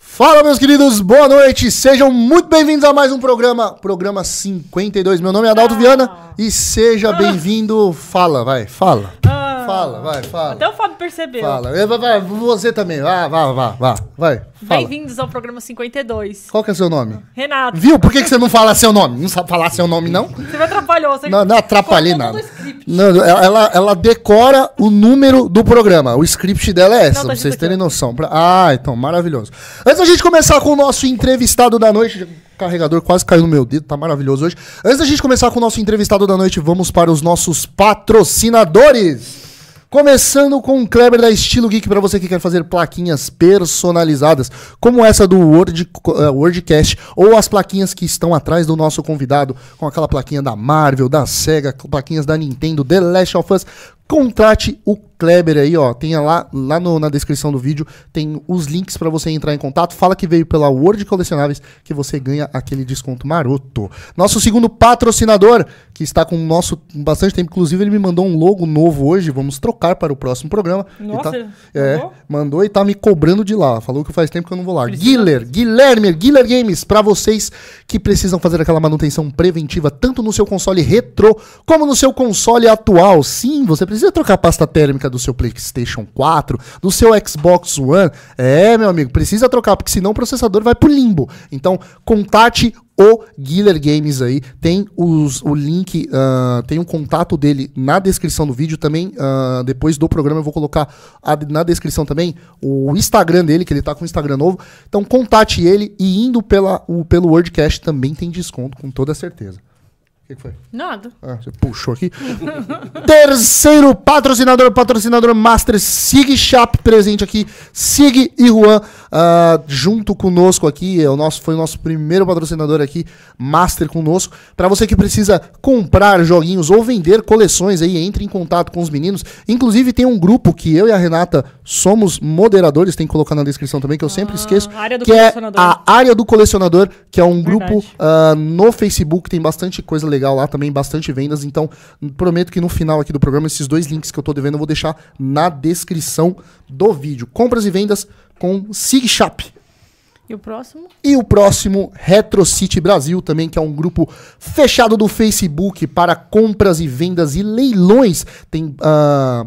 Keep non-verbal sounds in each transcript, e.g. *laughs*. Fala, meus queridos, boa noite. Sejam muito bem-vindos a mais um programa, programa 52. Meu nome é Adalto Viana e seja bem-vindo. Fala, vai, fala. Ah. Fala, vai, fala. Até o Fábio percebeu. Fala. Eh, Vai, vai, você também. Vá, vá, vá, vá. Vai. Fala. Bem-vindos ao programa 52. Qual que é o seu nome? Renato, Viu? Por que, que você não fala seu nome? Não sabe falar seu nome, não? você me atrapalhou. Você Não, não atrapalhei colocou nada. todo o um script. Não, ela, ela- ela decora o número do programa. O script dela é essa, Não, tá pra escrito vocês aqui, terem ó. noção. Pra- Ah, então, maravilhoso. Antes da gente começar com o nosso entrevistado da noite. O carregador quase caiu no meu dedo, tá maravilhoso hoje. Antes da gente começar com o nosso entrevistado da noite, vamos para os nossos patrocinadores. Começando com o Kleber da Estilo Geek, para você que quer fazer plaquinhas personalizadas, como essa do Word, eh, Wordcast, ou as plaquinhas que estão atrás do nosso convidado, com aquela plaquinha da Marvel, da Sega, plaquinhas da Nintendo, The Last of Us. Contrate o Kleber aí, ó. Tem lá, lá no- na descrição do vídeo, tem os links para você entrar em contato. Fala que veio pela Word Colecionáveis que você ganha aquele desconto maroto. Nosso segundo patrocinador, que está com o nosso com bastante tempo, inclusive ele me mandou um logo novo hoje, vamos trocar para o próximo programa. E Nossa, tá- ele é, mandou? mandou e tá me cobrando de lá. Falou que faz tempo que eu não vou lá. Guiller, Guilherme, Guiller Games, pra vocês que precisam fazer aquela manutenção preventiva, tanto no seu console retrô como no seu console atual. Sim, você precisa trocar a pasta térmica do seu PlayStation 4, do seu Xbox One. É, meu amigo, precisa trocar, porque senão o processador vai pro limbo. Então, contate o Guiller Games aí. Tem os- o link, ah, tem o contato dele na descrição do vídeo também. ah, depois do programa eu vou colocar a- na descrição também o Instagram dele, que ele tá com o Instagram novo. Então contate ele e indo pela, o- pelo WordCast também tem desconto, com toda certeza. O que, que foi? Nada. Ah, você puxou aqui. *laughs* Terceiro patrocinador, patrocinador Master Sig Shop presente aqui. Sig e Juan ah, junto conosco aqui. É o nosso, foi o nosso primeiro patrocinador aqui, Master conosco. Para você que precisa comprar joguinhos ou vender coleções aí, entre em contato com os meninos. Inclusive tem um grupo que eu e a Renata somos moderadores, tem que colocar na descrição também que eu sempre esqueço, Ah, área do que é colecionador. a Área do Colecionador, que é um grupo Verdade. ah, no Facebook, tem bastante coisa legal lá também, bastante vendas. Então, prometo que no final aqui do programa, esses dois links que eu tô devendo, eu vou deixar na descrição do vídeo. Compras e vendas com Sig Shop. E o próximo? E o próximo, Retro City Brasil, também, que é um grupo fechado do Facebook para compras e vendas e leilões. Tem ah,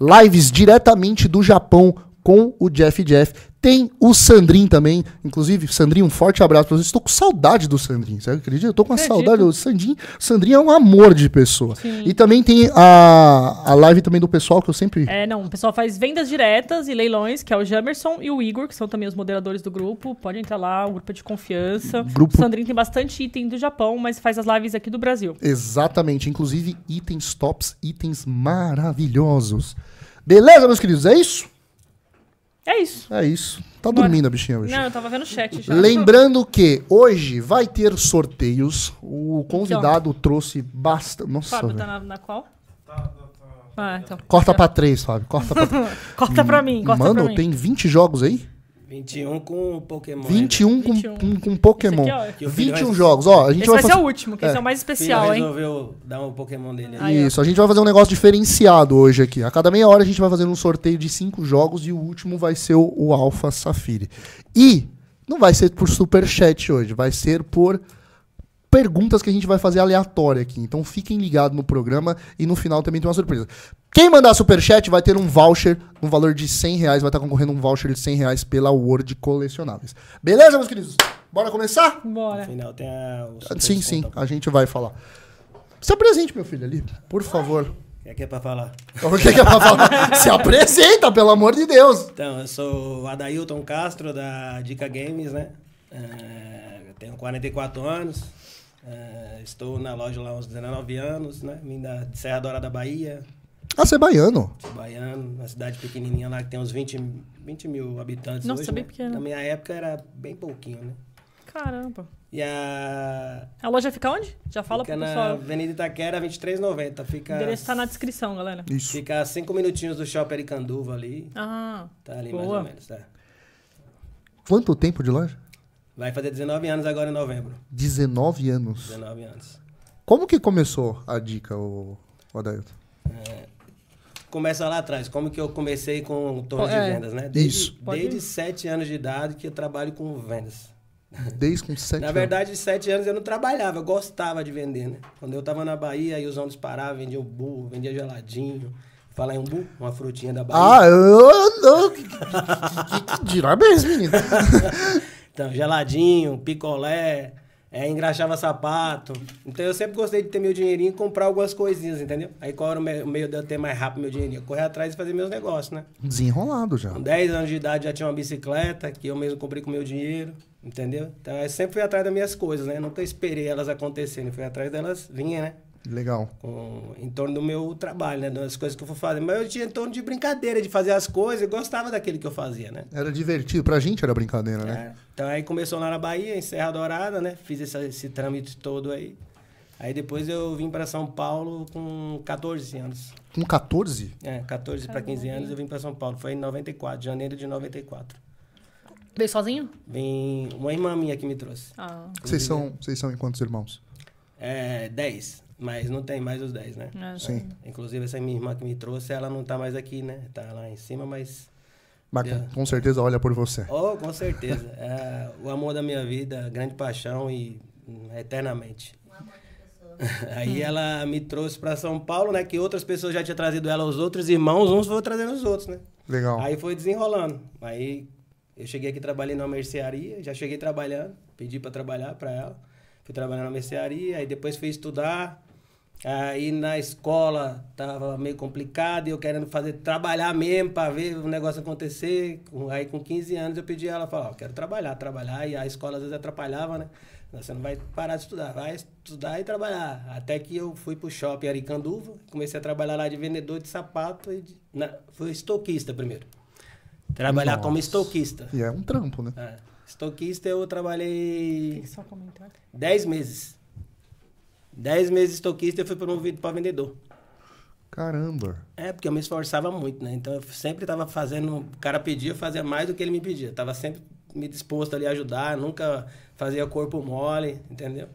lives diretamente do Japão com o Jeff Jeff. Tem o Sandrin também. Inclusive, Sandrin, um forte abraço pra vocês. Estou com saudade do Sandrin. Você acredita? Eu tô com uma Acredito. saudade. O Sandrin, o Sandrin é um amor de pessoa. Sim. E também tem a, a live também do pessoal que eu sempre. É, não. O pessoal faz vendas diretas e leilões, que é o Jamerson e o Igor, que são também os moderadores do grupo. Pode entrar lá, o grupo é de confiança. Grupo- O Sandrinho tem bastante item do Japão, mas faz as lives aqui do Brasil. Exatamente. Inclusive, itens tops, itens maravilhosos. Beleza, meus queridos? É isso? É isso. É isso. Tá Bora. dormindo a bichinha hoje. Não, tá eu tava vendo o chat já. Lembrando que hoje vai ter sorteios. O convidado trouxe bastante. Nossa, Então. Fábio, tá velho. na, na qual? Ah, então. Corta pra três, Fábio. Corta *laughs* pra três. Corta pra mim, corta pra Mano, mim. tem 20 jogos aí? 21 com o Pokémon. 21, com- 21. Com, com Pokémon. Esse aqui, ó. Que o filho 21 vai- jogos. Ó, a gente Esse vai ser fazer- o último, que esse é o mais Especial, especial, Filho hein? resolveu dar um Pokémon dele ali. Aí, ó. Isso, a gente vai fazer um negócio diferenciado hoje aqui. A cada meia hora a gente vai fazer um sorteio de cinco jogos e o último vai ser o, o Alpha Safiri. E não vai ser por superchat hoje, vai ser por perguntas que a gente vai fazer aleatória aqui. Então fiquem ligados no programa e no final também tem uma surpresa. Quem mandar superchat vai ter um voucher no valor de 100 reais, vai estar concorrendo um voucher de 100 reais pela Word Colecionáveis. Beleza, meus queridos? Bora começar? No Bora. final tem a. Ah, o Tá super Sim, desconto. sim, a gente vai falar. Se apresente, meu filho, ali, por favor. O que é que é pra falar? O que, que é pra falar? *laughs* Se apresenta, pelo amor de Deus. Então, eu sou o Adailton Castro da Dica Games, né? Ah, eu tenho 44 anos. ah, estou na loja lá há uns 19 anos, né? Vim da de Serra Dourada, Bahia. Ah, você é baiano. Sou baiano, uma cidade pequenininha lá que tem uns 20, 20 mil habitantes Nossa, hoje, bem né? pequena. Na minha época era bem pouquinho, né? Caramba. E a A loja fica onde? Já fala fica pro na pessoal. Avenida Itaquera, 2390. O Fica, endereço tá na descrição, galera. Isso. fica a cinco minutinhos do shopping Aricanduva ali. Ah, Tá ali mais boa. ou menos, tá? Quanto tempo de loja? Vai fazer 19 anos agora em novembro. 19 anos. 19 anos. Como que começou a dica, o, o Adailton? É, começa lá atrás. Como que eu comecei com torno É. de vendas, né? Desde, Isso. Pode- Desde sete anos de idade que eu trabalho com vendas. Desde com 7 Na verdade, de sete anos eu não trabalhava, eu gostava de vender, né? Quando eu tava na Bahia, aí os homens paravam, vendiam umbu, vendia geladinho. Falar em umbu, uma frutinha da Bahia. Ah, eu, eu, que, que, que, que dirá mesmo, menino. *laughs* *laughs* Então, geladinho, picolé, é, engraxava sapato. Então eu sempre gostei de ter meu dinheirinho e comprar algumas coisinhas, entendeu? Aí qual era o me- o meio de eu ter mais rápido meu dinheirinho? Correr atrás e fazer meus negócios, né? Desenrolado já. Com 10 anos de idade já tinha uma bicicleta que eu mesmo comprei com meu dinheiro, entendeu? Então eu sempre fui atrás das minhas coisas, né? Nunca esperei elas acontecerem, fui atrás delas, vinha, né? Legal. Com, em torno do meu trabalho, né? Das coisas que eu fui fazer. Mas eu tinha em torno de brincadeira, de fazer as coisas, eu gostava daquele que eu fazia, né? Era divertido. Pra gente era brincadeira, né? É. Então aí começou lá na Bahia, em Serra Dourada, né? Fiz essa- esse trâmite todo aí. Aí depois eu vim para São Paulo com 14 anos. Com 14? É, 14 para 15 anos eu vim para São Paulo. Foi em 94, janeiro de 94. Veio sozinho? Vem uma irmã minha que me trouxe. Ah. Vocês são, vocês são em quantos irmãos? É, 10, mas não tem mais os 10, né? é. Sim. Inclusive essa minha irmã que me trouxe, ela não tá mais aqui, né? Tá lá em cima, mas Mas com, É. com certeza olha por você. Oh, com certeza. É o amor da minha vida, grande paixão e hum, eternamente. *laughs* Aí ela me trouxe para São Paulo, né? Que outras pessoas já tinham trazido ela, os outros irmãos, uns foram trazendo os outros, né? Legal. Aí foi desenrolando. Aí eu cheguei aqui, trabalhei numa mercearia, já cheguei trabalhando, pedi para trabalhar para ela. Fui trabalhar na mercearia, aí depois fui estudar. Aí na escola tava meio complicado e eu querendo fazer trabalhar mesmo para ver o negócio acontecer. Com- Aí com 15 anos eu pedi a ela, falava, ó, quero trabalhar, trabalhar. E a escola às vezes atrapalhava, né? Não, Você não vai parar de estudar, vai estudar e trabalhar. Até que eu fui pro shopping Aricanduva, comecei a trabalhar lá de vendedor de sapato e de... na- fui estoquista primeiro. Trabalhar como Nossa. estoquista. E é um trampo, né? É. Estoquista eu trabalhei Tem só comentar. 10 meses. 10 meses estoquista eu fui promovido para vendedor. Caramba. É, porque eu me esforçava muito, né? Então eu sempre estava fazendo. O cara pedia, eu fazia mais do que ele me pedia. Tava sempre me disposto ali a ajudar, nunca fazia corpo mole, entendeu?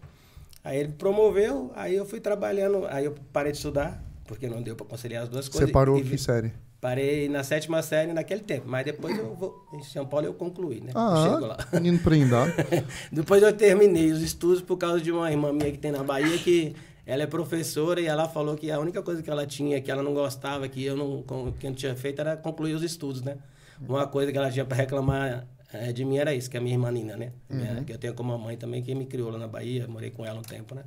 Aí ele promoveu, aí eu fui trabalhando, aí eu parei de estudar, porque não deu para conciliar as duas coisas. Você parou e que vi- série? Parei na sétima série naquele tempo, mas depois eu vou. Em São Paulo eu concluí, né? Eu chego Ah, lá. *laughs* menino prendado. *laughs* Depois eu terminei os estudos por causa de uma irmã minha que tem na Bahia que ela é professora e ela falou que a única coisa que ela tinha que ela não gostava que eu não com- que eu não tinha feito era concluir os estudos, né? Uma coisa que ela tinha para reclamar eh, de mim era isso, que a minha irmã Nina, né? Minha- que eu tenho como mãe também que me criou lá na Bahia, morei com ela um tempo, né?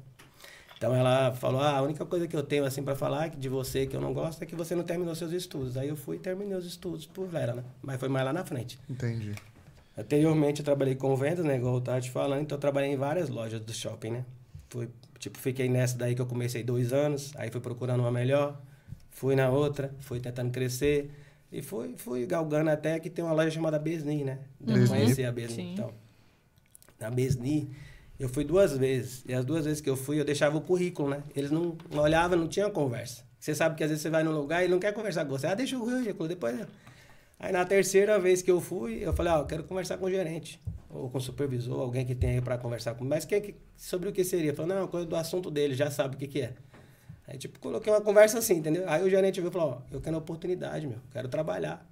Então ela falou: "Ah, a única coisa que eu tenho assim para falar de você que eu não gosto é que você não terminou seus estudos". Aí eu fui e terminei os estudos por Vera, né? Mas foi mais lá na frente. Entendi. Anteriormente eu trabalhei com vendas, né? Igual eu tava te falando, então eu trabalhei em várias lojas do shopping, né? Fui, tipo, fiquei nessa daí que eu comecei dois anos, aí fui procurando uma melhor, fui na outra, fui tentando crescer e fui, fui galgando até que tem uma loja chamada Besni, né? Deve Besni. conhecer a Besni, Sim. então. Na Besni, eu fui duas vezes. E as duas vezes que eu fui, eu deixava o currículo, né? Eles não, não olhavam, não tinha conversa. Você sabe que às vezes você vai num lugar e não quer conversar com você. Ah, deixa o currículo, depois... eu. Aí na terceira vez que eu fui, eu falei, ah, eu quero conversar com o gerente. Ou com o supervisor, alguém que tem aí pra conversar comigo. Mas que, que- sobre o que seria? Falei, não, coisa do assunto dele, já sabe o que que é. Aí, tipo, coloquei uma conversa assim, entendeu? Aí o gerente veio e falou, ó, eu quero oportunidade, meu. Quero trabalhar.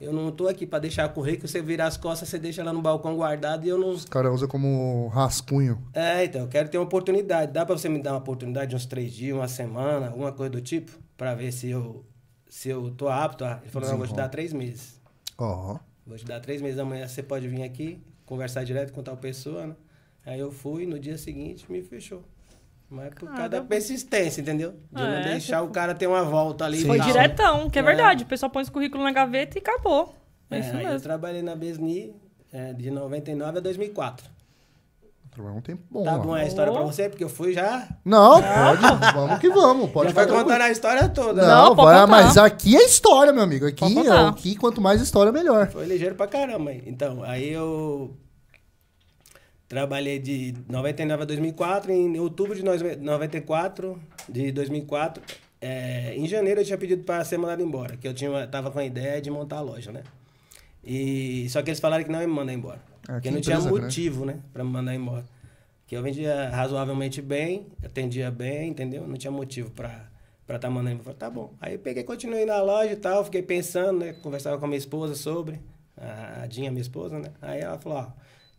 Eu não tô aqui pra deixar currículo, você virar as costas, você deixa lá no balcão guardado e eu não... Os caras usam como rascunho. É, então, eu quero ter uma oportunidade. Dá pra você me dar uma oportunidade de uns três dias, uma semana, alguma coisa do tipo? Pra ver se eu, se eu tô apto. a- Ele falou, não, eu vou te dar três meses. Ó. Vou te dar três meses, amanhã você pode vir aqui, conversar direto com tal pessoa, né? Aí eu fui, no dia seguinte, me fechou. Mas Ah, por causa da persistência, entendeu? De É, não você deixar o cara ter uma volta ali. e Foi tal. diretão, que é É. verdade. O pessoal põe esse currículo na gaveta e acabou. É, É, isso aí eu mesmo. trabalhei na Besni é, de 99 a 2004. Trabalhou um tempo bom. Tá lá. bom a história pra você? Porque eu fui já... Não, pode. vamos que vamos. Pode já vai ficar tranquilo. contando a história toda. né? Não, Não, pode vai, contar. mas aqui é história, meu amigo. Aqui, Pode contar. aqui quanto mais história, melhor. *laughs* Foi ligeiro pra caramba. hein? Então, aí eu trabalhei de 99 a 2004. Em outubro de nois- 94, de 2004, é, em janeiro eu tinha pedido pra ser mandado embora, que eu tinha, tava com a ideia de montar a loja, né? E, só que eles falaram que não ia me mandar embora. Ah, que porque não tinha empresa grande. motivo, né, pra me mandar embora. Que eu vendia razoavelmente bem, atendia bem, entendeu? Não tinha motivo pra pra estar tá mandando. Eu falei, tá bom. Aí eu peguei, continuei na loja e tal, fiquei pensando, né? Conversava com a minha esposa sobre, a Dinha, minha esposa, né? Aí ela falou, ó,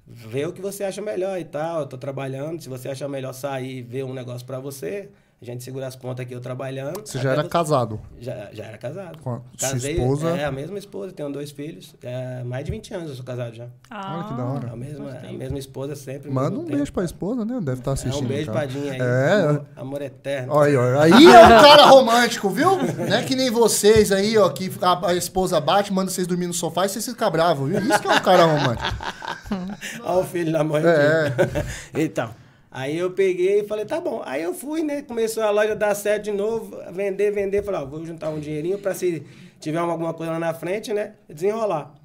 vê o que você acha melhor e tal, eu tô trabalhando, se você achar melhor sair e ver um negócio pra você, a gente segura as pontas aqui, eu trabalhando. Você já Até era casado? Já, já era casado. Com a sua esposa? É, a mesma esposa, tenho dois filhos, é, mais de 20 anos eu sou casado já. Ah, Olha que da hora. É A mesma, a mesma esposa sempre. Manda um beijo mesmo tempo. pra esposa, né? Deve estar É, assistindo. um beijo cara. pra Dinha aí. É. Amor, amor eterno. Olha, aí, ó. aí é um cara romântico, viu? Não é que nem vocês aí, ó, que a, a esposa bate, manda vocês dormir no sofá e vocês ficam bravos, viu? Isso que é um cara romântico. Olha o filho da mãe. É. *laughs* então. Aí eu peguei e falei, tá bom. Aí eu fui, né? Começou a loja a dar certo de novo, a vender, vender. Falei, ó, vou juntar um dinheirinho pra se tiver um, alguma coisa lá na frente, né? Desenrolar.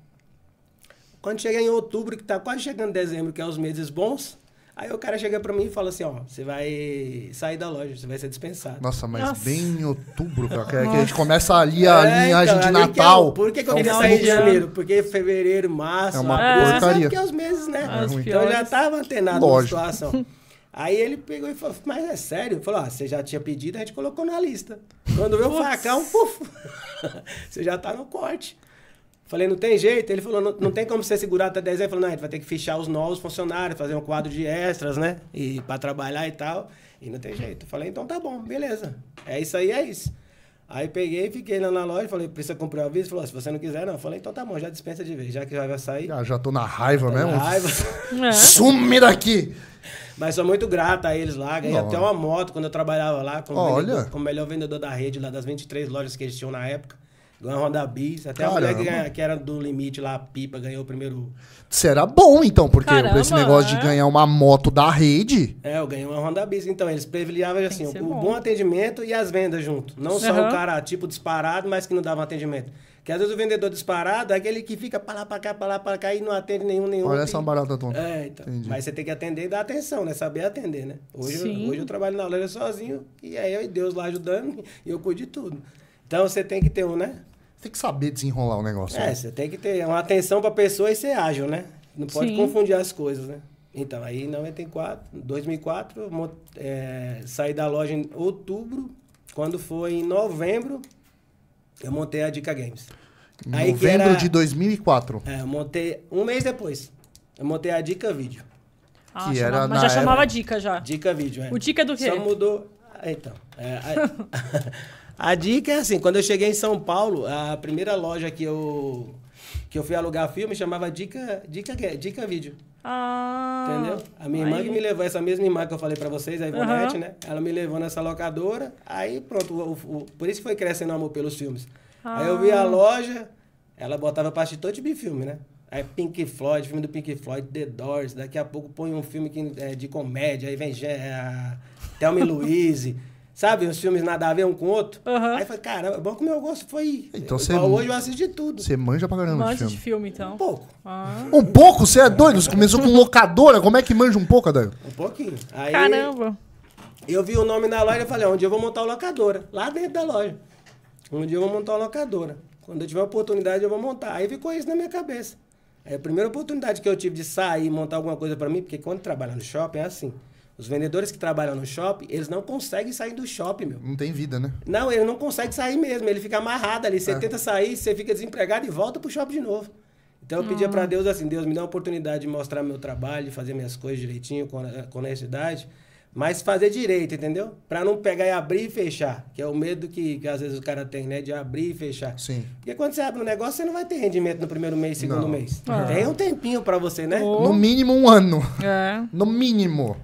Quando chega em outubro, que tá quase chegando dezembro, que é os meses bons, aí o cara chega pra mim e fala assim, ó, você vai sair da loja, você vai ser dispensado. Nossa, mas Nossa. bem em outubro, cara, que, é que a gente começa ali a É, linhagem então, de ali que é o- Natal. por que, que eu É um queria sair em fluxo, né? janeiro? Porque fevereiro, março, É uma abril, você porcaria. sabe que é os meses, né? Ah, os então eu já piores. tava antenado na Lógico. *laughs* situação. Aí ele pegou e falou, mas é sério? Falou, ah, você já tinha pedido, a gente colocou na lista. Quando veio o facão, puf, *laughs* você já tá no corte. Falei, não tem jeito. Ele falou, não, não tem como você segurar até 10 anos. Ele falou, não, a gente vai ter que fichar os novos funcionários, fazer um quadro de extras, né? E para trabalhar e tal. E não tem jeito. Falei, então tá bom, beleza. É isso aí, é isso. Aí peguei, fiquei lá na loja, falei, precisa cumprir o aviso? Ele falou, "Ah, se você não quiser, não. Falei, então tá bom, já dispensa de vez, já que já vai sair. Ah, já tô na raiva mesmo. Raiva. É. Sume daqui! *laughs* Mas sou muito grato a eles lá. Ganhei Não. até uma moto quando eu trabalhava lá como, Olha. vendedor- como melhor vendedor da rede, lá das 23 lojas que eles tinham na época. Ganhei uma Honda Bis. Até a mulher que, Caramba. ganha- que era do limite lá, a pipa, ganhou o primeiro. Será bom, então, porque Caramba, esse negócio é. de ganhar uma moto da rede. É, eu ganhei uma Honda Bis. Então, eles privilegiavam assim, que o ser o bom. bom. atendimento e as vendas junto. Não só Aham. o cara, tipo, disparado, mas que não dava atendimento. Porque às vezes o vendedor disparado é aquele que fica pra lá, pra cá, pra lá, pra cá e não atende nenhum, nenhum. Olha E- essa barata tonta. É, então. Entendi. Mas você tem que atender e dar atenção, né? Saber atender, né? Hoje, Sim. eu, hoje eu trabalho na loja sozinho e é eu e Deus lá ajudando *laughs* e eu cuido de tudo. Então você tem que ter um, né? Tem que saber desenrolar o negócio. É, né? você tem que ter uma atenção pra pessoa e ser ágil, né? Não pode Sim. confundir as coisas, né? Então, aí em 94, 2004, eu mon- é, saí da loja em outubro. Quando foi em novembro, eu montei a Dica Games. Em Aí que Novembro era- de 2004. É, eu montei um mês depois. Eu montei a Dica Vídeo. Ah, Que chamava- era mas na já chamava época- dica já. Dica vídeo, é. O dica é do quê? Só mudou. Ah, Então. é, a... *laughs* a dica é assim, quando eu cheguei em São Paulo, a primeira loja que eu, que eu fui alugar filme chamava Dica, dica, dica Vídeo. Ah, Entendeu? A minha irmã aí. que me levou, essa mesma irmã que eu falei pra vocês, a Ivonete, Aham. né? Ela me levou nessa locadora, aí pronto, o- o- o- por isso foi crescendo o amor pelos filmes. Aí eu vi Ah. a loja, ela botava pra assistir todo tipo de filme, né? Aí Pink Floyd, filme do Pink Floyd, The Doors, daqui a pouco põe um filme que, é, de comédia, aí vem é, a *laughs* Thelma e Louise, sabe? Os filmes nada a ver um com o outro. Aham. Aí eu falei, caramba, é bom que o meu gosto foi... Então você- igual hoje eu assisti tudo, Você manja pra caramba de Manja filme. de filme, então. um pouco. Ah, Um pouco? Você é doido? Você começou com locadora? Como é que manja um pouco, Adair? Um pouquinho. Aí, caramba. Eu vi o nome na loja e falei, "Ah, um dia eu vou montar uma locadora. Lá dentro da loja. Um dia eu vou montar uma locadora. Quando eu tiver oportunidade, eu vou montar. Aí ficou isso na minha cabeça. Aí a primeira oportunidade que eu tive de sair e montar alguma coisa pra mim, porque quando trabalha no shopping é assim. Os vendedores que trabalham no shopping, eles não conseguem sair do shopping, meu. Não tem vida, né? Não, ele não consegue sair mesmo. Ele fica amarrado ali. Você É. tenta sair, você fica desempregado e volta pro shopping de novo. Então eu pedia pra Deus assim, Deus me dá a oportunidade de mostrar meu trabalho, de fazer minhas coisas direitinho, com, eh, com honestidade, mas fazer direito, entendeu? Pra não pegar e abrir e fechar, que é o medo que, que às vezes o cara tem, né? De abrir e fechar. Sim. Porque quando você abre um negócio, você não vai ter rendimento no primeiro mês, segundo Não. mês. Tem um tempinho pra você, né? Oh. No mínimo um ano. É. No mínimo.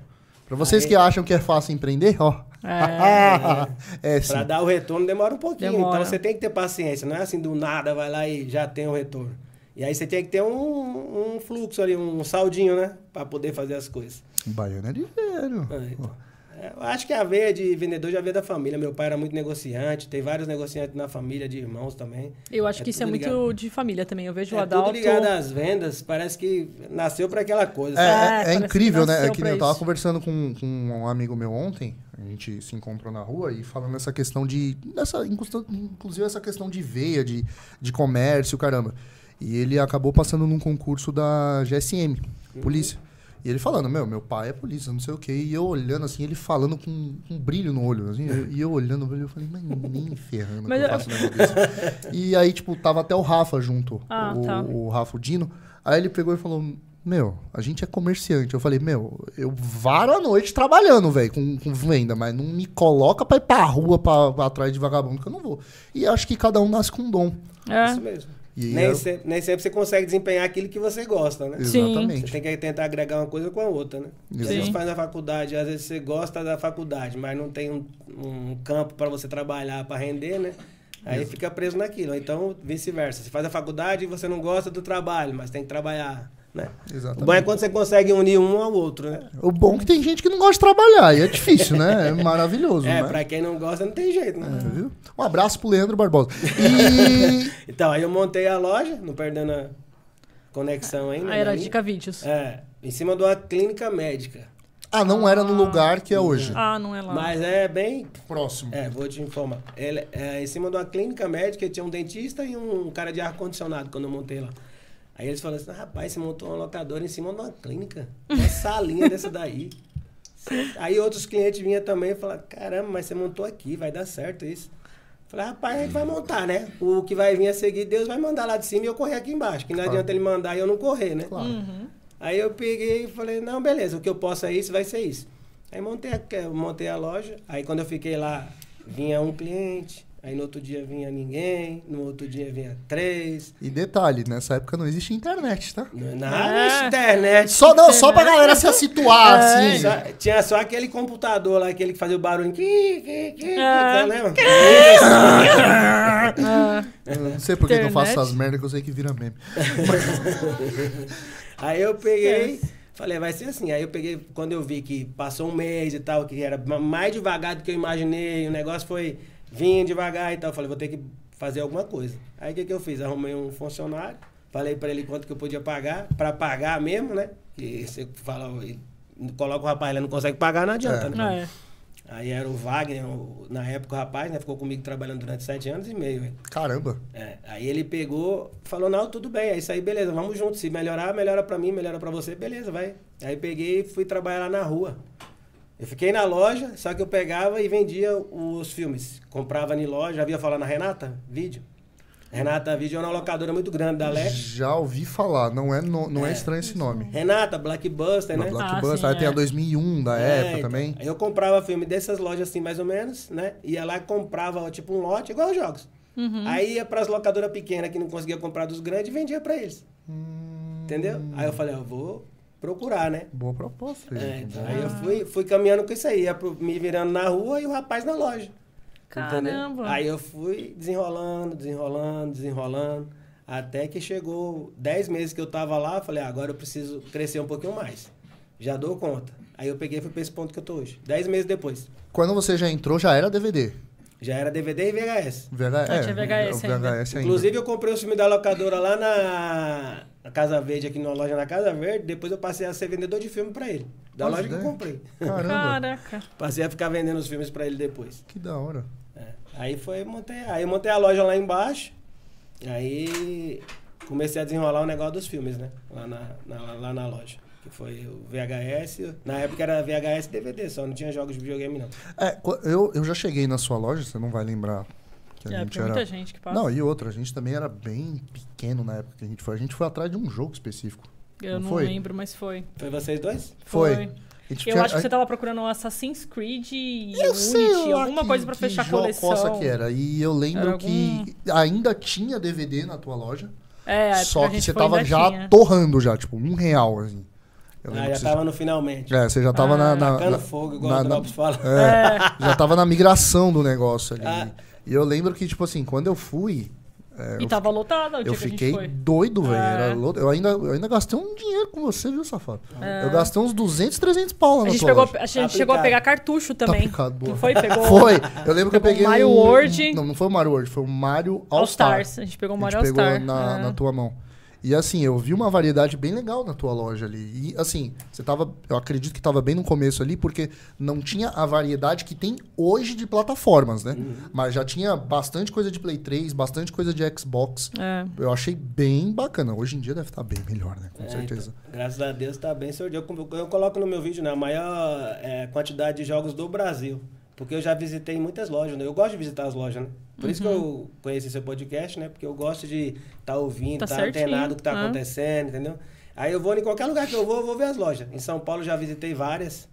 Pra vocês que acham que é fácil empreender, ó. *laughs* É, sim. Pra dar o retorno demora um pouquinho. Demora. Então você tem que ter paciência. Não é assim do nada, vai lá e já tem o retorno. E aí você tem que ter um, um fluxo ali, um saldinho, né? Pra poder fazer as coisas. Baiano é ligeiro. Ah, então. É, Eu acho que a veia de vendedor já veio da família. Meu pai era muito negociante, tem vários negociantes na família, de irmãos também. Eu acho que isso é tudo muito ligado- de família também. Eu vejo o É Adalto. tudo ligado às vendas, parece que nasceu pra aquela coisa. É, assim. é- sabe? é parece que incrível, né? É nasceu que pra nem eu tava isso. conversando com, com um amigo meu ontem, a gente se encontrou na rua e falando essa questão de. Essa, inclusive essa questão de veia, de, de comércio, caramba. E ele acabou passando num concurso da GSM, polícia. E ele falando, meu, meu pai é polícia, não sei o quê. E eu olhando assim, ele falando com, com um brilho no olho. assim, e eu olhando, eu falei, mas nem ferrando Mas que eu eu- faço um negócio desse. E aí, tipo, tava até o Rafa junto, Ah, o, tá. o Rafa o Dino. Aí ele pegou e falou, meu, a gente é comerciante. Eu falei, meu, eu varo a noite trabalhando, velho, com, com venda, mas não me coloca pra ir pra rua, pra, pra atrás de vagabundo, que eu não vou. E acho que cada um nasce com um dom. Isso É. mesmo. E Nem, eu- se- nem sempre você consegue desempenhar aquilo que você gosta, né? Sim. Exatamente. Você tem que tentar agregar uma coisa com a outra, né? Às Sim. vezes faz na faculdade, às vezes você gosta da faculdade, mas não tem um, um campo para você trabalhar, para render, né? Aí fica preso naquilo. Ou Então, vice-versa. Você faz a faculdade e você não gosta do trabalho, mas tem que trabalhar, né? Exatamente. O bom é quando você consegue unir um ao outro, né? O bom é que tem gente que não gosta de trabalhar, e é difícil, né? É maravilhoso, É, né? pra quem não gosta, não tem jeito, né? É, viu? Um abraço pro Leandro Barbosa. E. *laughs* Então, aí eu montei a loja, não perdendo a conexão ainda. Ah, era né? Dica Vídeos. É, em cima de uma clínica médica. Ah, não era no lugar que é hoje. Ah, não é lá. Mas é bem Próximo. É, vou te informar. Ele, é, em cima de uma clínica médica, tinha um dentista e um cara de ar-condicionado quando eu montei lá. Aí eles falaram assim: rapaz, você montou uma locadora em cima de uma clínica. *laughs* Uma salinha dessa daí. Aí outros clientes vinham também e falaram: caramba, mas você montou aqui, vai dar certo isso. Eu Falei, rapaz, a gente vai montar, né? O que vai vir a seguir, Deus vai mandar lá de cima e eu correr aqui embaixo. Que não Claro. adianta ele mandar e eu não correr, né? Claro. Aí eu peguei e falei, não, beleza, o que eu posso é isso, vai ser isso. Aí montei a, eu montei a loja, aí quando eu fiquei lá, vinha um cliente, aí no outro dia vinha ninguém, no outro dia vinha três. E detalhe, nessa época não existia internet, tá? n- Nada É. de internet. Só, não, só pra galera se situar, assim. Só- tinha só aquele computador lá, aquele que fazia o barulho. Que, que, que, É. que, lembra? Ah, Eu não sei por que que eu faço Internet. essas merdas que eu sei que vira meme. Aí eu peguei, falei, vai ser assim. Aí eu peguei, quando eu vi que passou um mês e tal, que era ma- mais devagar do que eu imaginei, o negócio foi vindo devagar e tal. eu Falei, vou ter que fazer alguma coisa. Aí o que, que eu fiz? Arrumei um funcionário, falei pra ele quanto que eu podia pagar, pra pagar mesmo, né? Que você fala, ele- coloca o rapaz, ele não consegue pagar, não adianta, É. né? é. Aí era o Wagner, o- na época o rapaz, né? Ficou comigo trabalhando durante sete anos e meio, hein? Caramba. É, aí ele pegou, falou, não, tudo bem, é isso aí, beleza, vamos juntos. Se melhorar, melhora pra mim, melhora pra você, beleza, vai. Aí peguei e fui trabalhar lá na rua. Eu fiquei na loja, só que eu pegava e vendia os filmes. Comprava em loja, já havia falar na Renata? Vídeo. Renata Vídeo é uma locadora muito grande da Leste. Já ouvi falar, não é, no- não é estranho esse nome. Renata, Blackbuster, Na né? Blockbuster, Ah, sim, aí tem a é. 2001 da É, época então. também. Aí eu comprava filme dessas lojas assim, mais ou menos, né? Ia lá e comprava, tipo, um lote, igual aos jogos. Aí ia pras locadoras pequenas que não conseguia comprar dos grandes e vendia pra eles. Hum. Entendeu? Aí eu falei, ó, vou procurar, né? Boa proposta. É, gente. então, Aí eu fui, fui caminhando com isso aí, ia pro- me virando na rua e o rapaz na loja. Entendeu? Caramba. Aí eu fui desenrolando, desenrolando, desenrolando. Até que chegou 10 meses que eu tava lá, eu falei, "Ah, agora eu preciso crescer um pouquinho mais. Já dou conta. Aí eu peguei e fui pra esse ponto que eu tô hoje. 10 meses depois. Quando você já entrou, já era DVD. Já era DVD e VHS. VHS. Ah, tinha VHS ainda. VHS ainda. Inclusive, eu comprei o filme da locadora lá na, na Casa Verde, aqui numa loja na Casa Verde. Depois eu passei a ser vendedor de filme pra ele. Da Olha loja que que eu ideia. comprei. *laughs* Caramba, Caraca. Passei a ficar vendendo os filmes pra ele depois. que da hora. É. Aí foi, montei, aí eu montei a loja lá embaixo. Aí comecei a desenrolar o negócio dos filmes, né? Lá na, na- lá na loja. Que foi o VHS. Na época era VHS e DVD, só não tinha jogos de videogame, não. É, qu- eu, eu já cheguei na sua loja, você não vai lembrar que a É, gente tem era. muita gente que passa. Não, e outra, a gente também era bem pequeno na época que a gente foi. A gente foi atrás de um jogo específico. eu não não foi? lembro, mas foi. Foi vocês dois? Foi. tipo, Foi. A gente Eu acho que você tava procurando um Assassin's Creed e Unity, lá alguma que- coisa pra que fechar a jocoça coleção. que era. E eu lembro Era que ainda tinha DVD na tua loja, É, a época só a que gente você foi, tava ainda já tinha. torrando já, tipo, um real, assim. Eu lembro Ah, que já você... tava no finalmente. É, você já Ah, tava na... na, Tacando na- fogo, igual na- o na- Drops fala. É, *laughs* já tava na migração do negócio ali. Ah. E eu lembro que, tipo assim, quando eu fui... é, E eu tava lotada o dia Eu que a gente fiquei foi. doido, velho. É. Era lou- Eu, ainda, eu ainda gastei um dinheiro com você, viu, safado? Eu gastei uns 200, 300 pau lá Ah. A na gente, sua pegou, loja. Tá a gente chegou a Aplicado. pegar cartucho também. picado, boa. Não foi? Pegou Foi. Eu lembro que eu Pegou peguei Mario um... World. Não, não foi o Mario World. Foi o Mario All All Star. Stars. A gente pegou o A Mario gente All pegou Star. na, é. na tua mão. E assim, eu vi uma variedade bem legal na tua loja ali. E assim, você tava, eu acredito que tava bem no começo ali, porque não tinha a variedade que tem hoje de plataformas, né? Uhum. Mas já tinha bastante coisa de Play 3, bastante coisa de Xbox. É. Eu achei bem bacana. Hoje em dia deve estar bem melhor, né? Com É, certeza. então, graças a Deus tá bem, senhor. Eu, eu coloco no meu vídeo né, a maior é, quantidade de jogos do Brasil. Porque eu já visitei muitas lojas, né? Eu gosto de visitar as lojas, né? Por isso que Uhum. eu conheci seu podcast, né? Porque eu gosto de estar ouvindo, Tá estar certinho, antenado o que tá né? acontecendo, entendeu? Aí eu vou em qualquer lugar que eu vou, eu vou ver as lojas. Em São Paulo eu já visitei várias.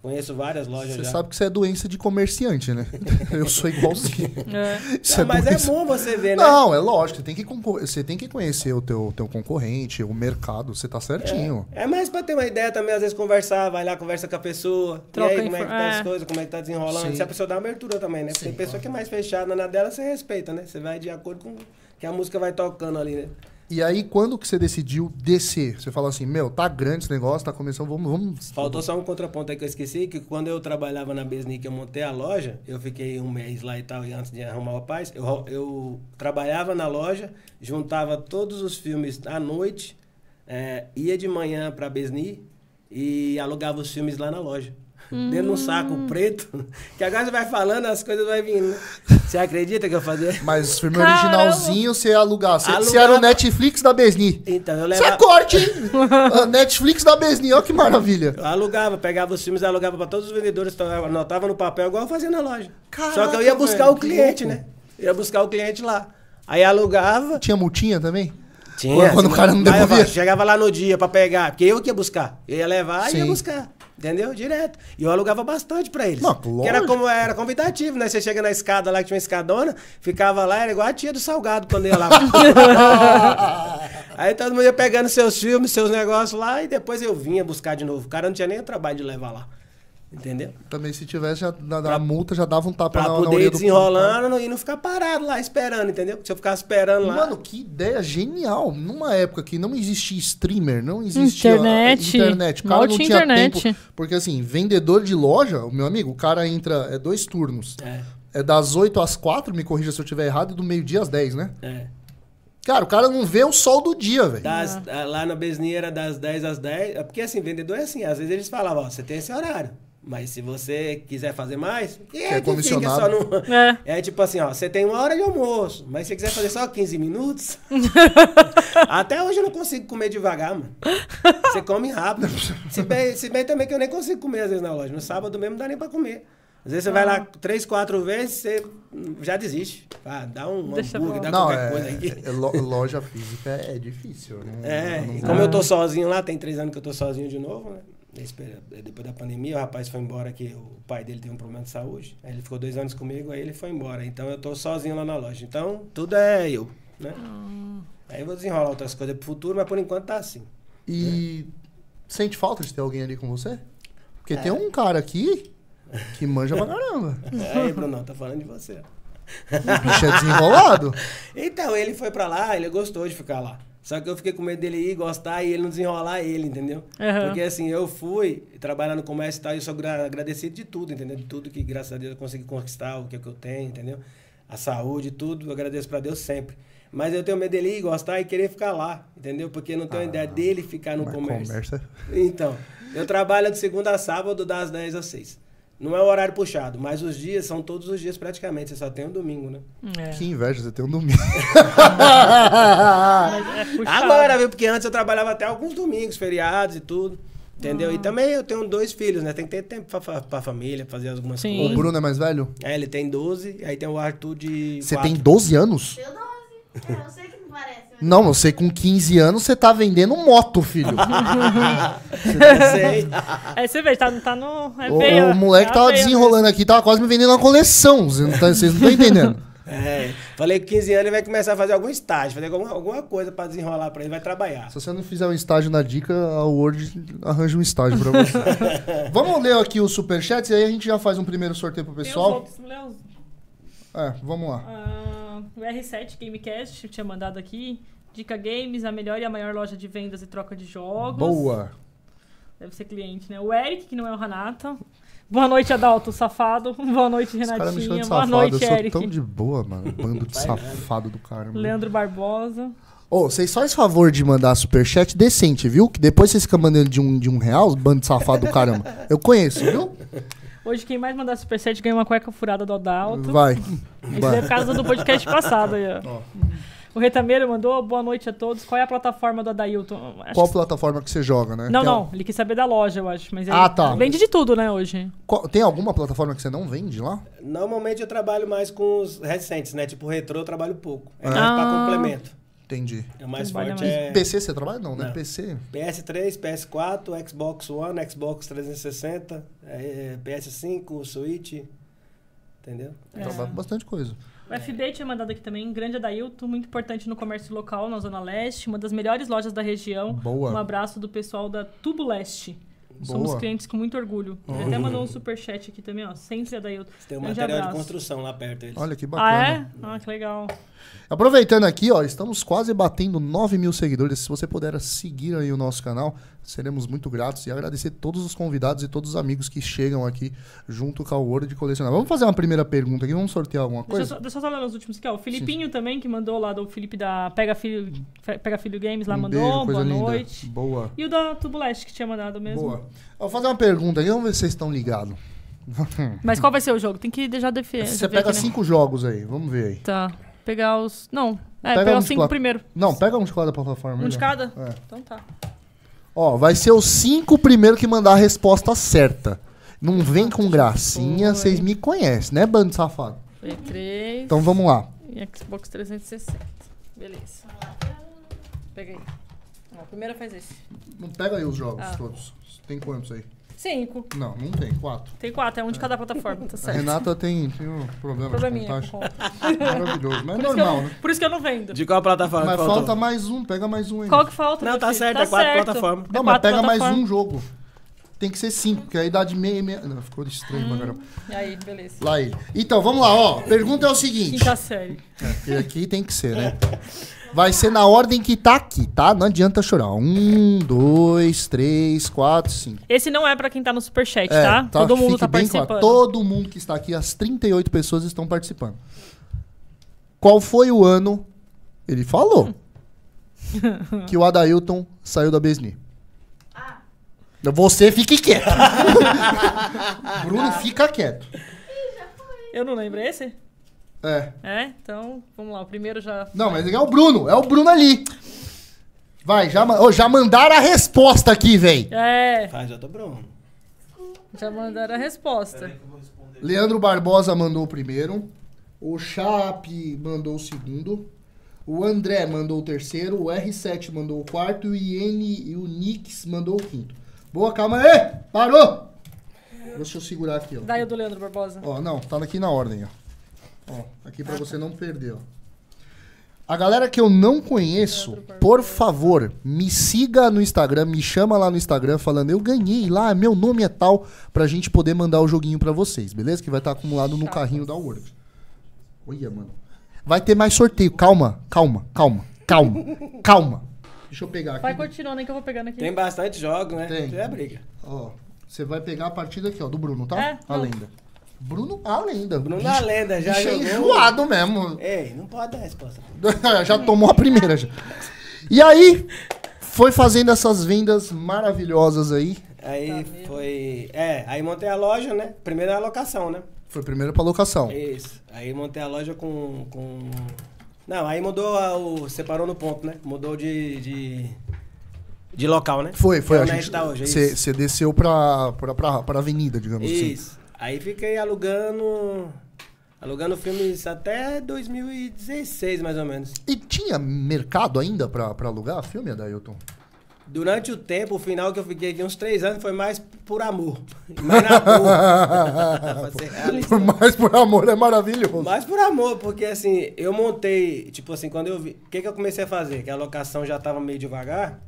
Conheço várias lojas Você já. sabe que isso é doença de comerciante, né? *laughs* eu sou *laughs* igualzinho. É. Isso Ah, mas é doença- bom você ver, né? Não, é lógico, você tem que, concor- você tem que conhecer o teu, teu concorrente, o mercado, você tá certinho. É mais pra ter uma ideia também, às vezes conversar, vai lá, conversa com a pessoa. Troca e aí, como é que tá infor- é. as coisas, como é que tá desenrolando. Sim. Se a pessoa dá uma abertura também, né? Porque tem pessoa que é mais fechada na dela, você respeita, né? Você vai de acordo com o que a música vai tocando ali, né? E aí, quando que você decidiu descer? Você falou assim, meu, tá grande esse negócio, tá começando, vamos... vamos... Faltou só um contraponto aí que eu esqueci, que quando eu trabalhava na Besni, que eu montei a loja, eu fiquei um mês lá e tal, e antes de arrumar o paz, eu, ro- eu trabalhava na loja, juntava todos os filmes à noite, eh, ia de manhã pra Besni e alugava os filmes lá na loja. Dentro de um saco preto, *laughs* que agora você vai falando, as coisas vai vindo, né? Você acredita que eu fazia? Mas o filme Caramba. originalzinho você ia alugar. Você, Alugar- você era o Netflix da Besni. Então, eu Isso é levava... corte, *laughs* hein? Ah, Netflix da Besni, olha que maravilha. Eu alugava, pegava os filmes, alugava pra todos os vendedores, to- anotava no papel, igual eu fazia na loja. Caraca, Só que eu ia buscar velho, o que cliente, louco. né? Ia buscar o cliente lá. Aí alugava. Tinha multinha também? Quando o cara não Aí eu devolvia. chegava lá no dia pra pegar, porque eu que ia buscar. Eu ia levar e ia Sim. buscar. Entendeu? Direto. E eu alugava bastante pra eles. Não, Porque era lógico. como era convidativo, né? Você chega na escada lá que tinha uma escadona, ficava lá, era igual a tia do salgado quando *laughs* ia lá. Aí todo mundo ia pegando seus filmes, seus negócios lá, e depois eu vinha buscar de novo. O cara não tinha nem o trabalho de levar lá. Entendeu? Também se tivesse, já, na, na multa já dava um tapa Pra na, na poder orelha ir do desenrolando e não ficar parado lá esperando, entendeu? Porque Se eu ficar esperando lá. Mano, que ideia genial. Numa época que não existia streamer, não existia é, Internet. internet. O cara Mal não tinha tinha internet. tempo. Porque assim, vendedor de loja, o meu amigo, o cara entra, é dois turnos. É, É das 8 às 4, me corrija se eu estiver errado, e do meio-dia às 10, né? é. Cara, o cara não vê o sol do dia, velho. Das, Ah. a- Lá na Besni era das 10 às 10. é Porque assim, vendedor é assim, às vezes eles falavam, ó, você tem esse horário. Mas se você quiser fazer mais, e é é que fica comissionado. só no. É. É tipo assim, ó, você tem uma hora de almoço, mas se você quiser fazer só *laughs* 15 minutos. até hoje eu não consigo comer devagar, mano. Você come rápido. Se bem, se bem também que eu nem consigo comer às vezes na loja. No sábado mesmo não dá nem pra comer. Às vezes você vai lá Ah. três, quatro vezes, você já desiste. Ah, dá um Deixa hambúrguer, pra dá lá. Não, qualquer é, coisa aqui. é lo- loja física é difícil. Não, É, não e vou- como eu tô sozinho lá, tem três anos que eu tô sozinho de novo, né? Nesse período- Depois da pandemia, o rapaz foi embora que o pai dele tem um problema de saúde. Aí ele ficou dois anos comigo, aí ele foi embora. Então eu tô sozinho lá na loja. Então tudo é eu, né? Aí eu vou desenrolar outras coisas pro futuro, mas por enquanto tá assim. E sente falta de ter alguém ali com você? Porque É. tem um cara aqui que manja pra caramba. Aí, Bruno, tá falando de você. O bicho é desenrolado. Então, ele foi pra lá, ele gostou de ficar lá. Só que eu fiquei com medo dele ir, gostar e ele não desenrolar ele, entendeu? Aham. Porque assim, eu fui trabalhar no comércio e tal, e eu sou gra- agradecido de tudo, entendeu? De tudo que, graças a Deus, eu consegui conquistar, o que, é que eu tenho, entendeu? A saúde, tudo, eu agradeço pra Deus sempre. Mas eu tenho medo dele ir, gostar e querer ficar lá, entendeu? Porque eu Ah, não tenho ideia dele ficar no Mas comércio. comércio Então, eu trabalho de segunda a sábado, das 10 às 6. Não é o horário puxado, mas os dias são todos os dias praticamente, você só tem o domingo, né? É. Que inveja, você tem um domingo. Mas é puxado. Agora, viu? Porque antes eu trabalhava até alguns domingos, feriados e tudo. Entendeu? Ah. E também eu tenho dois filhos, né? Tem que ter tempo pra, fa- pra família, fazer *laughs* algumas Sim. o coisas. Bruno é mais velho? Aí ele tem 12, aí tem o Arthur de. Você quatro. tem 12 anos? Tenho 12. É, eu sei que não parece. mas- Não, você com 15 anos, você tá vendendo moto, *laughs* filho. *laughs* Dezesseis. Aí você vê, tá, tá no. É O, veia, o moleque é a tava veia desenrolando aqui, tava quase me vendendo uma coleção. Vocês não estão entendendo. *laughs* é. Falei que 15 anos ele vai começar a fazer algum estágio, fazer alguma, alguma coisa pra desenrolar pra ele, vai trabalhar. Se você não fizer um estágio na dica, a Word arranja um estágio pra você. *laughs* vamos ler aqui os superchats e aí a gente já faz um primeiro sorteio pro mesmo. Tem os pessoal. outros, lê os- É, vamos lá. Ah, o R7 Gamecast eu tinha mandado aqui. Dica Games, a melhor e a maior loja de vendas e troca de jogos. Boa. Deve ser cliente, né? O Eric, que não é o Renata. Boa noite, Adalto, safado. *laughs* Boa noite, Os caras me chamam Renatinha. de Boa safado. noite, eu sou Eric. tão de boa, mano. Bando de safado do cara. mano. Leandro Barbosa. Ô, vocês faz favor de mandar superchat decente, viu? Que depois vocês ficam mandando de um, de um real, bando de safado do caramba. Eu conheço, viu? Hoje quem mais mandar superchat ganha uma cueca furada do Adalto. Vai. Isso é vai. por causa do podcast passado aí, ó. O Retameiro mandou boa noite a todos. Qual é a plataforma do Adailton? Acho Qual que- plataforma que você joga, né? Não, Tem al- não. Ele quis saber da loja, eu acho. Mas ele Ah, tá. vende de tudo, né, hoje. Qual- tem alguma plataforma que você não vende lá? Normalmente eu trabalho mais com os recentes, né? Tipo retrô eu trabalho pouco. É mais Ah. pra complemento. Entendi. É mais Trabalha forte. mais- É PC você trabalha? Não, né? Não. PC. PS3, PS4, Xbox One, Xbox 360, é, PS5, Switch. Entendeu? É. Trabalha com bastante coisa. O FB tinha mandado aqui também. Grande Adailton, muito importante no comércio local, na Zona Leste. Uma das melhores lojas da região. Boa. Um abraço do pessoal da Tubo Leste. Somos Boa. clientes com muito orgulho. Ele até mandou um superchat aqui também, ó. Sempre Adailton. Tem um Grande material de abraço. construção lá perto. Eles. Olha que bacana. Ah, é? Ah, que legal. Aproveitando aqui, ó, estamos quase batendo 9 mil seguidores. Se você puder seguir aí o nosso canal, seremos muito gratos e agradecer todos os convidados e todos os amigos que chegam aqui junto com a World Colecionar. Vamos fazer uma primeira pergunta aqui, vamos sortear alguma Deixa eu, coisa? só, deixa eu só ler os últimos aqui, ó. O Filipinho também, que mandou lá do Felipe da Pega Filho, Fe- Pega Filho Games Um lá, mandou. boa noite. Boa. E o da Tubuleste que tinha mandado mesmo. Boa. Eu Vou fazer uma pergunta aqui, vamos ver se vocês estão ligados. Mas qual vai ser o jogo? Tem que deixar defesa. Você pega cinco jogos aí, vamos ver aí. né? Tá. Pegar os. Não. É, Pega pegar um os de cinco quatro. primeiro. Não, pega um de cada plataforma. Um de melhor. cada? É. Então tá. Ó, vai ser os cinco primeiro que mandar a resposta certa. Não vem Ah, com gracinha, vocês me conhecem, né, bando de safado? E3 Então vamos lá. e Xbox 360. Beleza. Pega aí. Ó, primeiro faz esse. Não pega aí os jogos Ah. todos. Tem quantos aí? Cinco. Não, não tem. Quatro. Tem quatro, é um de cada plataforma, tá A certo. Renata tem, tem um problema Probleminha. de com contagem. conta. Maravilhoso. Mas é Por isso que eu normal, não- né? Por isso que eu não vendo. De qual plataforma? Mas que falta faltou? mais um, pega mais um aí. Qual que falta? Não, meu tá filho? certo, é quatro plataformas. Não, mas pega mais um jogo. Tem que ser cinco, porque a idade meia e meia. Não, ficou estranho, hum. agora. E aí, beleza. Lá ele. Então, vamos lá, ó. Pergunta é o seguinte. Quinta série. E aqui tem que ser, né? Vai ser na ordem que tá aqui, tá? Não adianta chorar. Um, dois, três, quatro, cinco. Esse não é pra quem tá no superchat, É, tá? Todo mundo fique tá bem claro. participando. Todo mundo que está aqui, as 38 pessoas estão participando. Qual foi o ano, ele *laughs* falou, que o Adailton saiu da Besni? Ah. Você fique quieto. *laughs* Bruno, fica quieto. Eu não lembro esse? É. É? Então, vamos lá. O primeiro já. Não, mas é o Bruno. É o Bruno ali. Vai, já, ma- Ô, já mandaram a resposta aqui, véi. É, Faz outro Bruno. já mandaram a resposta. Leandro Barbosa mandou o primeiro. O Chape mandou o segundo. O André mandou o terceiro. O R7 mandou o quarto. E o Iene e o Nix mandou o quinto. Boa, calma aí. Parou. Deixa eu segurar aqui, ó. Daí o do Leandro Barbosa. Ó, não, tá aqui na ordem, ó. Ó, aqui pra você não perder, ó. A galera que eu não conheço, por favor, me siga no Instagram, me chama lá no Instagram falando eu ganhei lá, meu nome é tal, pra gente poder mandar o joguinho pra vocês, beleza? Que vai estar acumulado no carrinho da Word. Olha, mano. Vai ter mais sorteio, calma, calma, calma, calma, calma. Deixa eu pegar Vai aqui. continuando aí que eu vou pegando aqui. Tem bastante jogos, né? Tem. É briga. Ó, você vai pegar a partida aqui, ó, do Bruno, tá? É, a não. lenda. Bruno, a lenda. Bruno da Lenda já Bicho é jogou. enjoado mesmo. *laughs* Ei, não pode dar resposta. já tomou a primeira. Já. E aí, foi fazendo essas vendas maravilhosas aí. Aí foi. É, aí montei a loja, né? Primeiro é a locação, né? Foi primeiro pra locação. Isso. Aí montei a loja com. com... Não, aí mudou a- o. Separou no ponto, né? Mudou de. de, de local, né? Foi, foi. a A gente gente, tá hoje, é cê, isso. cê desceu pra, pra, pra, pra avenida, digamos assim. Isso. Aí fiquei alugando. Alugando filmes até 2016, mais ou menos. E tinha mercado ainda pra, pra alugar filme, Adailton? Durante o tempo, o final que eu fiquei de uns três anos foi mais por amor. *laughs* Mais *laughs* na boa. Pra ser realista. Por mais por amor, é maravilhoso. Mas por amor, porque assim, eu montei, tipo assim, quando eu vi. O que, que eu comecei a fazer? Que a locação já tava meio devagar.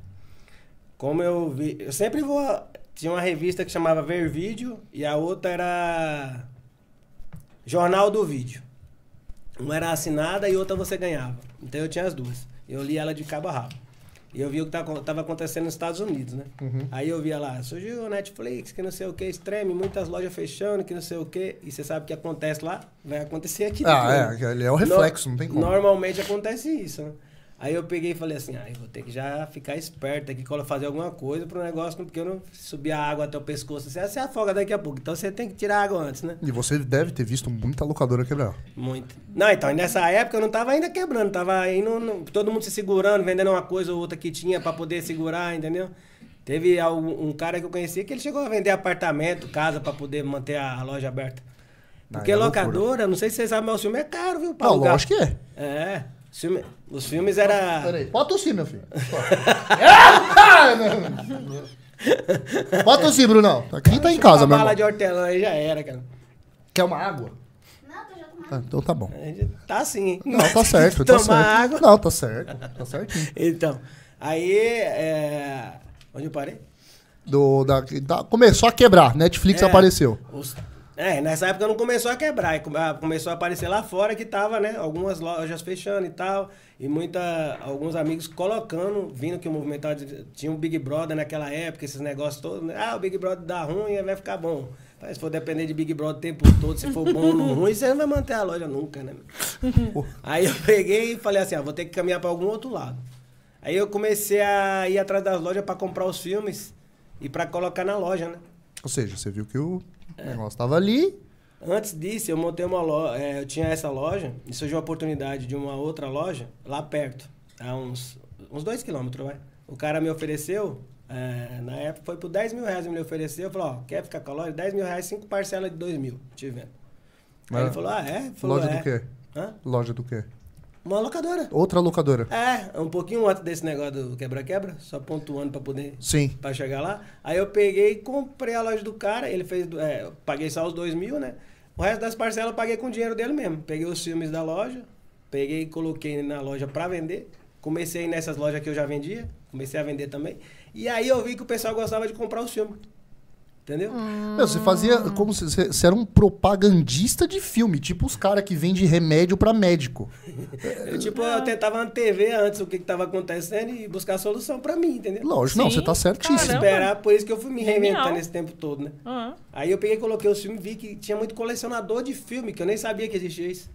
Como eu vi. Eu sempre vou. a- Tinha uma revista que chamava Ver Vídeo e a outra era. Jornal do Vídeo. Uma era assinada e outra você ganhava. Então eu tinha as duas. Eu li ela de cabo a rabo. E eu vi o que estava acontecendo nos Estados Unidos, né? Uhum. Aí eu via lá, surgiu o Netflix, que não sei o que, extreme, muitas lojas fechando, que não sei o que. E você sabe o que acontece lá, vai acontecer aqui. Ah, também. é, ele é o reflexo, não tem como. Normalmente acontece isso, né? Aí eu peguei e falei assim, ah, eu vou ter que já ficar esperto aqui, quando eu fazer alguma coisa pro negócio, não- porque eu não subir a água até o pescoço, assim, ah, você afoga daqui a pouco. Então você tem que tirar a água antes, né? E você deve ter visto muita locadora quebrar. Muito. Não, então, nessa época eu não tava ainda quebrando, tava indo, no- todo mundo se segurando, vendendo uma coisa ou outra que tinha pra poder segurar, entendeu? Teve algum- um cara que eu conhecia que ele chegou a vender apartamento, casa pra poder manter a, a loja aberta. Porque Aí é loucura. locadora, não sei se vocês sabem, mas o filme é caro, viu? pra Ah, alugar. lógico que é. É. os filme- os filmes era. Peraí, pode tossir, meu filho. Ah, não. pode tossir, Brunão. Aqui tá em casa, meu Uma bala de irmão. hortelã aí já era, cara. Quer uma água? Não, tô já tomando. Ah, então tá bom. A gente tá assim, hein? Não, tá *laughs* certo, tá Tomar certo. água. Não, tá certo. Tá certinho. Então, aí. é, Onde eu parei? Do, da, da- começou a quebrar, Netflix É, apareceu. os- É, nessa época não começou a quebrar, e come- ah, começou a aparecer lá fora que tava, né? Algumas lojas fechando e tal, e muita, alguns amigos colocando, vindo que o movimento tava de- tinha um Big Brother naquela época, esses negócios todos, né? Ah, o Big Brother dá ruim, aí vai ficar bom. Mas se for depender de Big Brother o tempo todo, se for bom ou não ruim, você não vai manter a loja nunca, né? Aí eu peguei e falei assim, ah, vou ter que caminhar pra algum outro lado. Aí eu comecei a ir atrás das lojas pra comprar os filmes e pra colocar na loja, né? Ou seja, você viu que o negócio tava ali. Antes disso, eu montei uma loja, eu tinha essa loja, e surgiu a oportunidade de uma outra loja lá perto, a uns, uns dois quilômetros, vai. O cara me ofereceu, eh, na época foi por 10 mil reais, ele me ofereceu, eu falei, ó, quer ficar com a loja? 10 mil reais, cinco parcelas de 2 mil, te vendo. Aí Ah. ele falou, ah, é? Falou, Loja do "É." quê? Hã? Loja do quê? Uma locadora. Outra locadora. É, um pouquinho antes desse negócio do quebra-quebra, só pontuando pra poder Sim. pra chegar lá. Aí eu peguei e comprei a loja do cara. Ele fez. é, eu paguei só os dois mil, né? O resto das parcelas eu paguei com o dinheiro dele mesmo. Peguei os filmes da loja, peguei e coloquei na loja pra vender. Comecei nessas lojas que eu já vendia, comecei a vender também. E aí eu vi que o pessoal gostava de comprar os filmes. Entendeu? Meu, você fazia como se você você era um propagandista de filme, tipo os caras que vendem remédio pra médico. Eu, tipo, eu tentava antever antes o que, que tava acontecendo e buscar solução pra mim, entendeu? Lógico, não, Sim, você tá certíssimo. caramba. Esperar, por isso que eu fui me Genial. reinventando esse tempo todo, né? Ah, Aí eu peguei e coloquei os filmes e vi que tinha muito colecionador de filme, que eu nem sabia que existia isso.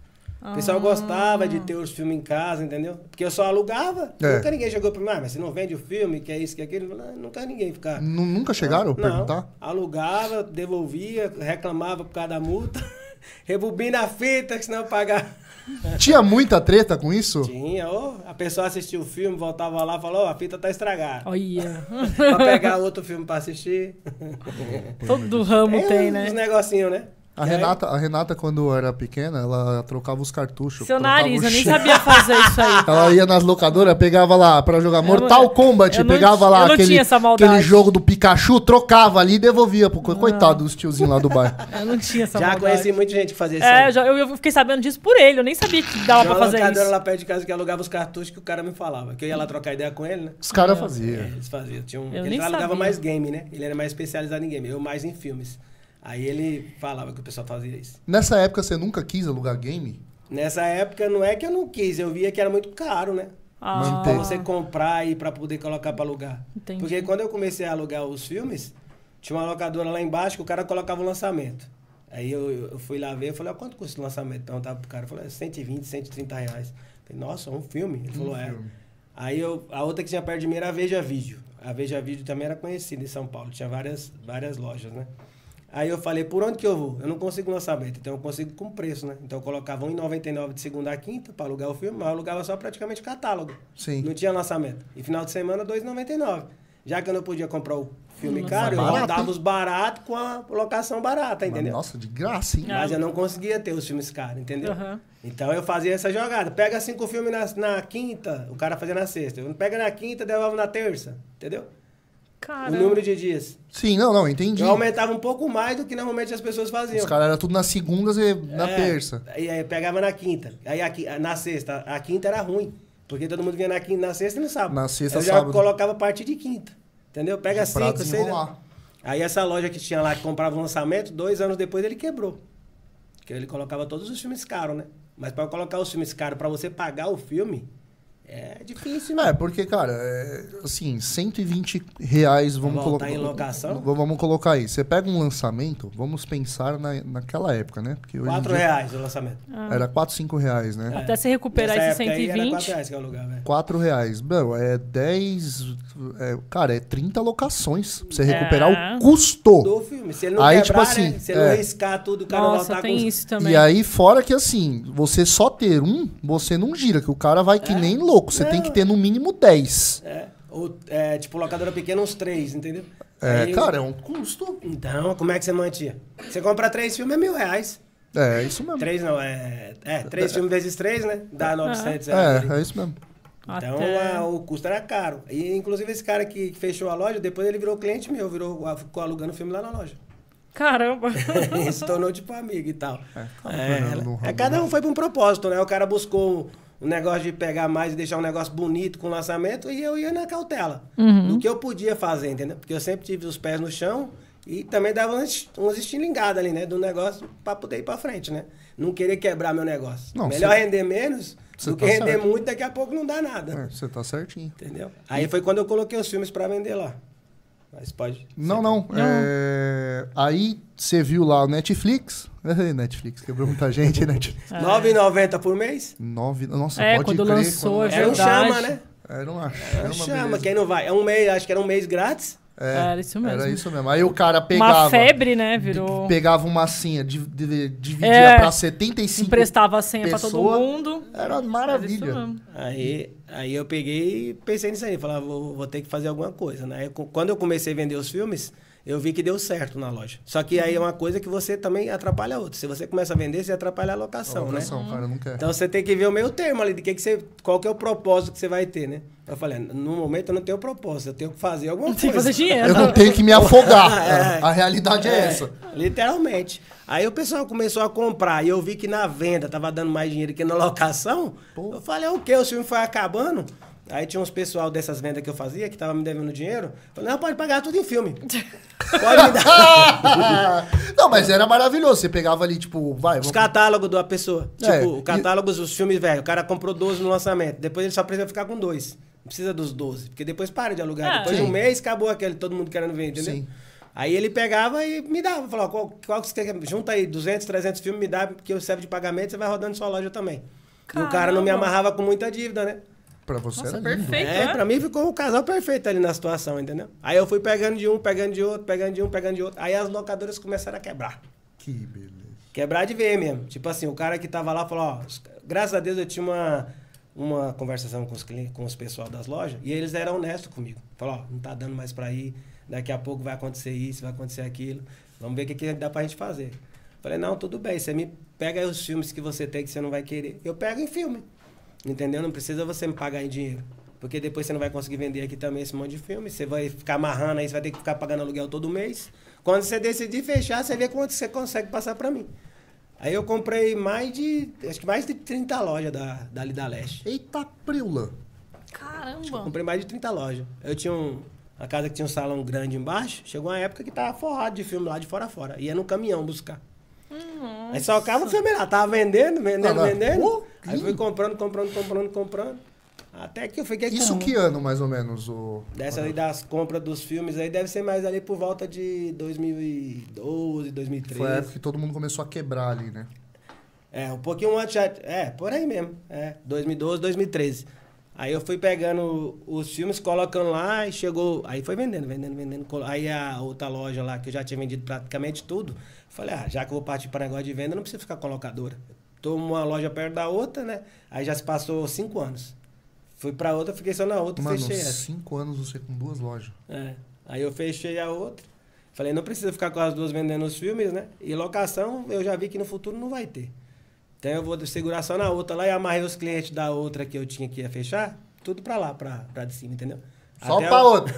O pessoal gostava de ter os filmes em casa, entendeu? Porque eu só alugava. É. Nunca ninguém chegou pra mim, ah, mas você não vende o filme, que é isso, que é aquilo. Eu falei, "Ah, Nunca ninguém ficar. Nu- Nunca chegaram a perguntar? Não, alugava, devolvia, reclamava por causa da multa. *laughs* Rebobina a fita, que senão eu pagava. Tinha muita treta com isso? É. Tinha, ou a pessoa assistia o filme, voltava lá e falou, "Ó, a fita *laughs* tá estragada. olha. pra *laughs* pegar outro filme pra assistir. É Todo ramo tem, né? uns negocinhos, né? A E aí- Renata, a Renata, quando era pequena, ela trocava os cartuchos. Seu trocava tá nariz, o eu nem chip. sabia fazer isso *laughs* aí. Ela ia nas locadoras, pegava lá pra jogar Mortal não- Kombat, eu não pegava ti- lá eu não aquele, tinha essa maldade. Ah. aquele jogo do Pikachu, trocava ali e devolvia pro co- coitado dos tiozinhos lá do bairro. *laughs* Eu não tinha essa Já maldade. conheci muita gente que fazia isso. É, aí. eu já- eu, eu fiquei sabendo disso por ele, eu nem sabia que dava pra Tinha uma fazer locadora isso. lá perto de casa que alugava os cartuchos que o cara me falava. Que eu ia lá trocar ideia com ele, né? Os caras É, faziam. eles faziam. Tinha um, Eu ele nem alugava sabia. mais game, né? Ele era mais especializado em game. Eu mais em filmes. Aí ele falava que o pessoal fazia isso. Nessa época, você nunca quis alugar game? Nessa época, não é que eu não quis. Eu via que era muito caro, né? Ah, Pra Manter. você comprar e pra poder colocar pra alugar. Entendi. Porque quando eu comecei a alugar os filmes, tinha uma locadora lá embaixo que o cara colocava o lançamento. Aí eu, eu fui lá ver, eu falei, "Ah, quanto custa o lançamento? Perguntava pro cara, eu falei, "É 120, 130 reais. Eu falei, nossa, um filme? Ele falou, é. Aí eu, a outra que tinha perto de mim era a Veja Vídeo. A Veja Vídeo também era conhecida em São Paulo, tinha várias, várias lojas, né? Aí eu falei, por onde que eu vou? Eu não consigo lançamento, então eu consigo com preço, né? Então eu colocava R$1,99 de segunda a quinta para alugar o filme, mas eu alugava só praticamente catálogo. Sim. Não tinha lançamento. E final de semana, R$2,99. Já que eu não podia comprar o filme caro, barato, eu rodava hein? os baratos com a locação barata, Mas, entendeu? nossa, de graça, Ah. hein? Mas eu não conseguia ter os filmes caros, entendeu? Aham. Então eu fazia essa jogada. Pega cinco filmes na, na quinta, o cara fazia na sexta. Eu Pega na quinta, devolve na terça, entendeu? Caramba. O número de dias. Sim, não, não, entendi. Eu aumentava um pouco mais do que normalmente as pessoas faziam. Os caras eram tudo nas segundas e na É, terça. E aí pegava na quinta. Aí a qui- na sexta, a quinta era ruim. Porque todo mundo vinha na quinta, na sexta e no sábado. Na sexta, Eu já sábado. colocava a partir de quinta. Entendeu? Pega Pra É cinco, seis. desenrolar. Aí essa loja que tinha lá que comprava o lançamento, dois anos depois ele quebrou. Porque ele colocava todos os filmes caros, né? Mas para colocar os filmes caros, para você pagar o filme, É difícil, né? É, porque, cara, é, assim, 120 reais, vamos Voltar colocar. em locação? v- Vamos colocar aí. Você pega um lançamento, vamos pensar na, naquela época, né? Porque hoje em 4 dia reais É. o lançamento. Era 4, 5 reais, né? Até se recuperar esse Nessa época aí Era 4 120. reais que eu alugava, é. 4 reais. Meu, é 10. é, cara, é 30 locações pra você recuperar o custo. Do filme. Se ele não Aí, quebrar, tipo assim, né? Se ele é. não riscar tudo, o cara Nossa, voltar tem tá com... isso também. E aí, fora que assim, você só ter um, você não gira, que o cara vai que nem louco. Você tem que ter no mínimo 10. É. Ou, é, tipo, locadora pequena, uns três, entendeu? É, Aí- cara, é um custo. Então, como é que você mantinha? Você compra três filmes, é mil reais. É, é isso mesmo. Três não, é... É, três filmes vezes três, né? Dá 900 reais. ali. É, é isso mesmo. Então, Até- a- o custo era caro. E, inclusive, esse cara que que fechou a loja, depois ele virou cliente meu, virou, a- ficou alugando filme lá na loja. Caramba. *laughs* Ele se tornou, tipo, amigo e tal. né, É, no ela- ramo, é, cada um foi pra um propósito, né? O cara buscou um negócio de pegar mais e deixar um negócio bonito com o lançamento e eu ia na cautela. Uhum. Do que eu podia fazer, entendeu? Porque eu sempre tive os pés no chão e também dava umas, umas estilingadas ali, né? Do negócio pra poder ir pra frente, né? Não querer quebrar meu negócio. Não, Melhor cê- render menos cê do tá que render certo. muito, daqui a pouco não dá nada. É, você tá certinho. Entendeu? Aí foi quando eu coloquei os filmes pra vender lá. Mas pode. Não, não. é, Aí você viu lá o Netflix. *laughs* Netflix, quebrou muita gente, né? R$ 9,90 por mês? Nove. Nossa, É, pode quando crer, lançou, quando- É, é Era um verdade. chama, né? Era uma chama. Era um chama, beleza. É, quem não vai? É um mês, acho que era um mês grátis. Era isso mesmo. Era isso mesmo. Aí o cara *laughs* pegava. Uma febre, né? Virou. Pegava uma senha, div- div- dividia É. pra 75. Emprestava a senha pra pessoa. todo mundo. Era Era isso maravilha. mesmo. Aí, aí eu peguei e pensei nisso aí. Falei, ah, vou, vou ter que fazer alguma coisa, né? Aí, cu- Quando eu comecei a vender os filmes, eu vi que deu certo na loja. Só que aí é uma coisa que você também atrapalha a outra. Se você começa a vender, você atrapalha a locação, né? Abração, cara, não quer. Então você tem que ver o meio termo ali, de que que você, qual que é o propósito que você vai ter, né? Eu falei, no momento eu não tenho propósito, eu tenho que fazer alguma Tem que coisa. fazer dinheiro. Eu não tenho que me afogar. *laughs* É. A realidade é essa. *laughs* Literalmente. Aí o pessoal começou a comprar e eu vi que na venda tava dando mais dinheiro que na locação. Eu falei, o quê? O filme foi acabando. Aí tinha uns pessoal dessas vendas que eu fazia que tava me devendo dinheiro. Eu Falei, não, pode pagar tudo *laughs* em filme. Pode me dar não, mas era maravilhoso. Você pegava ali, tipo, vai, os vamos. catálogos da pessoa. Tipo, É, o catálogo dos filmes velhos. O cara comprou 12 no lançamento. Depois ele só precisa ficar com dois. Não precisa dos 12. Porque depois para de alugar. Ah. Depois de Sim. um mês, acabou aquele todo mundo querendo ver, entendeu? Sim. Aí ele pegava e me dava. Falava, qual, qual que você quer? Junta aí 200, 300 filmes, me dá, porque eu serve de pagamento, você vai rodando sua loja também. E o cara não me Caramba. amarrava com muita dívida, né? Pra você Nossa, era lindo. *laughs* perfeito, É, né? pra mim ficou o casal perfeito ali na situação, entendeu? Aí eu fui pegando de um, pegando de outro, pegando de um, pegando de outro. Aí as locadoras começaram a quebrar. Que beleza. Quebrar de ver mesmo. Tipo assim, o cara que tava lá falou, ó, os- graças a Deus eu tinha uma, uma conversação com os clientes, com os pessoal das lojas, e eles eram honestos comigo. Falou, ó, não tá dando mais pra ir, daqui a pouco vai acontecer isso, vai acontecer aquilo. Vamos ver o que, que dá pra gente fazer. Falei, não, tudo bem, você me pega aí os filmes que você tem que você não vai querer. Eu pego em filme. Entendeu? Não precisa você me pagar em dinheiro. Porque depois você não vai conseguir vender aqui também esse monte de filme. Você vai ficar amarrando aí, você vai ter que ficar pagando aluguel todo mês. Quando você decidir fechar, você vê quanto você consegue passar pra mim. Aí eu comprei mais de. Acho que mais de 30 lojas da, dali da Leste. Eita preula. Caramba. Comprei mais de 30 lojas. Eu tinha um- uma casa que tinha um salão grande embaixo. Chegou uma época que tava forrado de filme lá de fora a fora. Ia no caminhão buscar. Aí só acaba o filme lá. Tava vendendo, vendendo, Ah, lá. vendendo. Uh, aí fui comprando, comprando, comprando, comprando. Até que eu fiquei com. Isso que Uhum. ano, mais ou menos, o. Dessa aí das compras dos filmes aí deve ser mais ali por volta de 2012, 2013. Foi a época que todo mundo começou a quebrar ali, né? É, um pouquinho antes. já- É, por aí mesmo. É, 2012, 2013. Aí eu fui pegando os filmes, colocando lá e chegou. Aí foi vendendo, vendendo, vendendo. colo- Aí a outra loja lá, que eu já tinha vendido praticamente tudo, falei, ah, já que eu vou partir para negócio de venda, eu não preciso ficar colocadora. Tô uma loja perto da outra, né? Aí já se passou cinco anos. Fui para outra, fiquei só na outra, Mano, fechei essa. cinco anos você com duas lojas. É. Aí eu fechei a outra. Falei, não precisa ficar com as duas vendendo os filmes, né? E locação eu já vi que no futuro não vai ter. Então eu vou segurar só na outra lá e amarrei os clientes da outra que eu tinha que ia fechar, tudo pra lá, pra, pra de cima, entendeu? Só Até pra eu- *laughs* outro.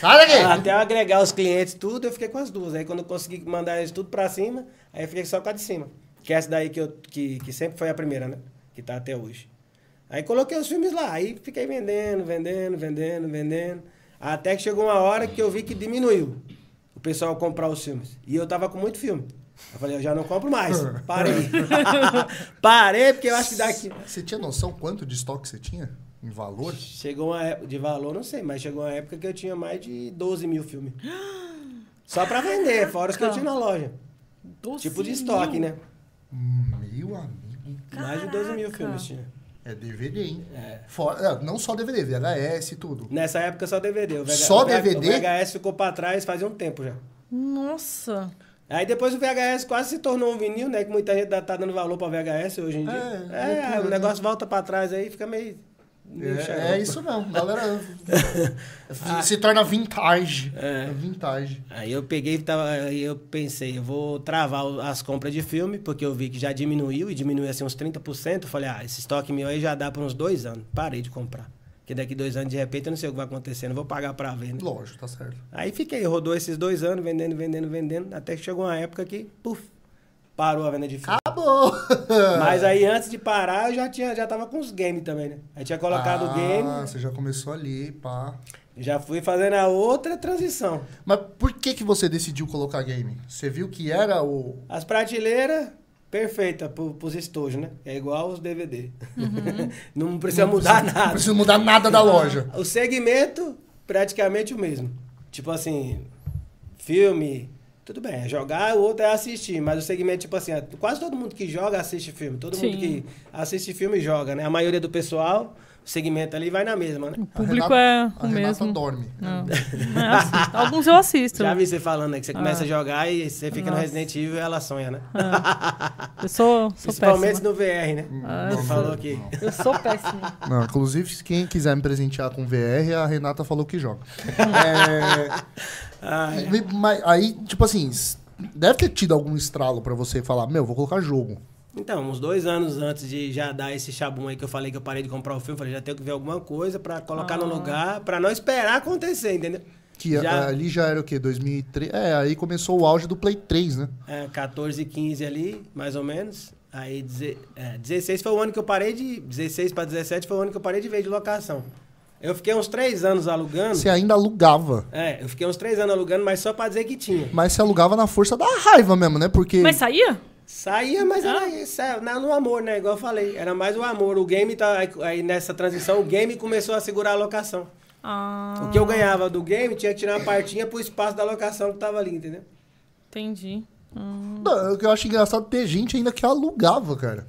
Sai daqui! Até eu agregar os clientes, tudo, eu fiquei com as duas. Aí quando eu consegui mandar eles tudo pra cima, aí eu fiquei só com a de cima. Que é essa daí que, eu, que, que sempre foi a primeira, né? Que tá até hoje. Aí coloquei os filmes lá, aí fiquei vendendo, vendendo, vendendo, vendendo. Até que chegou uma hora que eu vi que diminuiu o pessoal comprar os filmes. E eu tava com muito filme. Eu falei, eu já não compro mais. *laughs* Parei. Parei, porque eu acho que daqui. Você tinha noção quanto de estoque você tinha? Em valor? Chegou uma época, de valor não sei, mas chegou uma época que eu tinha mais de 12 mil filmes. Só pra vender, fora os que eu tinha na loja. Doze Tipo de estoque, mil. né? Meu amigo. Mais de 12 mil Caraca. filmes tinha. É DVD, hein? É. Fora- é, não só DVD, VHS e tudo. Nessa época só DVD. O VH Só o VH DVD? O VHS ficou pra trás fazia um tempo já. Nossa. Aí depois o VHS quase se tornou um vinil, né? Que muita gente dá- tá dando valor pra VHS hoje em dia. É, É, loucura, o negócio volta pra trás aí fica meio. meio xarope. É, é isso mesmo, *laughs* galera. se torna vintage. É. Vintage. Aí eu peguei e tava- aí eu pensei, eu vou travar o- as compras de filme, porque eu vi que já diminuiu e diminuiu assim uns 30%. Eu Falei, ah, esse estoque meu aí já dá por uns dois anos. Parei de comprar. Porque daqui dois anos, de repente, eu não sei o que vai acontecer, não vou pagar pra ver, né? Lógico, tá certo. Aí fiquei, rodou esses dois anos, vendendo, vendendo, vendendo, até que chegou uma época que, puf, parou a venda de filme. Acabou! *laughs* Mas aí antes de parar, eu já, tinha, já tava com os games também, né? Aí tinha colocado o Ah, game, você já começou ali, pá. já fui fazendo a outra transição. Mas por que que você decidiu colocar game? Você viu que era o... As prateleiras, perfeita pro, pros estojos, né? É igual os DVD. Uhum. *laughs* não precisa mudar Não nada. precisa mudar nada da loja. O segmento, praticamente o mesmo. Tipo assim, filme, tudo bem, é jogar, o outro é assistir. Mas o segmento, tipo assim, é- quase todo mundo que joga assiste filme. Todo Sim. mundo que assiste filme joga, né? A maioria do pessoal, o segmento ali vai na mesma, né? O público Renata- é o A Renata mesmo. dorme. Não. Não é assim. Alguns eu assisto. Já vi você falando, né? Que você começa Ah. a jogar e você fica Nossa. no Resident Evil e ela sonha, né? Eu sou, sou Principalmente péssima. no VR, né? Ah, Você eu falou sou- aqui. Eu sou péssima. Não, inclusive, quem quiser me presentear com VR, a Renata falou que *laughs* joga. É, Ah, me- mas aí, tipo assim, s- deve ter tido algum estralo pra você falar, meu, vou colocar jogo. Então, uns dois anos antes de já dar esse chabum aí que eu falei que eu parei de comprar o filme, falei, já tenho que ver alguma coisa pra colocar no lugar, pra não esperar acontecer, entendeu? Que é- a- Já- ali já era o quê? 2003? É, aí começou o auge do Play 3, né? É, 14, 15 ali, mais ou menos. Aí deze- é, 16 foi o ano que eu parei de. 16 pra 17 foi o ano que eu parei de ver de locação. Eu fiquei uns três anos alugando. Você ainda alugava. É, eu fiquei uns três anos alugando, mas só pra dizer que tinha. Mas você alugava na força da raiva mesmo, né? Porque. Mas saía? Saía, mas era isso, é, na- no amor, né? Igual eu falei. Era mais o amor. O game tá. aí- Aí nessa transição, o game começou a segurar a locação. Ah, O que eu ganhava do game tinha que tirar uma partinha pro espaço da locação que tava ali, entendeu? entendi. Hum. Não, o que eu acho engraçado é ter gente ainda que alugava, cara.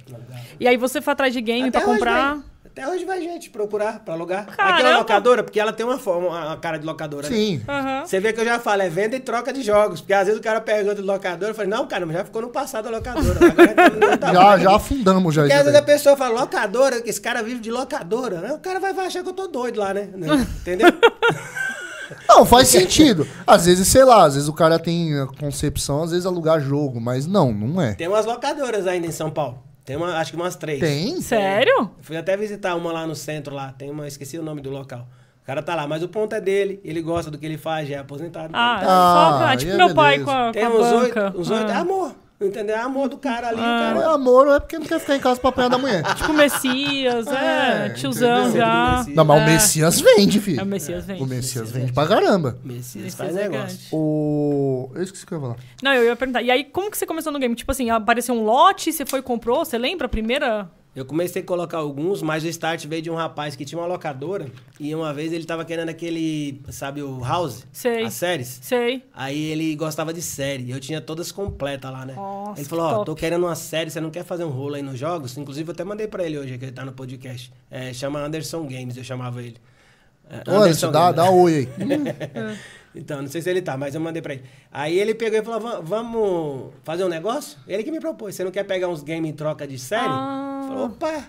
E aí você foi atrás de game pra hoje né? comprar. vai. até hoje vai gente procurar pra alugar. Aqui é Caramba! locadora, porque ela tem uma forma, uma cara de locadora. né? Sim. Aham. Você vê que eu já falo, é venda e troca de jogos. Porque às vezes o cara pergunta do locador, eu falo, não, cara, mas já ficou no passado a locadora. Agora tá *laughs* no outro Já, já afundamos já Porque isso às vezes a daí. pessoa fala, locadora, que esse cara vive de locadora. Aí O cara vai vai achar que eu tô doido lá, né? *laughs* Entendeu? Não, faz sentido. Às vezes, sei lá, às vezes o cara tem a concepção, às vezes alugar jogo, mas não, não é. Tem umas locadoras ainda em São Paulo. Tem uma, acho que umas três. Tem? Sério? Eu Fui até visitar uma lá no centro, lá. Tem uma, esqueci o nome do local. O cara tá lá, mas o ponto é dele, ele gosta do que ele faz, já é aposentado. Ah, Ah, só, ah, aí tipo é meu pai beleza. com a, tem com a uns oito, banca. uns oito, é ah. amor. Entendeu? É amor do cara ali, o Ou é cara. amor ou é porque não quer ficar em casa pra apanhar da mulher. Tipo Messias, é, É, tiozão entendeu? já. Messias. Não, mas o É. Messias vende, filho. É, o Messias vende. O Messias vende pra caramba. Messias Messias faz é negócio. grande. O. Eu esqueci o que eu ia falar. Não, eu ia perguntar. E aí, como que você começou no game? Tipo assim, apareceu um lote, você foi e comprou, você lembra a primeira? Eu comecei a colocar alguns, mas o start veio de um rapaz que tinha uma locadora e uma vez ele tava querendo aquele, sabe, o House? Sei. As séries. Sei. Aí ele gostava de série. Eu tinha todas completas lá, né? Nossa, ele falou, ó, top. tô querendo uma série, você não quer fazer um rolo aí nos jogos? Inclusive, eu até mandei pra ele hoje, que ele tá no podcast. É, chama Anderson Games, eu chamava ele. É, Ô, Anderson, dá, Games, dá né? oi aí. *laughs* Então, não sei se ele tá, mas eu mandei pra ele. Aí ele pegou e falou, "Va- vamos fazer um negócio? Ele que me propôs, você não quer pegar uns games em troca de série? Ah. Eu Falei, opa,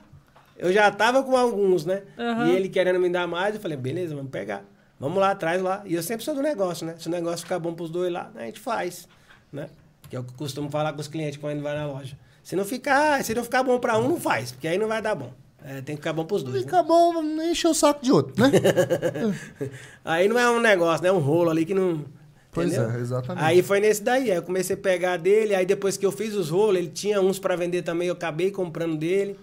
eu já tava com alguns, né? Aham. E ele querendo me dar mais, eu falei, beleza, vamos pegar. Vamos lá atrás lá. E eu sempre sou do negócio, né? Se o negócio ficar bom pros dois lá, a gente faz, né? Que é o que eu costumo falar com os clientes quando vai na loja. Se não ficar, se não ficar bom pra um, não faz, porque aí não vai dar bom. É, tem que ficar bom pros dois. né? Fica bom, enche o saco de outro, né? *laughs* Aí não é um negócio, né? É um rolo ali que não. Pois entendeu? é, exatamente. Aí foi nesse daí. Aí eu comecei a pegar dele. Aí depois que eu fiz os rolos, ele tinha uns pra vender também. Eu acabei comprando dele.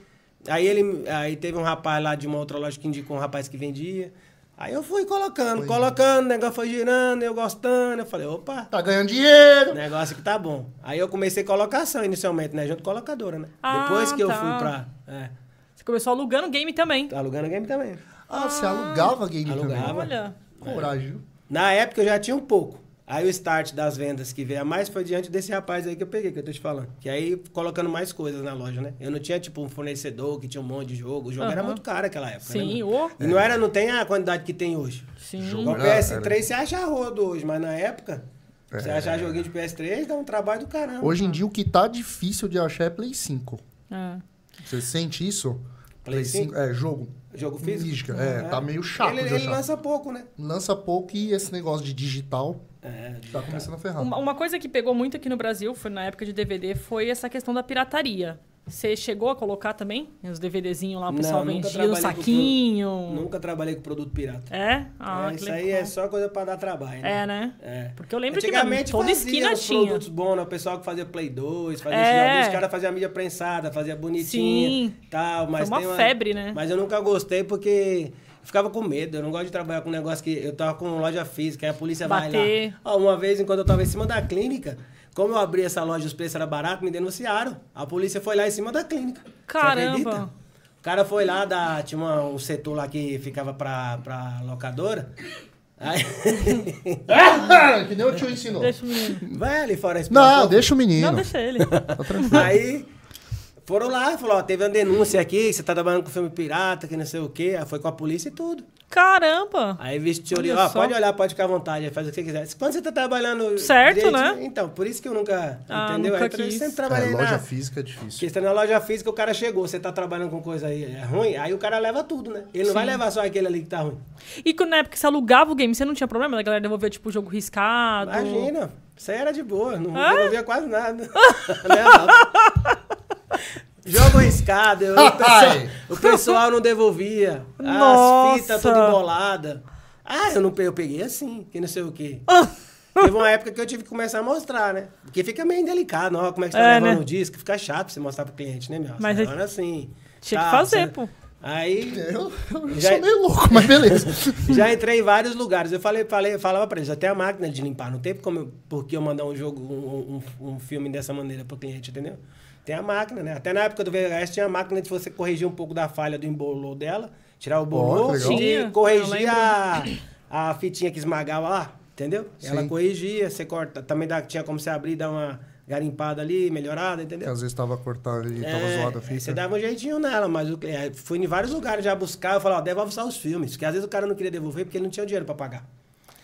Aí ele, aí teve um rapaz lá de uma outra loja que indicou um rapaz que vendia. Aí eu fui colocando, é. colocando, o negócio foi girando, eu gostando. Eu falei, opa, Tá ganhando dinheiro. negócio que tá bom. Aí eu comecei colocação inicialmente, né? Junto com a locadora, né? Ah, depois que eu tá. fui pra. é. Você Começou alugando game também. Tô alugando game também. Ah, você alugava game Alugava. Olha. também. Coragem. viu? Na época eu já tinha um pouco. Aí o start das vendas que veio a mais foi diante desse rapaz aí que eu peguei, que eu tô te falando. Que aí colocando mais coisas na loja, né? Eu não tinha, tipo, um fornecedor que tinha um monte de jogo. O jogo era Aham. muito caro naquela época. né, Sim, mano? ô. E não era, não tem a quantidade que tem hoje. Sim. Com o Era, PS3 você acha rodo hoje, mas na época, você achar joguinho de PS3 dá um trabalho do caramba. É. Hoje em dia o que tá difícil de achar é Play 5. É. Você sente isso? Play 5? É, jogo. Jogo físico? Física, é, tá meio chato Ele, de ele achar. lança pouco, né? Lança pouco e esse negócio de digital É, tá começando a ferrar. Uma, uma coisa que pegou muito aqui no Brasil, foi na época de DVD, foi essa questão da pirataria. Você chegou a colocar também? Os DVDzinhos lá, o Não, pessoal nunca vendia no trabalhei com saquinho. nunca trabalhei com produto pirata. É? Ah, É, que isso legal. aí é só coisa pra dar trabalho. É, né? É. Porque eu lembro que mano, Antigamente toda fazia esquina os tinha. produtos bons, né? O pessoal que fazia Play 2, fazia É. esse jogo, os caras faziam a mídia prensada, fazia bonitinha Sim. tal. Mas uma tem febre, né? Mas eu nunca gostei porque eu ficava com medo. Eu não gosto de trabalhar com um negócio que eu tava com loja física, aí a polícia vai Bater. lá. Ó, uma vez, enquanto eu tava em cima da clínica, como eu abri essa loja e os preços eram baratos, me denunciaram. A polícia foi lá em cima da clínica. Você Caramba. acredita? O cara foi lá, da, tinha uma- um setor lá que ficava pra, pra locadora. Aí... *laughs* *laughs* que nem o tio ensinou. Deixa o menino. Vai ali fora esse Não, deixa o menino. Não, deixa ele. Aí foram lá, falou, ó, teve uma denúncia aqui, que você tá trabalhando com filme pirata, que não sei o quê. Aí foi com a polícia e tudo. Caramba! Aí vestiu ali, Olha ó, só. pode olhar, pode ficar à vontade, faz o que você quiser. Quando você tá trabalhando. Certo, direito, né? Então, por isso que eu nunca. Ah, entendeu? nunca Aí eu quis. sempre É, trabalhei loja na. física é difícil. Porque você tá na loja física, o cara chegou, você tá trabalhando com coisa aí é ruim, aí o cara leva tudo, né? Ele não vai levar só aquele ali que tá ruim. E quando na época você alugava o game, você não tinha problema da galera devolver, tipo, o jogo riscado? Imagina, isso aí era de boa, não devolvia quase nada. *laughs* Né, Adalto? Jogo riscado, *laughs* eu- o, pessoal, Ai. o pessoal não devolvia. Nossa. As fitas tudo embolada. Ah, eu não pe- eu peguei assim, que não sei *laughs* o quê. Teve uma época que eu tive que começar a mostrar, né? Porque fica meio delicado, ó, como é que você tá É, levando né? o disco, fica chato você mostrar pro cliente, né, meu? Mas Você é- tá levando assim. Tinha que tal, fazer, você- pô. Aí *laughs* Eu, eu Já- sou meio louco, mas beleza. *laughs* já entrei em vários lugares. Eu falei, falei, falava pra eles, até a máquina de limpar. Não tem como eu, porque eu mandar um jogo, um, um- um filme dessa maneira pro cliente, entendeu? Tem a máquina, né? Até na época do VHS tinha a máquina de você corrigir um pouco da falha do embolô dela, tirar o Ó, bolô que legal. e Tinha, eu corrigir lembro. a, a fitinha que esmagava lá, entendeu? Ela Sim. corrigia, você corta. Também dá- tinha como você abrir, dar uma garimpada ali, melhorada, entendeu? Às vezes tava cortado e É, tava zoada a aí Você fita. dava um jeitinho nela, mas eu, é, fui em vários lugares já buscar, eu falava, ó, devolve só os filmes. Porque às vezes o cara não queria devolver porque ele não tinha dinheiro pra pagar.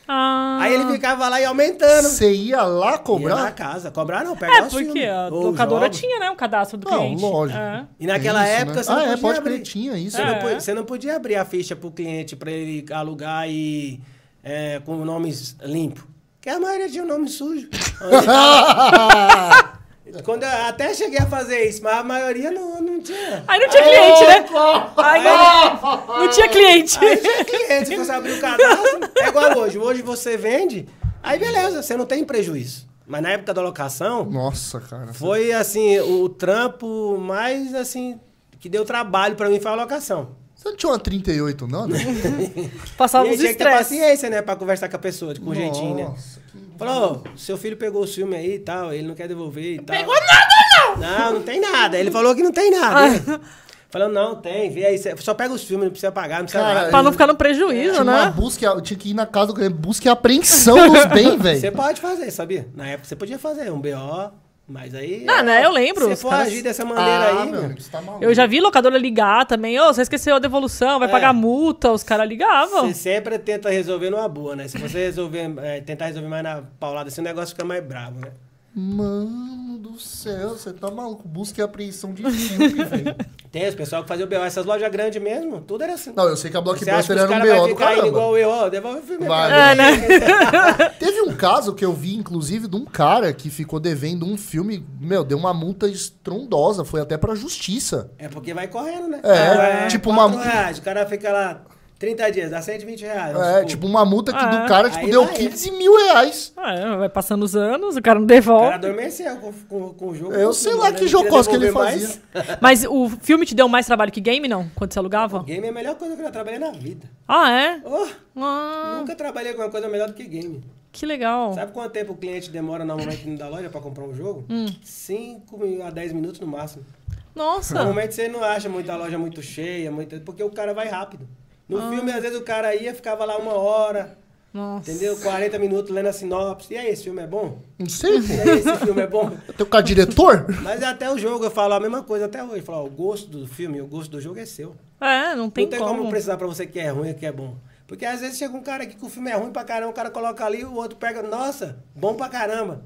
Ah. Aí ele ficava lá e aumentando. Você ia lá Ia na cobrar? casa. Cobrar não, pegar É, os filmes. porque a ou os locadora jogos. tinha, né? Um cadastro do Não, cliente. lógico. É. E naquela Tem isso, época né? você não Ah, é, podia pode abrir. crer, tinha isso. Você, não É. podia, você não podia abrir a ficha pro cliente pra ele alugar e é, com nomes limpo. Porque a maioria tinha um *laughs* nome sujo. Quando eu até cheguei a fazer isso, mas a maioria não, não tinha. Aí não tinha cliente, né? Aí não, não tinha cliente. Aí tinha cliente, se você abrir o cadastro, é igual hoje. Hoje você vende, aí beleza, você não tem prejuízo. Mas na época da locação, Nossa, cara. foi assim, o trampo mais assim, que deu trabalho pra mim foi a locação. Você não tinha uma 38, não? Né? Passava e aí uns tinha que ter estresses. paciência, né, pra conversar com a pessoa, com jeitinho, né? Nossa, que- Falou, "Ô, seu filho pegou o filme aí e tal, ele não quer devolver e tal. Pegou nada, não! Não, não tem nada. Ele falou que não tem nada. *laughs* né? Falou, não, tem, vê aí, cê- só pega os filmes, não precisa pagar, não precisa Cara, nada. Pra não ficar no Tinha É, prejuízo, uma né? busca, eu tinha que ir na casa do cliente, busca e apreensão *laughs* dos bens, Você é velho. pode fazer, sabia? Na época você podia fazer um BO, mas aí. Ah, né? Eu lembro, Se os for caras- agir dessa maneira aí, meu. você tá maluco. Eu já vi locadora ligar também. Ô, você esqueceu a devolução, vai É. pagar multa. Os caras ligavam. Você sempre tenta resolver numa boa, né? Se você resolver, é, tentar resolver mais na paulada, assim, o negócio fica mais bravo, né? Mano do céu, você tá maluco. Busca e apreensão de *laughs* filme, velho. Tem os pessoal que fazia o BO, essas lojas grandes mesmo, tudo era assim. Não, eu sei que a Você acha que Blockbuster os era caras um vão BO do ficar indo caramba. igual eu, ó, devolve o filme. Vai, cara. É, né? *laughs* Teve um caso que eu vi, inclusive, de um cara que ficou devendo um filme, meu, deu uma multa estrondosa, foi até pra justiça. É porque vai correndo, né? É, tipo uma- quatro Reais, o cara fica lá 30 dias, dá 120 reais. vamos É, supor. tipo, uma multa que Ah, do cara, tipo, aí deu vai. 15 mil reais. É, vai passando os anos, o cara não O cara devolve. adormeceu com, com, com o jogo. Eu com sei tudo, lá né? que Não jocos que queria ele devolver fazia. mais. Mas o filme te deu mais trabalho que game, não? Quando você alugava? Game é a melhor coisa que eu já trabalhei na vida. Ah, é? Oh, Ah, Nunca trabalhei com uma coisa melhor do que game. que legal. Sabe quanto tempo o cliente demora normalmente dentro da loja pra comprar um jogo? 5 a 10 minutos no máximo. Nossa. Normalmente você não acha muita loja muito cheia, muita, porque o cara vai rápido. No filme, às vezes, o cara ia, ficava lá uma hora, Nossa. entendeu? 40 minutos lendo a sinopse. E aí, esse filme é bom? Não sei, pô. E aí, esse filme é bom? Eu tenho que ficar *laughs* diretor? Mas até o jogo, eu falo a mesma coisa até hoje. Eu falo, ó, o gosto do filme, o gosto do jogo é seu. É, não tem, não tem como, precisar pra você que é ruim e que é bom. Porque às vezes chega um cara aqui que o filme é ruim pra caramba, o cara coloca ali, o outro pega, nossa, bom pra caramba.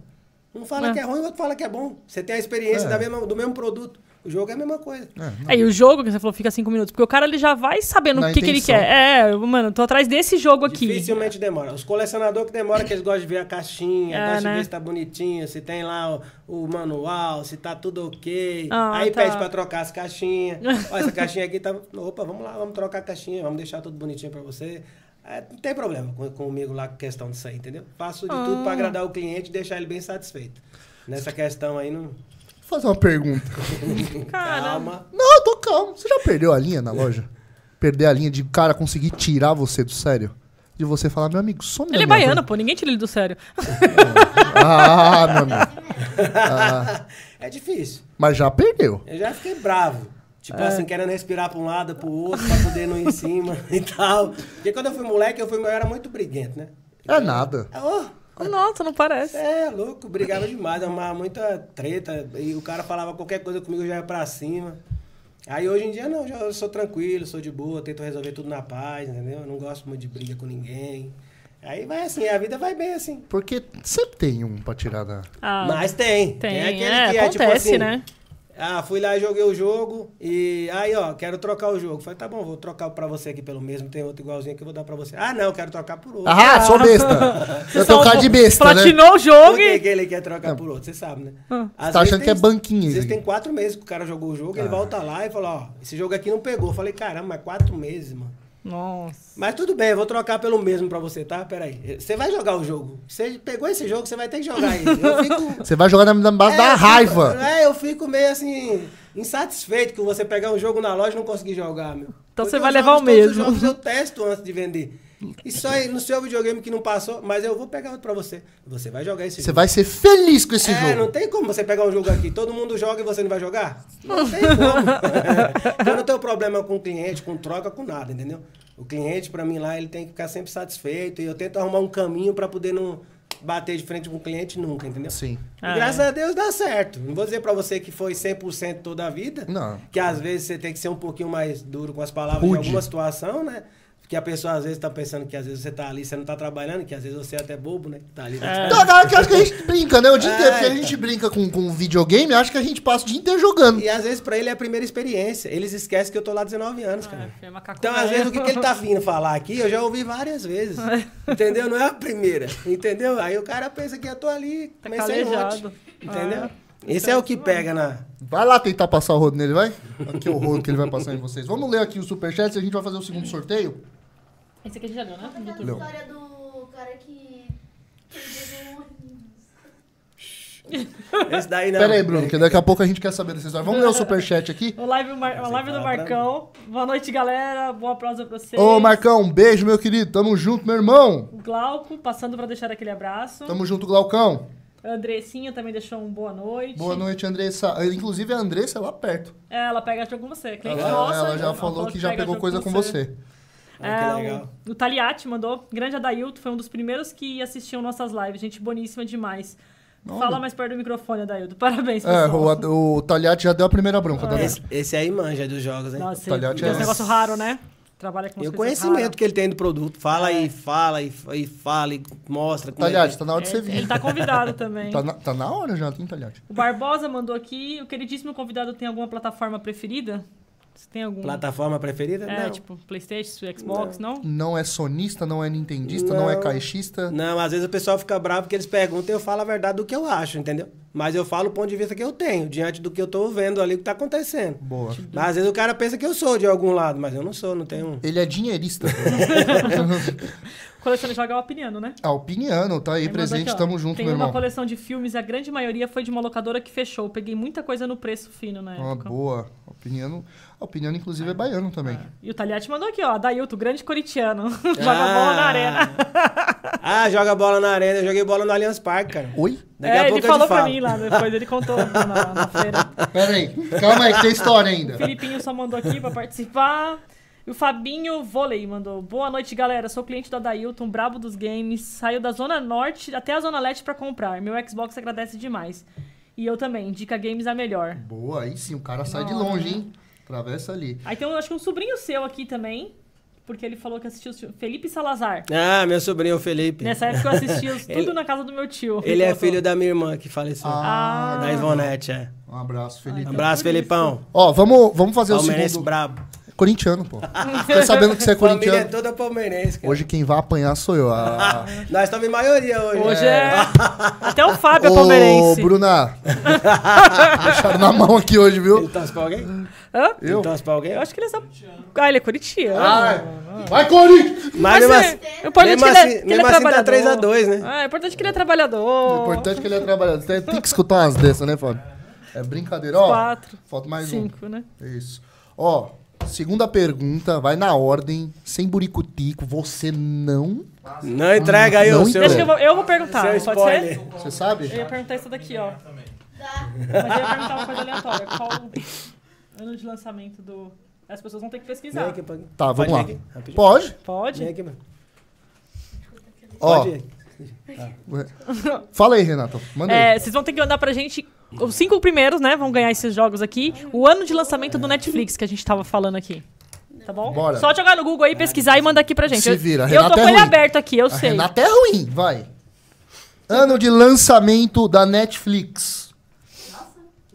Um fala É. que é ruim, o outro fala que é bom. Você tem a experiência da mesma, do mesmo produto. O jogo é a mesma coisa. É, e o jogo que você falou fica cinco minutos, porque o cara ele já vai sabendo Na o que, que ele intenção. quer. É, mano, tô atrás desse jogo aqui. Dificilmente demora. Os colecionadores que demoram, que eles gostam de ver a caixinha, É, gostam né? de ver se tá bonitinho, se tem lá o, o manual, se tá tudo ok. Ah, Aí tá. pede pra trocar *laughs* as caixinhas. Ó, essa caixinha aqui tá. Opa, vamos lá, vamos trocar a caixinha, vamos deixar tudo bonitinho pra você. É, não tem problema com- comigo lá com questão disso aí, entendeu? Faço de tudo Ah. pra agradar o cliente e deixar ele bem satisfeito. Nessa questão aí, não. Vou fazer uma pergunta. Caramba. Calma. Não, eu tô calmo. Você já perdeu a linha na loja? Perder a linha de cara conseguir tirar você do sério? De você falar, meu amigo, some da Ele é minha baiano, vida. pô, ninguém tira ele do sério. *laughs* Ah, meu amigo. *laughs* É difícil. Mas já perdeu. Eu já fiquei bravo. Tipo assim, querendo respirar pra um lado, pro outro, pra poder não ir em cima *laughs* e tal. Porque quando eu fui moleque, eu, fui, eu era muito briguento, né? É nada. Ah, Nossa, não Cê parece. é louco, brigava demais, arrumava muita treta. E o cara falava qualquer coisa comigo, eu já ia pra cima. Aí hoje em dia, não, já eu sou tranquilo, sou de boa, tento resolver tudo na paz, entendeu? Eu não gosto muito de briga com ninguém. Aí vai assim, a vida vai bem assim. Porque sempre tem um pra tirar da. Ah, Mas tem. tem, aquele é, que é, tipo acontece, assim, né? Ah, fui lá e joguei o jogo e aí, ó, quero trocar o jogo. Falei, tá bom, vou trocar pra você aqui pelo mesmo, tem outro igualzinho que eu vou dar pra você. Ah, não, quero trocar por outro. Ah, sou besta. Eu tenho cara de besta, né? Platinou o jogo Por que, e... que ele quer trocar por outro? Você sabe, né? Ah. Às Você tá vezes achando que é banquinho Às isso vezes aqui. Ah. tem quatro meses que o cara jogou o jogo, ele volta lá e fala, ó, esse jogo aqui não pegou. Eu falei, caramba, mas quatro meses, mano. Nossa. Mas tudo bem, eu vou trocar pelo mesmo pra você, tá? Peraí. Você vai jogar o jogo. Você pegou esse jogo, você vai ter que jogar ele. Eu fico... Você vai jogar na- na base É, da eu fico- raiva. É, eu fico meio assim, insatisfeito que você pegar um jogo na loja e não conseguir jogar, meu. Então você Porque vai os levar jogos, o todos mesmo. Os jogos eu testo antes de vender. E só aí no seu videogame que não passou, mas eu vou pegar outro pra você. Você vai jogar esse Você jogo. vai ser feliz com esse é, não jogo. tem como você pegar um jogo aqui, todo mundo joga e você não vai jogar? *laughs* Não tem como. *laughs* eu não tenho problema com o cliente, com troca, com nada, entendeu? O cliente, pra mim lá, ele tem que ficar sempre satisfeito e eu tento arrumar um caminho pra poder não bater de frente com o cliente nunca, entendeu? Sim. E Graças a Deus dá certo. Não vou dizer pra você que foi 100% toda a vida. Não. Que às vezes você tem que ser um pouquinho mais duro com as palavras Rude. em alguma situação, né? Porque a pessoa às vezes tá pensando que às vezes você tá ali, você não tá trabalhando, que às vezes você é até bobo, né? Que tá ali. É. Então, a galera que acha que a gente brinca, né? O dia É, inteiro. Porque a gente então. brinca com, com videogame, acha que a gente passa o dia inteiro jogando. E às vezes pra ele é a primeira experiência. Eles esquecem que eu tô lá 19 anos, cara. filho, é macaco Então, velho. às vezes, o que, que ele tá vindo falar aqui, eu já ouvi várias vezes. entendeu? Não é a primeira. Entendeu? Aí o cara pensa que eu tô ali, comecei calejado. ontem. Entendeu? Esse é o que pega na. Vai lá tentar passar o rodo nele, vai? Aqui é o rodo que ele vai passar em vocês. Vamos ler aqui o superchat e a gente vai fazer o segundo sorteio. Esse aqui a gente já leu, né? Aquela Não. história do cara que. que pegou um ônibus. Esse daí não. Pera aí, Bruno, que daqui a pouco a gente quer saber dessa história. Vamos ler o superchat aqui. O live, Mar- o live do fala pra Marcão. Boa noite, galera. Boa prosa pra vocês. Ô, Marcão, um beijo, meu querido. Tamo junto, meu irmão. O Glauco, passando pra deixar aquele abraço. Tamo junto, Glaucão. Andressinha também deixou um boa noite. Boa noite, Andressa. Ah, Inclusive, a Andressa é lá perto. É, Ela pega jogo com você. Cliente né? Ela, nossa, ela já falou que já pega pegou jogo coisa com você. Ah, que É, legal. o, o Taliati mandou. Grande Adailto, foi um dos primeiros que assistiam nossas lives. Gente boníssima demais. Fala mais perto do microfone, Adailto. *laughs* Parabéns, É, pessoal. o, Ad- o Taliati já deu a primeira bronca da vez. Esse, esse aí manja dos jogos, hein? Nossa, ele Talhate tem é- um negócio raro, né? Trabalha com E o umas coisas conhecimento raras. É. que ele tem do produto. Fala e fala e, e fala e mostra. Como é Taliati, que... tá na hora de você Ele, ele vir. tá convidado *laughs* também. Tá na, tá na hora já, tem Taliati. O Barbosa mandou aqui. O queridíssimo convidado tem alguma plataforma preferida? Você tem algum? é. Plataforma preferida? É, não. tipo, Playstation, Xbox, não? Não é sonista, não é nintendista, não, é Não. caixista. Não, às vezes o pessoal fica bravo porque eles perguntam e eu falo a verdade do que eu acho, entendeu? Mas eu falo o ponto de vista que eu tenho, diante do que eu tô vendo ali, o que tá acontecendo. Boa. Mas às vezes o cara pensa que eu sou de algum lado, mas eu não sou, *laughs* não tenho... um. Ele é dinheirista. *laughs* Coleção de jogos é o Opiniano, né? Alpiniano, tá aí Ele mandou presente, aqui, ó, tamo junto, Tem um meu uma irmão. coleção de filmes, a grande maioria foi de uma locadora que fechou. Peguei muita coisa no preço fino na Uma época. Ah, boa. Alpiniano, Alpiniano Ah, inclusive, é baiano também. *laughs* Ah. E o Taliati mandou aqui, ó. Dailto, grande coritiano. Joga bola na arena. *laughs* Ah, joga bola na arena. Eu joguei bola no Allianz Parque, cara. Oi? Daqui a é, ele pouco eu te falou pra falo. mim lá depois, ele contou na, na- na feira. Pera aí. Calma aí, que tem história ainda. O *laughs* Filipinho só mandou aqui pra participar. E o Fabinho Volei mandou. Boa noite, galera. Sou cliente da Dailton, brabo dos games. Saiu da Zona Norte até a Zona Leste pra comprar. Meu Xbox agradece demais. E eu também. Dica Games a melhor. Boa, aí sim, o cara sai de longe, hein? Atravessa ali. Aí tem, um- acho que um sobrinho seu aqui também, porque ele falou que assistiu os fi- Felipe Salazar. Ah, meu sobrinho, o Felipe. Nessa época eu assistia os- tudo *laughs* Ele- na casa do meu tio. Ele é Falou. filho da minha irmã que faleceu. Ah, Da Ivonete, é. um abraço, Felipe. Então, Abraço, por isso. Felipão. Ó, vamos, vamos fazer é o Palmeirense segundo. brabo. Corintiano, *laughs* pô. Fiquei sabendo que você é Família é corintiano. toda palmeirense, cara. Hoje quem vai apanhar sou eu. Ah. Nós estamos em maioria hoje. Hoje né? é. Até o Fábio é palmeirense. Ô, *laughs* Bruna. Deixaram na mão aqui hoje, Ele viu? torce pra alguém? Hã? Eu? Ele torce pra alguém? Eu acho que ele é. Só... Ah, ele é corintiano. Vai, vai Corinthians! Mas mesmo assim, é, o importante mesmo é que ele é, que assim- ele é mesmo assim tá trabalhador. 3x2, né? Ah, é importante que ele é O trabalhador. importante é que ele é trabalhador. Tem, tem que escutar umas dessas, né, Fábio? É brincadeira. Ó, Quatro. Falta mais Cinco, né? um. Isso. Ó, segunda pergunta, vai na ordem, sem buricutico. Você não. Não entrega aí Não o seu. entrega. Deixa que eu vou, eu vou perguntar, Seu pode spoiler. ser? Você sabe? Eu ia perguntar isso daqui, ó. Dá. Mas eu ia perguntar uma coisa aleatória. Qual o ano de lançamento do. As pessoas vão ter que Vem pesquisar. aqui, pode- Tá, pode vamos lá. vir aqui, rapidinho. Pode? Pode? Vem aqui, mano. Ó, Pode ir. *laughs* fala aí, Renato. Manda É, aí. vocês vão ter que mandar pra gente. Os cinco primeiros, né? Vão ganhar esses jogos aqui. O ano de lançamento do Netflix que a gente tava falando aqui. Tá bom? Bora. Só jogar no Google aí, pesquisar e mandar aqui pra gente. Se Eu- vira, a Eu tô Renata com é ele ruim. aberto aqui, eu A sei. Renata é ruim, vai. Ano de lançamento da Netflix.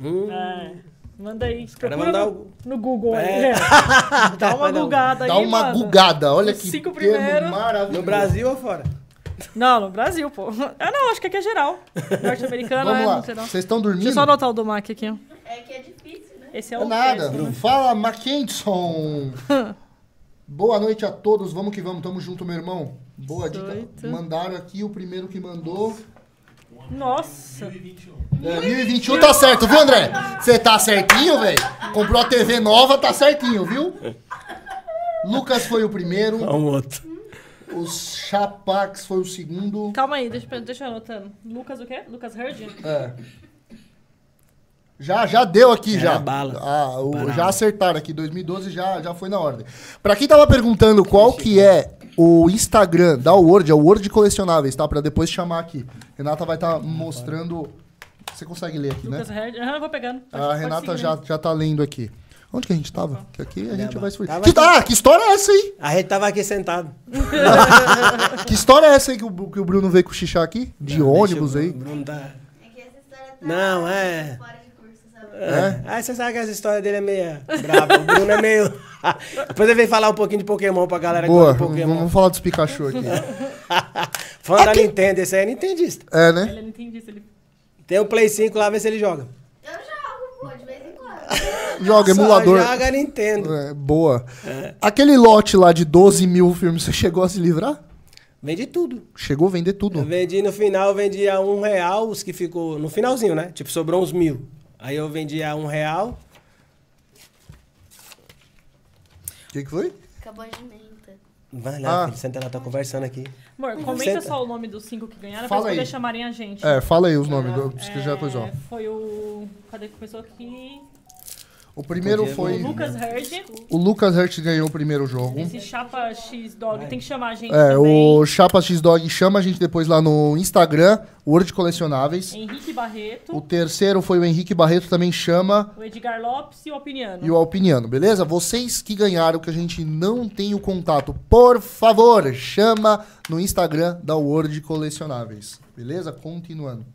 É. Manda aí. Procura cara Hum, mandar no, no Google aí. É. *laughs* Dá uma Não. gugada aí. um- Dá uma mano. gugada, olha Tá Os que cinco termo primeiros. maravilhoso. No Brasil ou fora? Não, no Brasil, pô. Ah, não, acho que aqui é geral. Norte-americano, é, Vamos lá, não sei não. vocês estão Deixa dormindo? eu só anotar o do Mac aqui, ó. É que é difícil, né? Esse é É o. nada, terço, Bruno. né? Fala, Mackenson. Boa noite a todos. Vamos que vamos. Tamo junto, meu irmão. Boa dica. Dezoito. Mandaram aqui o primeiro que mandou. Nossa. É, 1021 tá certo, viu, André? Você tá certinho, velho? Comprou a TV nova, tá certinho, viu? Lucas foi o primeiro. um outro. O Chapax foi o segundo. Calma aí, deixa, eu- deixa eu anotando. Lucas o quê? Lucas Hurd? É. Já, já deu aqui, já. bala. Ah, o- Parada. já acertaram aqui, 2012 já, já foi na ordem. Pra quem tava perguntando qual que é o Instagram da Word, é o Word Colecionáveis, tá? Pra depois chamar aqui. Renata vai estar mostrando... Você consegue ler aqui, né? Lucas Hurd? Aham, eu vou pegando. Pode- A pode Renata seguir, já, né? Tá já tá lendo aqui. Onde que a gente tava? Que aqui a gente vai se Tá Tava que, aqui. Ah, que história é essa aí? A gente tava aqui sentado. Que história é essa aí que o, que o Bruno veio cochichar aqui? De Não, ônibus deixa eu- aí? Bruno tá- É que essa história tá Não, é. fora de curso, sabe? É. Ah, você sabe que essa história dele é meio brava. O Bruno é meio. *laughs* Depois eu venho falar um pouquinho de Pokémon pra galera que Boa, gosta de vamos um Pokémon. vamos falar dos Pikachu aqui. *laughs* Fã da Nintendo, esse aí é nintendista. É, né? Ele não entendi se ele. Tem o Play 5 lá, vê se ele joga. Eu jogo, pô, de vez em quando. Joga Só emulador. joga Nintendo. É, boa. É. Aquele lote lá de 12 mil filmes, você chegou a se livrar? Vende tudo. Chegou a vender Eu É tudo. vendi no final, eu vendi a um real, os que ficou. No finalzinho, né? Tipo, sobrou uns mil. Aí eu vendi a um real. O que, que foi? Acabou de menta. Vai lá, Ah. filho, senta lá, tá conversando aqui. Amor, Senta. comenta só o nome dos cinco que ganharam Fala pra eles aí. poder chamarem a gente. É, fala aí os nomes, eu preciso que já É, coisa. ó. Foi o. Cadê que começou aqui? O primeiro Podia- foi. O Lucas Hurd. O Lucas Hurt ganhou o primeiro jogo. Esse Chapa X Dog. Tem que chamar a gente É, também. o Chapa X Dog chama a gente depois lá no Instagram, Word Colecionáveis. Henrique Barreto. O terceiro foi o Henrique Barreto, também chama. O Edgar Lopes e o Opiniano. E o Alpiniano, beleza? Vocês que ganharam, que a gente não tem o contato, por favor, chama no Instagram da Word Colecionáveis. Beleza? Continuando.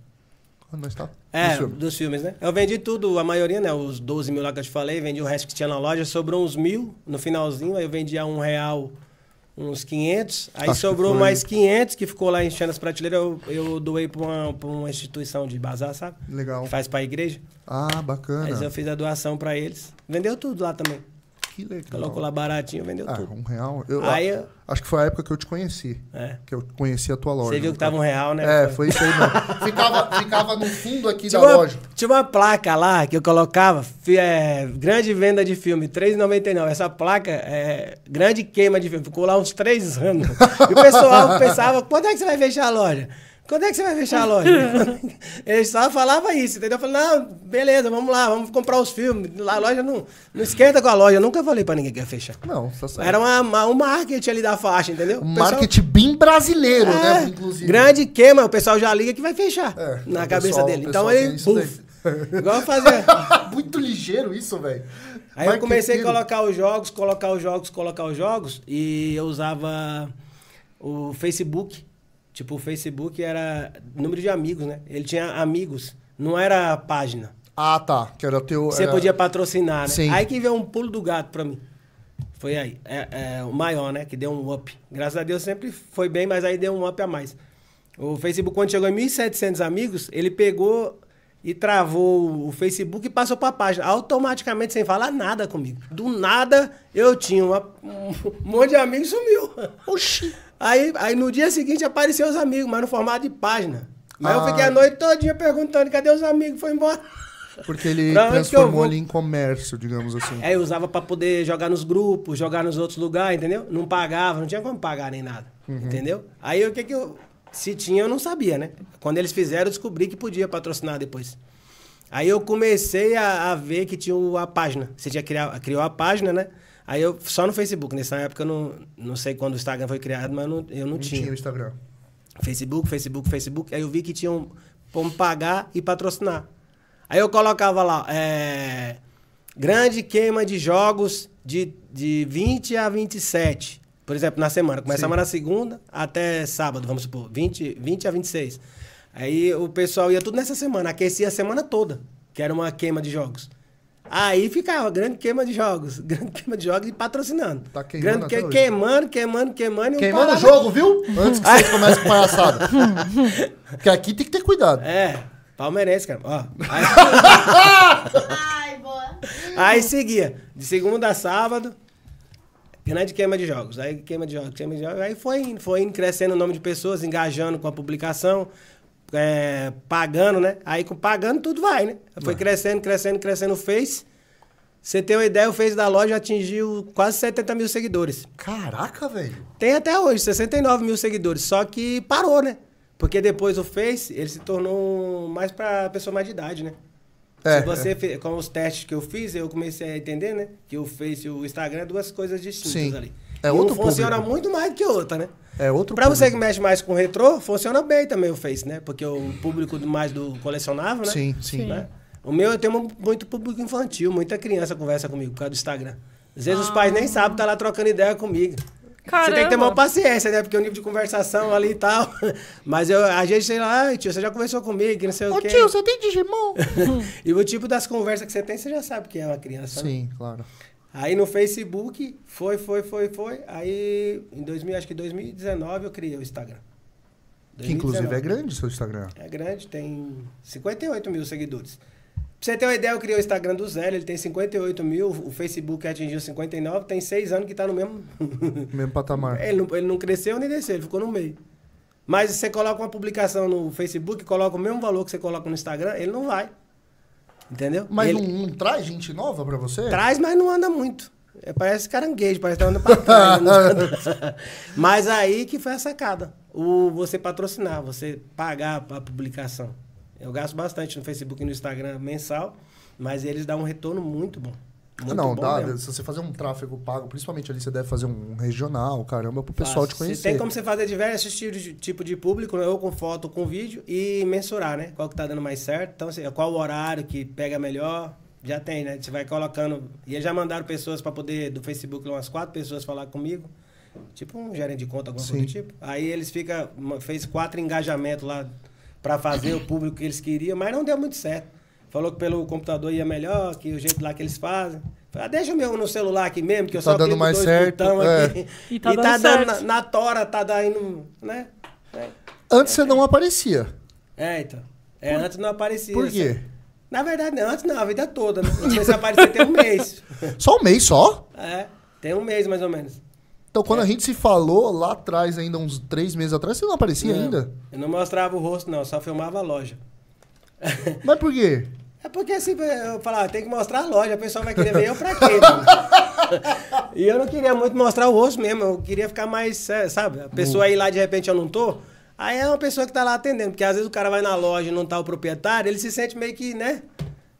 Onde nós tá? É, Isso. dos filmes, né? Eu vendi tudo, a maioria, né? Os 12 mil lá que eu te falei, vendi o resto que tinha na loja, sobrou uns mil no finalzinho, aí eu vendi a um real uns 500, aí Acho que sobrou foi- mais 500 que ficou lá enchendo as prateleiras, eu, eu doei pra uma, pra uma instituição de bazar, sabe? Legal. Que faz pra igreja. Ah, bacana. Aí eu fiz a doação pra eles. Vendeu tudo lá também. Que que legal. Colocou lá baratinho, vendeu Ah, tudo. um real. Eu, Aí a- eu- Acho que foi a época que eu te conheci. É. Que eu conheci a tua loja. Você viu no que tava um real, né? É, foi isso aí mesmo. ficava, ficava no fundo aqui Tinha da uma, loja. tinha uma placa lá que eu colocava, fi- é, grande venda de filme, R$3,99. Essa placa é grande queima de filme. Ficou lá uns *laughs* três anos. E o pessoal pensava, quando é que você vai fechar a loja? Quando é que você vai fechar a *laughs* loja? Eles só falavam isso, entendeu? Eu falei, não, beleza, vamos lá, vamos comprar os filmes. Lá A loja não, não esquenta com a loja. Eu nunca falei pra ninguém que ia fechar. Não, só saiu. Era uma, uma- um marketing ali da faixa, entendeu? O um pessoal- marketing bem brasileiro, é, né? Inclusive. Grande queima, o pessoal já liga que vai fechar É, na o cabeça pessoal- dele. o Então pessoal tem ele. isso Buf, daí. igual fazer. *laughs* Muito ligeiro isso, velho. Aí eu Marketing- comecei a colocar os jogos, colocar os jogos, colocar os jogos. E eu usava o Facebook. Tipo, o Facebook era número de amigos, né? Ele tinha amigos, não era página. Ah, tá. Que era teu. Você era- podia patrocinar, né? Sim. Aí que veio um pulo do gato pra mim. Foi aí. É, é, o maior, né? Que deu um up. Graças a Deus sempre foi bem, mas aí deu um up a mais. O Facebook, quando chegou em 1.700 amigos, ele pegou e travou o Facebook e passou pra página. Automaticamente, sem falar nada comigo. Do nada, eu tinha uma- um *laughs* monte de amigos e sumiu. Oxi. Aí, aí no dia seguinte apareceu os amigos, mas no formato de página. Mas eu Ah. fiquei a noite todinha perguntando, cadê os amigos? Foi embora. *laughs* Porque ele Pra onde que eu transformou vou? É, ele em comércio, digamos assim. Aí eu usava pra poder jogar nos grupos, jogar nos outros lugares, entendeu? Não pagava, não tinha como pagar nem nada, entendeu? Aí o que que eu... Se tinha, eu não sabia, né? Quando eles fizeram, eu descobri que podia patrocinar depois. Aí eu comecei a, a ver que tinha o- a página. Você tinha criado, criou a página, né? Aí eu, só no Facebook, nessa época eu não, não sei quando o Instagram foi criado, mas eu não, eu não Não tinha tinha. o Instagram. Facebook, Facebook, Facebook. Aí eu vi que tinham como pagar e patrocinar. Aí eu colocava lá, é, grande queima de jogos de, de 20 a 27. Por exemplo, na semana. Começava Sim. na segunda até sábado, vamos supor, 20, 20 a 26. Aí o pessoal ia tudo nessa semana, aquecia a semana toda, que era uma queima de jogos. Aí ficava grande queima de jogos, *laughs* grande queima de jogos e patrocinando. Tá queimando grande até que- hoje. queimando, queimando, queimando. e um não Queimando o parava. jogo, viu? Antes que vocês comecem com *laughs* palhaçada. Porque aqui tem que ter cuidado. É, palmeirense, cara. Ó, aí, Ai, boa. aí seguia. De segunda a sábado, grande queima de jogos. Aí queima de jogos, queima de jogos. Aí foi indo, foi indo, crescendo o nome de pessoas, engajando com a publicação, é, pagando, né? Aí com pagando tudo vai, né? Foi crescendo, crescendo, crescendo o Face. Você tem uma ideia, o Face da loja atingiu quase 70 mil seguidores. Caraca, velho. Tem até hoje, 69 mil seguidores. Só que parou, né? Porque depois o Face, ele se tornou um, mais pra pessoa mais de idade, né? É, se você, fe- com os testes que eu fiz, eu comecei a entender, né? Que o Face e o Instagram é duas coisas distintas Sim. ali. É e outro um funciona público. muito mais que outra, né? É outro Pra você que público. mexe mais com retrô, funciona bem também o Face, né? Porque o público do- mais do colecionável, né? Sim, sim. Né? O meu eu tenho mu- muito público infantil, muita criança conversa comigo por causa do Instagram. Às vezes os Ah. pais nem sabem, tá lá trocando ideia comigo. Você tem que ter Caramba. uma paciência, né? Porque o nível de conversação ali e tal. *laughs* Mas eu, a gente, sei lá, "Ai, tio, você já conversou comigo, que não sei o Ô quê. tio, você tem Digimon? *laughs* E o tipo das conversas que você tem, você já sabe que é uma criança. né? Sim, claro. Aí no Facebook, foi, foi, foi, foi. Aí em 2000, acho que 2019 eu criei o Instagram. Que inclusive é 2019. grande o seu Instagram. É grande, tem 58 mil seguidores. Pra você ter uma ideia, eu criei o Instagram do Zé, ele tem 58 mil, o Facebook atingiu 59, tem seis anos que tá no mesmo. Mesmo patamar. ele, não, ele não cresceu nem desceu, ele ficou no meio. Mas você coloca uma publicação no Facebook, coloca o mesmo valor que você coloca no Instagram, ele não vai. Entendeu? Mas um ele, não, não traz gente nova pra você? Traz, mas não anda muito. É, parece caranguejo, parece que tá andando pra trás. *laughs* não anda. mas aí que foi a sacada. O, você patrocinar, você pagar a publicação. Eu gasto bastante no Facebook e no Instagram mensal, mas eles dão um retorno muito bom. Muito Ah, não, bom dá. mesmo. Se você fazer um tráfego pago, principalmente ali, você deve fazer um regional, caramba, pro pessoal te Fácil. conhecer. Você tem como você fazer diversos tipos de, tipo de público, né? ou com foto, ou com vídeo, e mensurar, né? Qual que tá dando mais certo. Então, assim, qual o horário que pega melhor. Já tem, né? Você vai colocando. E eles já mandaram pessoas para poder, do Facebook, umas quatro pessoas falar comigo. Tipo um gerente de conta, alguma coisa do Sim. tipo. Aí eles fica uma- fez quatro engajamentos lá para fazer o público que eles queriam, mas não deu muito certo. Falou que pelo computador ia melhor, que o jeito lá que eles fazem. Falei, ah, deixa o meu no celular aqui mesmo, que eu Tá só dando clico mais dois certo, botão aqui. é. E tá dando na, certo. na tora, tá dando, né? É, Antes você não aparecia. É, então. É, antes não aparecia. Por quê? sabe? Na verdade, não, antes não, a vida toda. Né? Eu comecei a aparecer tem um *laughs* mês. Só um mês só? É, tem um mês mais ou menos. Então, É. quando a gente se falou lá atrás, ainda uns três meses atrás, você não aparecia Não, ainda? Eu não mostrava o rosto, não, só filmava a loja. *laughs* Mas por quê? É porque assim, eu falava, tem que mostrar a loja, a pessoa vai querer ver eu pra quê? *laughs* mano? e eu não queria muito mostrar o rosto mesmo, eu queria ficar mais, é, sabe? A Hum. pessoa aí lá de repente eu não tô, aí é uma pessoa que tá lá atendendo, porque às vezes o cara vai na loja e não tá o proprietário, ele se sente meio que, né?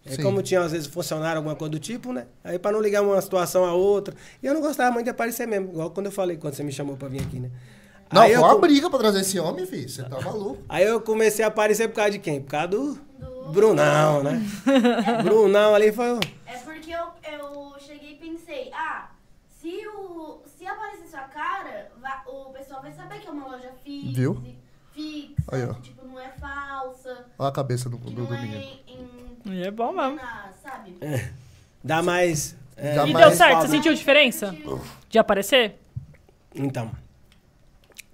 É Sim. como tinha às vezes funcionário, alguma coisa do tipo, né? Aí pra não ligar uma situação a outra. E eu não gostava muito de aparecer mesmo, igual quando eu falei, quando você me chamou pra vir aqui, né? Não, aí, foi eu, uma co- briga pra trazer esse homem, filho. Você tá maluco. aí eu comecei a aparecer por causa de quem? Por causa do, Brunão, né? *laughs* Brunão ali foi. o- É porque eu, eu cheguei e pensei, ah, se, o, se aparecer sua cara, va- o pessoal vai saber que é uma loja fixa. Viu? Fixa, Aí, ó. que, tipo, não é falsa, Olha a cabeça do, que do, não do é menino. em, E é bom mesmo. na- Ah, sabe? é, Dá mais. é, Dá E mais deu certo? assim? fala. Você sentiu diferença? De aparecer? Então,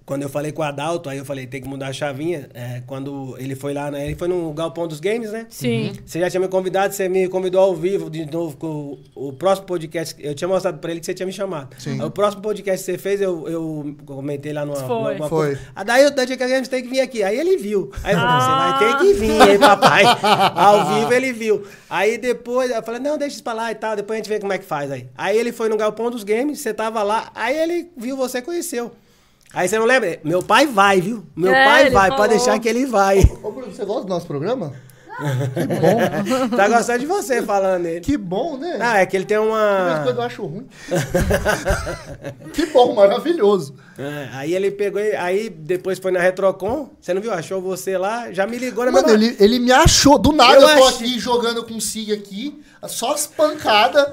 quando eu falei com o Adalto, aí eu falei, tem que mudar a chavinha. é, quando ele foi lá, né? Ele foi no Galpão dos Games, né? Sim. Você já tinha me convidado, você me convidou ao vivo de novo com o, o próximo podcast. Eu tinha mostrado pra ele que você tinha me chamado. Sim. Aí O próximo podcast que você fez, eu, eu comentei lá no. Foi. Foi. Ah, daí o da Dica Games tem que vir aqui. Aí ele viu. Aí eu falei, Ah. você vai ter que vir, *laughs* hein, papai? ao vivo ele viu. Aí depois eu falei, não, deixa isso pra lá e tal, depois a gente vê como é que faz aí. Aí ele foi no Galpão dos Games, você tava lá, aí ele viu você conheceu. Aí você não lembra? Meu pai vai, viu? Meu É, pai ele vai, falou. pode deixar que *laughs* ele vai. Ô, Bruno, você gosta do nosso programa? Que bom. tá gostando de você falando ele. Que bom, né? Ah, é que ele tem De vez em quando eu uma. acho ruim. *laughs* que bom, maravilhoso. É, aí ele pegou, e- aí depois foi na Retrocon, você não viu? Achou você lá, já me ligou na Mano, mesma- ele, ele me achou. Do nada eu, Eu tô achei- aqui jogando com o Sig aqui, só as pancadas.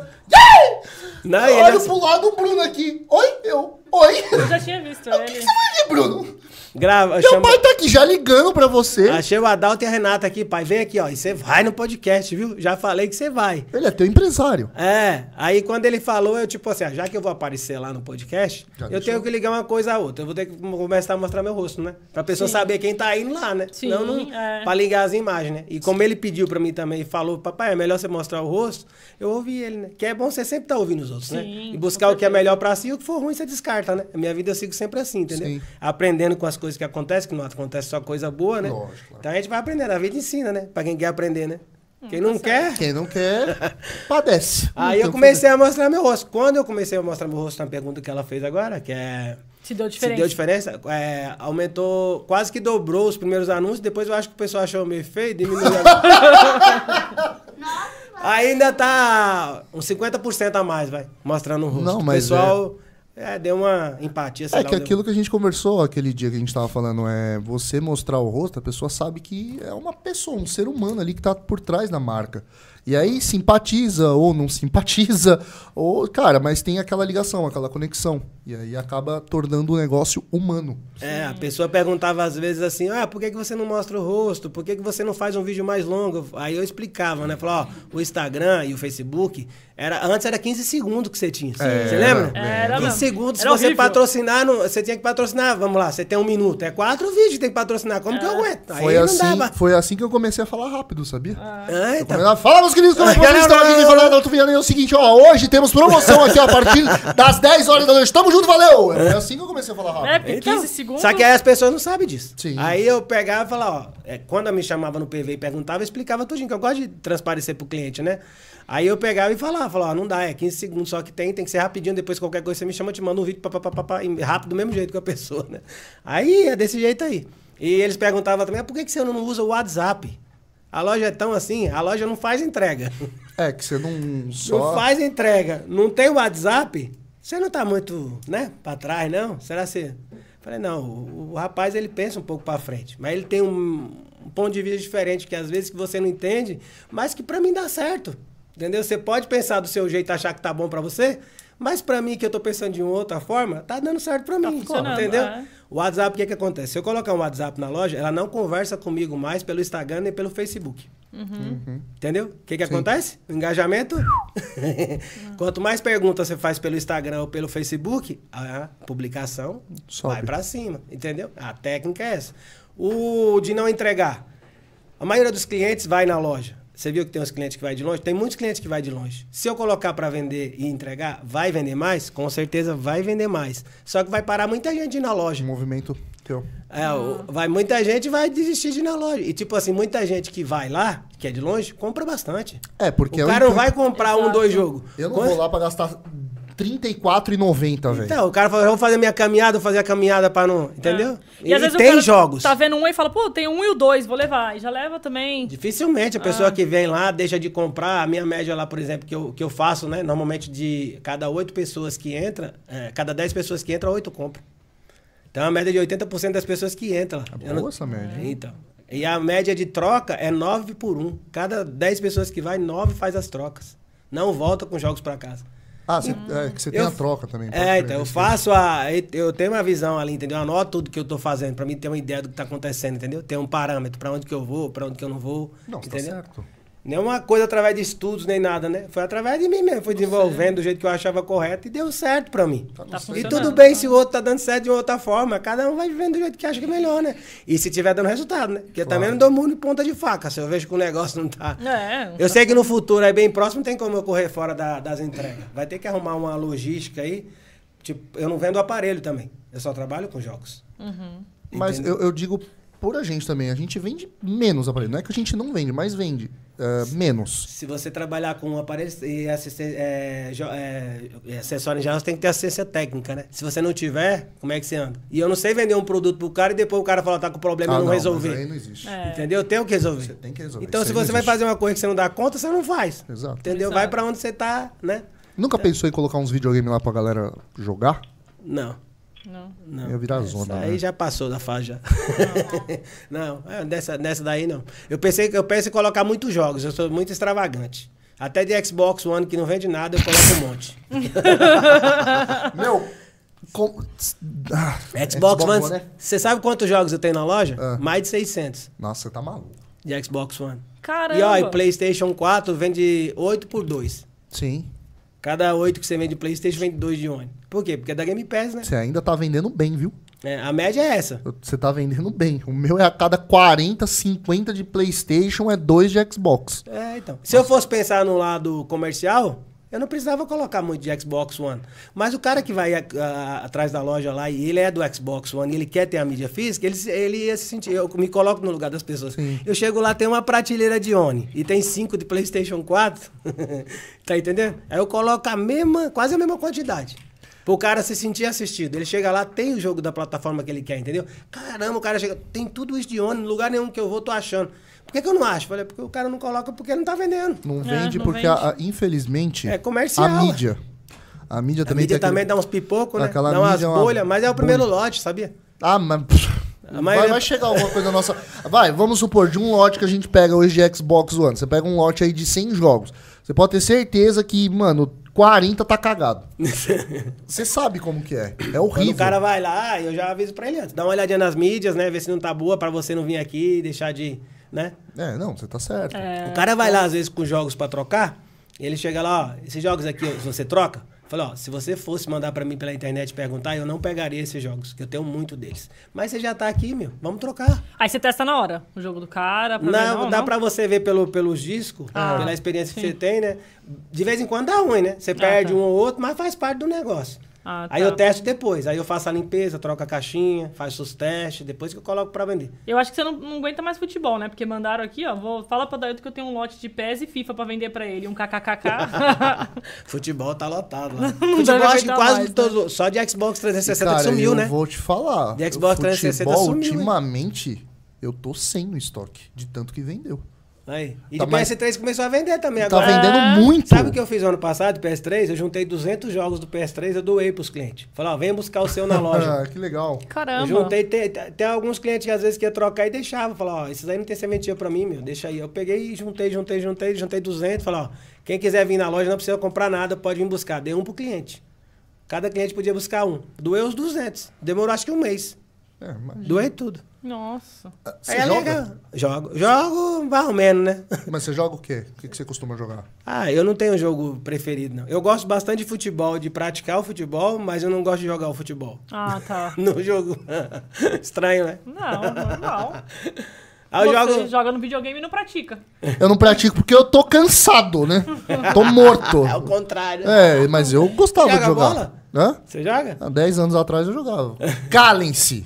Não, Eu ele olho assim- pro lado o Bruno aqui. Oi, eu. *laughs* Oi. Eu já tinha visto ele. Ih, Bruno. grava, Meu chama- pai tá aqui já ligando pra você. Achei o Adalto e a Renata aqui, pai. Vem aqui, ó. E você vai no podcast, viu? Já falei que você vai. Ele é teu empresário. É, aí quando ele falou, eu tipo assim, ah, já que eu vou aparecer lá no podcast, Já eu deixou. tenho que ligar uma coisa a outra. Eu vou ter que começar a mostrar meu rosto, né? Pra pessoa saber quem tá indo lá, né? Sim, Senão não, é. Pra ligar as imagens, né? E como ele pediu pra mim também e falou, papai, é melhor você mostrar o rosto, eu ouvi ele, né? Que é bom você sempre tá ouvindo os outros, né? Sim, E buscar o que é melhor pra si e o que for ruim você descarta, né? A minha vida eu sigo sempre assim, entendeu? Sim. Aprendendo com as coisas que acontecem, que não acontece só coisa boa, né? Lógico, claro. Então a gente vai aprendendo, a vida ensina, né? Pra quem quer aprender, né? Quem Hum, não tá quer, Quem não quer, padece. Não Aí tem eu o que comecei a mostrar meu rosto. Quando eu comecei a mostrar meu rosto na pergunta que ela fez agora, que é. Se deu Se diferença. deu diferença, é, aumentou, quase que dobrou os primeiros anúncios, depois eu acho que o pessoal achou meio feio, diminuiu. *laughs* Ainda tá uns 50% a mais, vai, mostrando o rosto. Não, mas o pessoal é, deu uma empatia, sei É lá. que deu- aquilo que a gente conversou aquele dia que a gente tava falando é você mostrar o rosto, a pessoa sabe que é uma pessoa, um ser humano ali que tá por trás da marca. E aí simpatiza ou não simpatiza, *laughs* ou, cara, mas tem aquela ligação, aquela conexão. E aí acaba tornando o negócio humano. É, a pessoa perguntava às vezes assim, ah, por que, que você não mostra o rosto? Por que, que você não faz um vídeo mais longo? Aí eu explicava, né? Falava, ó, o Instagram e o Facebook, era, antes era 15 segundos que você tinha. assim, É, você lembra? Era 15 mesmo. segundos, se Era você horrível. patrocinar, não- você tinha que patrocinar, vamos lá, você tem um minuto, é quatro vídeos que tem que patrocinar, como É. que eu aguento? Aí Foi não assim, dava. foi assim que eu comecei a falar rápido, sabia? Ah, então. Ela Fala, meus queridos, como é que vocês estão aqui? Quem fala da Tuviana é o seguinte, ó, hoje temos promoção aqui, ó, a partir das 10 horas da noite. Tamo junto, valeu! É assim que eu comecei a falar É, rápido. porque Então, 15 segundos. Só que aí as pessoas não sabem disso. Sim. Aí eu pegava e falava, ó, é, quando eu me chamava no PV e perguntava, eu explicava tudinho, que eu gosto de transparecer pro cliente, né? Aí eu pegava e falava, falava, ó, não dá, é 15 segundos só que tem, tem que ser rapidinho, depois qualquer coisa você me chama, eu te manda um vídeo, papapá, rápido do mesmo jeito que a pessoa, né? Aí é desse jeito aí. E eles perguntavam também, ah, por que, que você não usa o WhatsApp? A loja é tão assim, a loja não faz entrega. *laughs* É, que você não só... Não faz entrega, não tem WhatsApp, você não tá muito, né, pra trás, não? Será que você... Falei, não, o, o rapaz, ele pensa um pouco pra frente, mas ele tem um, um ponto de vista diferente, que às vezes que você não entende, mas que pra mim dá certo, entendeu? Você pode pensar do seu jeito, achar que tá bom pra você, mas pra mim, que eu tô pensando de uma outra forma, tá dando certo pra mim, funcionando, entendeu? é. O WhatsApp, o que que acontece? Se eu colocar um WhatsApp na loja, ela não conversa comigo mais pelo Instagram nem pelo Facebook. Entendeu? O que, que acontece? O engajamento. *laughs* Quanto mais perguntas você faz pelo Instagram ou pelo Facebook, a publicação Sobe. vai pra cima. Entendeu? A técnica é essa. O de não entregar. A maioria dos clientes vai na loja. Você viu que tem uns clientes que vai de longe? Tem muitos clientes que vai de longe. Se eu colocar para vender e entregar, vai vender mais? Com certeza vai vender mais. Só que vai parar muita gente de ir na Um loja. movimento teu. É, o- vai muita gente e vai desistir de ir na loja. E tipo assim, muita gente que vai lá, que é de longe, compra bastante. É, porque o eu cara não entendo- vai comprar um, Exato. dois jogos. Eu não Quando- vou lá pra gastar R$34,90, velho. Então, o cara fala, eu vou fazer minha caminhada, vou fazer a caminhada pra não. Entendeu? É. E, às vezes o tem cara jogos. Tá vendo um e fala, pô, tem um e o dois, vou levar. E já leva também. Dificilmente a Ah. pessoa que vem lá deixa de comprar. A minha média lá, por exemplo, que eu, que eu faço, né? Normalmente de cada oito pessoas que entra, é, cada dez pessoas que entra, oito compram. Então é uma média de 80% das pessoas que entram lá. É Eu boa essa média, hein? Então. E a média de troca é nove por um. Cada dez pessoas que vai, nove faz as trocas. Não volta com jogos pra casa. Ah, você, é, que você tem Eu- a troca também. pode É, crer, então eu isso. faço a. Eu tenho uma visão ali, entendeu? Eu anoto tudo que eu tô fazendo, pra mim ter uma ideia do que tá acontecendo, entendeu? Tem um parâmetro, pra onde que eu vou, pra onde que eu não vou. Não, tá entendeu? certo. Nenhuma coisa através de estudos nem nada, né? Foi através de mim mesmo. Tá Fui desenvolvendo do jeito que eu achava correto e deu certo pra mim. Tá certo. e funcionando. tudo bem se o outro tá dando certo de uma outra forma. Cada um vai vivendo do jeito que acha que é melhor, né? E se tiver dando resultado, né? Porque eu também não dou mundo em ponta de faca. Se eu vejo que o negócio não tá. É. Eu sei que no futuro, aí bem próximo, tem como eu correr fora da- das entregas. Vai ter que arrumar uma logística aí. Tipo, eu não vendo aparelho também. Eu só trabalho com jogos. Mas Entendeu? eu, eu digo por a gente também. A gente vende menos aparelho. Não é que a gente não vende, mas vende é, menos. Se você trabalhar com aparelhos e assisten- é, jo- é, e acessório em geral, você tem que ter assistência técnica, né? Se você não tiver, como é que você anda? E eu não sei vender um produto pro cara e depois o cara fala, tá com problema e Ah, não, mas Aí resolver. não existe. Entendeu? Eu tenho que resolver. Você tem que resolver. Então, Isso se aí não você vai existe. fazer uma coisa que você não dá conta, você não faz. Exato. Entendeu? Exato. Vai pra onde você tá, né? Nunca pensou em colocar uns videogames lá pra galera jogar? Não. Não. Não. Ia virar Essa zona, Aí né? já passou da fase já. *laughs* Não, é, nessa, nessa daí não. Eu pensei que eu penso em colocar muitos jogos, eu sou muito extravagante. Até de Xbox One que não vende nada, eu coloco um monte. *laughs* Meu. com- Ah, Xbox, *laughs* One, é- você sabe quantos jogos eu tenho na loja? Ah. Mais de 600 Nossa, você tá maluco. de Xbox One. Caramba. E ó, e PlayStation 4 vende 8 por 2. Sim. Cada 8 que você vende de PlayStation vende 2 de One. Por quê? Porque é da Game Pass, né? Você ainda tá vendendo bem, viu? É, a média é essa. Você tá vendendo bem. O meu é a cada 40, 50 de PlayStation, é 2 de Xbox. É, então. Se eu fosse pensar no lado comercial, eu não precisava colocar muito de Xbox One. Mas o cara que vai a- a- atrás da loja lá e ele é do Xbox One e ele quer ter a mídia física, ele, se- ele ia se sentir. Eu me coloco no lugar das pessoas. Eu chego lá, tem uma prateleira de One e tem cinco de PlayStation 4. *laughs* tá entendendo? Aí eu coloco a mesma, quase a mesma quantidade. Pro cara se sentir assistido. Ele chega lá, tem o jogo da plataforma que ele quer, entendeu? Caramba, o cara chega, tem tudo isso de ônibus, lugar nenhum que eu vou, tô achando. Por que, que eu não acho? Falei, porque o cara não coloca porque não tá vendendo. Não É, vende não porque, vende. a- a- infelizmente, É comercial, a é. mídia. A mídia A também mídia tem também aquele- dá uns pipocos, né? Aquela dá umas mídia é uma bolhas, mas é o primeiro bolha. lote, sabia? Ah, mas... A Vai, maioria- vai chegar alguma coisa nossa. Vai, vamos supor, de um lote que a gente pega hoje de Xbox One. Você pega um lote aí de 100 jogos. Você pode ter certeza que, mano, 40 tá *laughs* cagado. Você sabe como que é. É Quando horrível. o cara vai lá, eu já aviso pra ele antes. Dá uma olhadinha nas mídias, né? Ver se não tá boa pra você não vir aqui e deixar de. né? É, não, você tá certo. O cara vai lá, Então, às vezes, com jogos pra trocar, e ele chega lá, ó, esses jogos aqui, ó, você troca? Fala, ó, se você fosse mandar pra mim pela internet perguntar, eu não pegaria esses jogos, que eu tenho muito deles. Mas você já tá aqui, meu, vamos trocar. Aí você testa na hora o jogo do cara. Pra ver, Não, não, dá não. pra você ver pelo, pelos discos, Ah, pela experiência que você tem, né? De vez em quando dá ruim, né? Você perde tá. um ou outro, mas faz parte do negócio. Ah, Aí tá. eu testo depois, aí eu faço a limpeza, troco a caixinha, faço os testes, depois que eu coloco *laughs* pra vender. Eu acho que você não, não aguenta mais futebol, né? Porque mandaram aqui, ó. Vou, fala pra Dailton que eu tenho um lote de PES e FIFA pra vender pra ele. Um kkkk. Futebol tá lotado lá. deve Futebol acho que aguentar quase mais, né? todos, só de Xbox 360 Cara, que sumiu, eu né? vou te falar. De Xbox o 360 futebol, sumiu, hein? ultimamente, eu tô sem no estoque, de tanto que vendeu. Aí. E Tá de mais- PS3 começou a vender também Tá agora. vendendo Ah, muito. Sabe o que eu fiz ano passado, PS3? Eu juntei 200 jogos do PS3, eu doei pros clientes. Falei, ó, vem buscar o seu na loja. *laughs* Ah, que legal. *laughs* Caramba. Eu juntei, tem, tem alguns clientes que às vezes quer trocar e deixava. Falava, ó, esses aí não tem sementinha pra mim, meu, deixa aí. Eu peguei e juntei, juntei, juntei, juntei 200. Falava, ó, quem quiser vir na loja não precisa comprar nada, pode vir buscar. Dei um pro cliente. Cada cliente podia buscar um. Doei os 200. Demorou acho que um mês. É, mas... Doei tudo. Nossa. Você Aí é joga? legal. Jogo. Jogo mais ou menos, né? Mas você joga o quê? O que que você costuma jogar? Ah, eu não tenho jogo preferido, não. Eu gosto bastante de futebol, de praticar o futebol, mas eu não gosto de jogar o futebol. *laughs* Ah, tá. No jogo. *laughs* Estranho, né? Não, normal. Aí Ah, eu Você jogo. joga no videogame e não pratica. Eu não pratico porque eu tô cansado, né? Tô morto. É o contrário. É, mas eu gostava Joga de jogar. bola? Hã? Você joga? Há 10 anos atrás eu jogava. *laughs* Calem-se!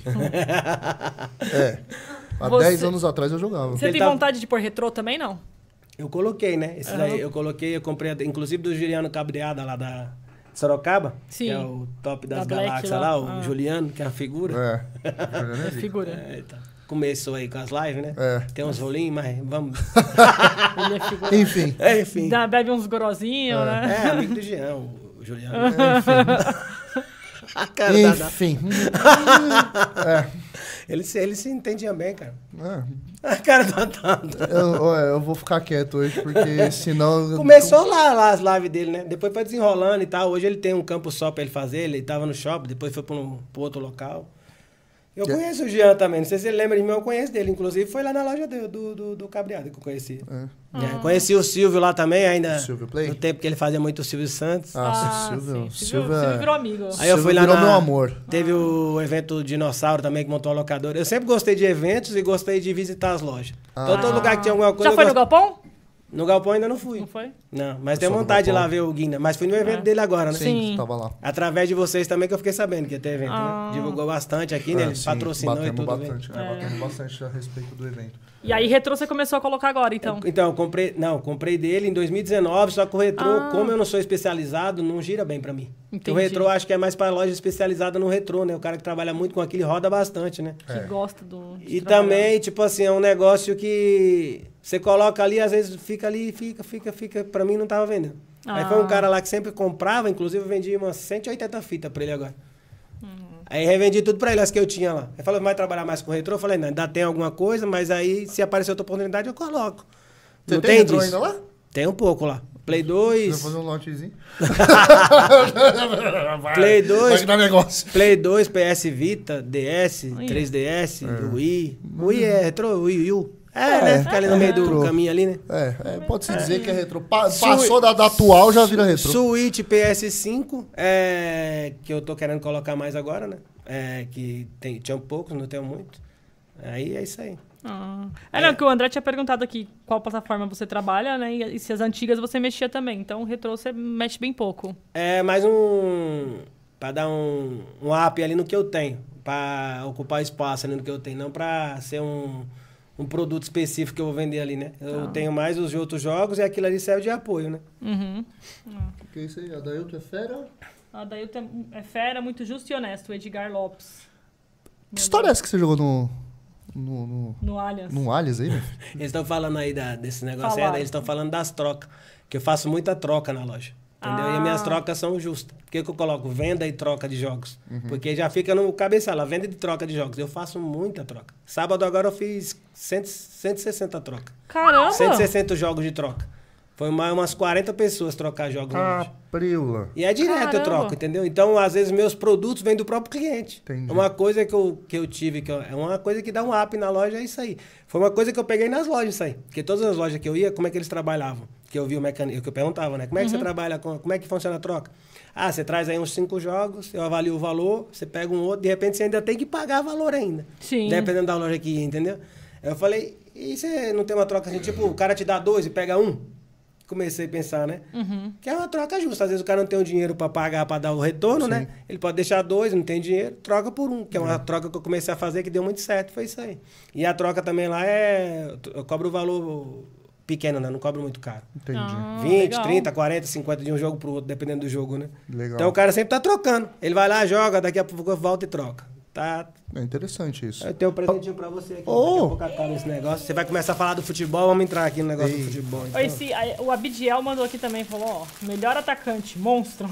é. Há Você- 10 anos atrás eu jogava. Você Ele tem tá- vontade de pôr retrô também, não? Eu coloquei, né? Esses aí eu coloquei, eu comprei, inclusive do Juliano Cabreada lá da Sorocaba, Sim. que é o top das Da Black galáxias lá. lá, o Ah. Juliano, que é a figura. É. Figura. É, tá. Começou aí com as lives, né? É. Tem uns rolinhos, mas vamos. *laughs* Ele é figura. Enfim. É, Enfim. Dá, bebe uns gorozinhos, né? É, amigo do Jean, o o Juliano. É, enfim. *laughs* a cara da- da- Enfim. *laughs* Ele se, ele se entendia bem, cara. *laughs* É, A cara da Tata. eu, ó, eu vou ficar quieto hoje, porque senão. eu- Começou lá, lá as lives dele, né? Depois foi desenrolando e tal. Hoje ele tem um campo só pra ele fazer. Ele tava no shopping, depois foi pra, um, pra outro local. Eu Que- é conheço o Jean também. Não sei se ele lembra de mim, eu conheço dele. Inclusive, foi lá na loja do, do, do, do Cabreado que eu conheci. É, conheci o Silvio lá também, ainda. Silvio Play? No tempo que ele fazia muito o Silvio Santos. Ah, Ah, Silvio. sim. Silvio, Silvio virou é- amigo. Aí eu Silvio fui lá virou na- meu amor. Teve o evento Dinossauro também, que montou a locadora. Eu sempre gostei de eventos e gostei de visitar as lojas. Ah. Então, todo lugar que tinha alguma coisa... Já eu foi no gosto- galpão? No Galpão ainda não fui. Não foi? É. Não, mas sou tenho do vontade de ir lá Galpão. ver o Guina. Mas fui no evento dele agora, né? Sim. Sim, tava lá. Através de vocês também que eu fiquei sabendo que ia ter evento, Ah. né? Divulgou bastante aqui, né? É, Ele sim, patrocinou e batemos tudo. né? bastante, né? Batemos bastante a respeito do evento. E aí retrô você começou a colocar agora, então. Então, eu comprei... Não, comprei dele em 2019, só que o retrô, como eu não sou especializado, não gira bem pra mim. Ah. Entendi. O retrô acho que é mais pra loja especializada no retrô, né? O cara que trabalha muito com aquilo roda bastante, né? Que gosta do. de E trabalhar. também, tipo assim, é um negócio que você coloca ali, às vezes fica ali, fica, fica, fica. Pra mim não tava vendendo. Aí foi um cara lá que sempre comprava, inclusive eu vendi umas 180 fitas pra ele agora. Aí revendi tudo pra ele, as que eu tinha lá. Ele falou, vai trabalhar mais com retrô? Eu falei, não, ainda tem alguma coisa, mas aí se aparecer outra oportunidade eu coloco. Você não tem retrô disso? ainda lá? Tem um pouco lá. Play 2. Vou fazer um lotezinho. É, Play Vai 2. que dá negócio. Play 2, PS Vita, DS, 3DS, Wii. Wii é retro, Wii U. É, né? Ficar ali no meio do Retro. caminho ali, né? É, é, pode-se dizer que é retrô. Pa- passou da, da atual, já vira retrô. Switch PS5, é, que eu tô querendo colocar mais agora, né? É, que tem, tinha poucos, não tenho muito. Aí é isso aí. Ah. É, não, que o André tinha perguntado aqui qual plataforma você trabalha, né? E, e se as antigas você mexia também. Então, retrô você mexe bem pouco. É mais um. Pra dar um, um up ali no que eu tenho. Pra ocupar espaço ali no que eu tenho. Não pra ser um, um produto específico que eu vou vender ali, né? Eu tenho mais os outros jogos e aquilo ali serve de apoio, né? Uhum. Que isso aí, Adailto é fera. Ah, daí o tem- é fera, muito justo e honesto, o Edgar Lopes, Que história é essa que você jogou no. no. no, no Allianz. no Alias aí, velho? Eles estão falando aí da- desse negócio aí, Falaram. daí eles estão falando das trocas. Que eu faço muita troca na loja. Entendeu? E as minhas trocas são justas. Por que, que eu coloco venda e troca de jogos? Porque já fica no cabeça lá, venda e troca de jogos. Eu faço muita troca. Sábado agora eu fiz 100, 160 trocas. Caramba! 160 jogos de troca. Foi mais umas 40 pessoas trocar Ah, jogos hoje. Caprila. E é direto Caramba. eu troco, entendeu? Então, às vezes, meus produtos vêm do próprio cliente. Entendi. Uma coisa que eu, que eu tive, que eu- é uma coisa que dá um up na loja, é isso aí. Foi uma coisa que eu peguei nas lojas, isso aí. Porque todas as lojas que eu ia, como é que eles trabalhavam? Que eu vi o mecanismo, que eu perguntava, né? Como é que você trabalha, com, como é que funciona a troca? Ah, você traz aí uns cinco jogos, eu avalio o valor, você pega um outro, de repente você ainda tem que pagar valor ainda. Sim. Dependendo da loja que ia, entendeu? Eu falei, e você não tem uma troca assim, tipo, o cara te dá dois e pega um? Comecei a pensar, né? Uhum. Que é uma troca justa. Às vezes o cara não tem o dinheiro para pagar, para dar o retorno, né? Ele pode deixar dois, não tem dinheiro, troca por um. Que é uma troca que eu comecei a fazer que deu muito certo, foi isso aí. E a troca também lá é... Eu cobro o valor pequeno, né? Não cobro muito caro. Entendi. 20, Ah, legal. 30, 40, 50 de um jogo pro outro, dependendo do jogo, né? Legal. Então o cara sempre tá trocando. Ele vai lá, joga, daqui a pouco volta e troca. Tá, É interessante isso. eu tenho um presentinho pra você aqui. Oh. Daqui a pouco acaba esse negócio. Você vai começar a falar do futebol, vamos entrar aqui no negócio do futebol. então. Esse, aí, o Abidiel mandou aqui também, falou, ó, melhor *laughs* atacante, monstro.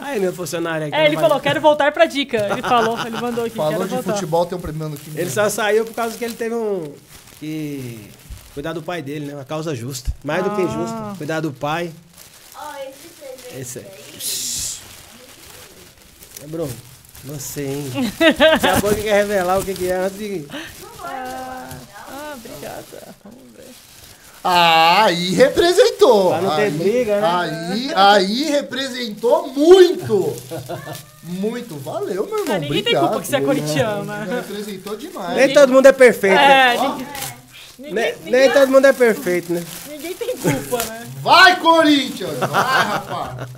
Aí, meu funcionário aqui. é, ele vai- falou, quero voltar pra *laughs* dica. Ele falou, ele mandou aqui, Falou quero de voltar. futebol, tem um premiando aqui. Ele só saiu por causa que ele teve um. Que. Cuidar do pai dele, né? Uma causa justa. Mais Ah. do que justa. Cuidar do pai. Ó, esse presente Esse é- aí. aí. Ô, Bruno, você, *laughs* hein? Daqui a pouco quer revelar o que, que é antes de. Ah, obrigada. Vamos ver. Ah, Aí representou. Pra não ter aí, briga, né? Aí, aí representou muito. Muito. Valeu, meu irmão. Ah, ninguém tem Obrigado. *laughs* culpa que você é corintiano, né? Então- Representou demais. Nem todo mundo é perfeito. né? É, ninguém... Ninguém, Nem, ninguém- Né, nem todo mundo é perfeito, né? ninguém tem culpa, né? Vai, Corinthians! Vai, rapaz!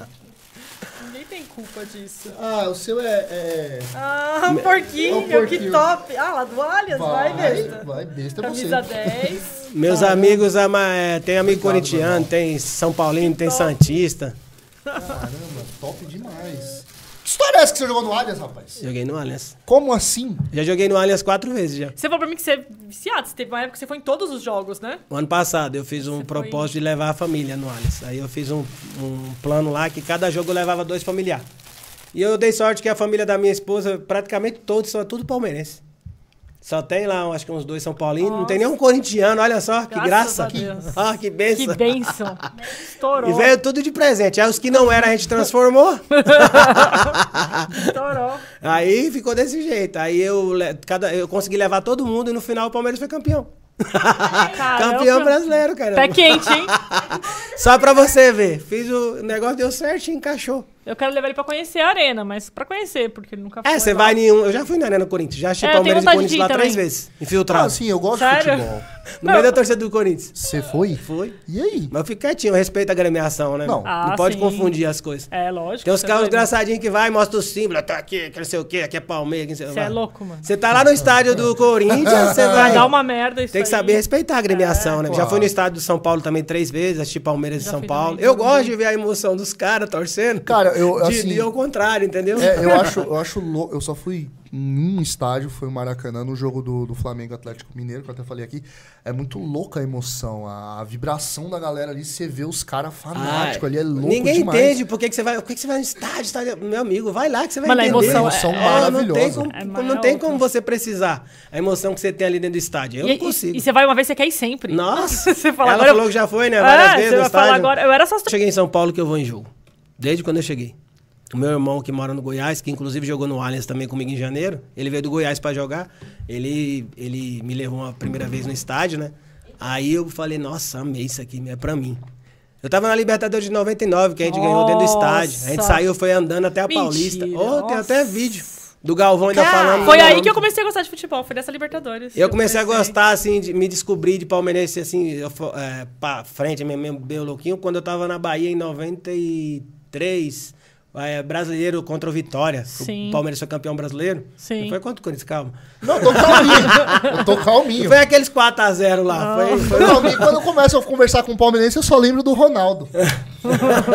Ninguém tem culpa disso. Ah, o seu é. é... Ah, um porquinho, Ô, porquinho. que top. Ah, lá do Allianz, vai, besta. Vai, besta é você. Camisa 10. Meus amigos, ama- é, tem amigo corintiano, tem São Paulino, tem Santista. Caramba, top demais. Que história é essa que você jogou no Allianz, rapaz? Joguei no Allianz. Como assim? Já joguei no Allianz quatro vezes já. *laughs* Você falou pra mim que você é viciado. Você teve uma época que você foi em todos os jogos, né? O ano passado eu fiz um propósito de levar a família no Allianz. Aí eu fiz um, um plano lá que cada jogo eu levava dois familiares. E eu dei sorte que a família da minha esposa, praticamente todos, são tudo palmeirense. Só tem lá, acho que uns dois São Paulinos, não tem nenhum corintiano, olha só, que Graças graça. a Deus. Ah, que benção. Que bênção. *laughs* Estourou. E veio tudo de presente. Aí os que não eram a gente transformou. *laughs* Estourou. Aí ficou desse jeito. Aí eu, le- cada, eu consegui levar todo mundo e no final o Palmeiras foi campeão. Caramba. Campeão brasileiro, cara. Pé quente, *laughs* hein? Só pra você ver. Fiz o negócio, deu certo e encaixou. Eu quero levar ele pra conhecer a arena, mas pra conhecer, porque ele nunca Ah, foi. É, você lá. vai em um. Eu já fui na Arena do Corinthians, já achei É, eu tenho Palmeiras e vontade de Corinthians ir lá três também. vezes. Ah, Infiltrado. sim, eu gosto Sério? de futebol. no meio da torcida do Corinthians. Você foi? Foi. E aí? Mas eu fico quietinho, eu respeito a gremiação, né? Não. Ah, não pode sim. confundir as coisas. É, lógico. Tem uns você carros vai- engraçadinhos que vai e mostra o símbolo. Eu tô aqui, que não sei o quê, aqui é Palmeiras. que não sei o quê. Você é louco, mano. Você tá lá no estádio do Corinthians, você Vai vai. dar uma merda isso Tem que aí. é saber respeitar a gremiação, né? Já claro. fui no estádio do São Paulo também três vezes, assisti Palmeiras e Já São fui Paulo. também, Eu também. gosto de ver a emoção dos caras torcendo. Cara, eu, de, assim- de ao contrário, entendeu? É, eu *laughs* acho, eu acho louco. Eu só fui em um estádio, foi o Maracanã, no jogo do, do Flamengo Atlético Mineiro, que eu até falei aqui. É muito louca a emoção, a, a vibração da galera ali. Você vê os caras fanáticos ali, é louco Ah, Ninguém demais. entende por que, que você vai. Por que, que você vai no estádio, estádio? Meu amigo, vai lá que você vai Mas a entender. emoção Emoção é- Não tem, maravilhosa. como, É não tem maior, como né? você precisar a emoção que você tem ali dentro do estádio. Eu E- não e- consigo. E você vai uma vez, você quer ir sempre. Nossa! *laughs* você fala Ela agora. falou que já foi, né? Várias é, vezes você no vai falar estádio. agora. Eu era só. Cheguei em São Paulo que eu vou em jogo. Desde quando eu cheguei. O meu irmão que mora no Goiás, que inclusive jogou no Allianz também comigo em janeiro, ele veio do Goiás pra jogar. Ele, ele me levou uma primeira vez no estádio, né? Aí eu falei, nossa, amei isso aqui, é pra mim. Eu tava na Libertadores de 99, que a gente ganhou dentro do estádio. A gente Nossa. saiu, foi andando até a Mentira, Paulista. Oh, tem até nossa. vídeo do Galvão ainda falando. Foi do aí Galvão. que eu comecei a gostar de futebol, foi dessa Libertadores. Eu comecei a conheci. gostar, assim, de me descobrir de palmeirense, assim, eu, fo- é, pra frente, mesmo, mesmo bem louquinho, quando eu tava na Bahia em 93, é, brasileiro contra o Vitória. que Sim. O Palmeiras foi campeão brasileiro. Sim. Não foi quanto, Corinthians? Calma. Não, eu tô calminho. Eu tô calminho. Foi aqueles 4x0 lá. Foi, foi- Eu calminho. Quando eu começo a conversar com o palmeirense, eu só lembro do Ronaldo.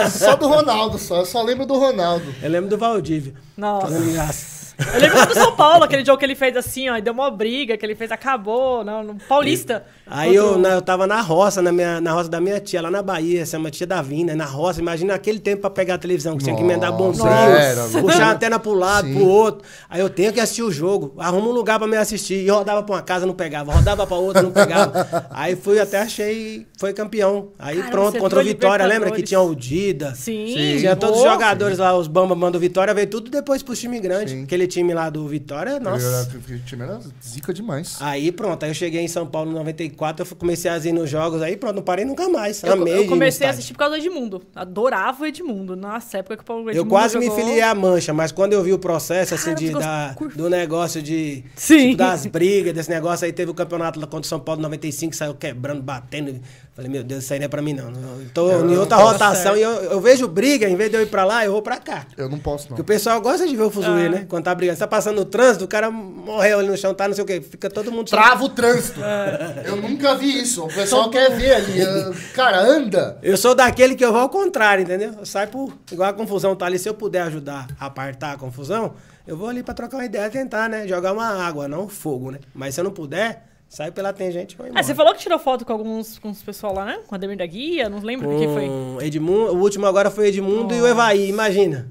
só do Ronaldo, só. Eu só lembro do Ronaldo. Eu lembro do Valdívia. Nossa. Fazendo graça. Eu lembro do São Paulo, aquele jogo que ele fez assim, ó, e deu uma briga, que ele fez, acabou, não, no Paulista. Aí eu, Outro- na- eu tava na roça, na, minha, na roça da minha tia, lá na Bahia, essa é uma tia da Vina, na roça. Imagina aquele tempo pra pegar a televisão, que tinha que emendar bombril, Nossa. puxar a antena pro lado, Sim. pro outro. Aí eu tenho que assistir o jogo, arruma um lugar pra me assistir. E rodava pra uma casa, não pegava, rodava pra outra, não *laughs* pegava. Aí fui até achei, foi campeão. Aí Cara, pronto, você contra o foi Vitória, lembra que Libertadores. tinha o Dida? Sim. Tinha todos os Pô. jogadores lá, os Bamba mandou Vitória, veio tudo depois pro time grande. Sim. Aquele time lá do Vitória, nossa. O time era zica demais. Aí pronto, aí eu cheguei em São Paulo em 94, eu fui- comecei a ir nos jogos, aí pronto, não parei nunca mais. Eu, Amei. tá. de ir eu no comecei a estádio. assistir por causa do Edmundo. Adorava o Edmundo. Nossa, época que o Edmundo Eu quase me jogou. filiei à mancha, mas quando eu vi o processo, assim, Cara, de, você da- gostou- do negócio de Sim. tipo, das brigas, desse negócio, aí teve o campeonato lá contra o São Paulo em 95, que saiu quebrando, batendo. Falei, meu Deus, isso aí não é pra mim, não. Eu tô em tá outra rotação e eu, eu vejo briga, em vez de eu ir pra lá, eu vou pra cá. Eu não posso, não. Porque o pessoal gosta de ver o fuzuê, Ah. né? Quando tá brigando. Você tá passando no trânsito, o cara morreu ali no chão, tá não sei o quê. Fica todo mundo... Trava o trânsito. É. Eu nunca vi isso. O Então, pessoal quer ver *laughs* ali. Ah, Cara, anda. Eu sou daquele que eu vou ao contrário, entendeu? Eu saio por. Igual a confusão tá ali, se eu puder ajudar a apartar a confusão, eu vou ali pra trocar uma ideia, tentar, né? Jogar uma água, não fogo, né? Mas se eu não puder, saio pela tangente e vou Ah, embora. você falou que tirou foto com alguns com os pessoal lá, né? Com a Demir da Guia, não lembro quem foi. Com Um, Edmundo, o último agora foi Edmundo e o Evaí, imagina.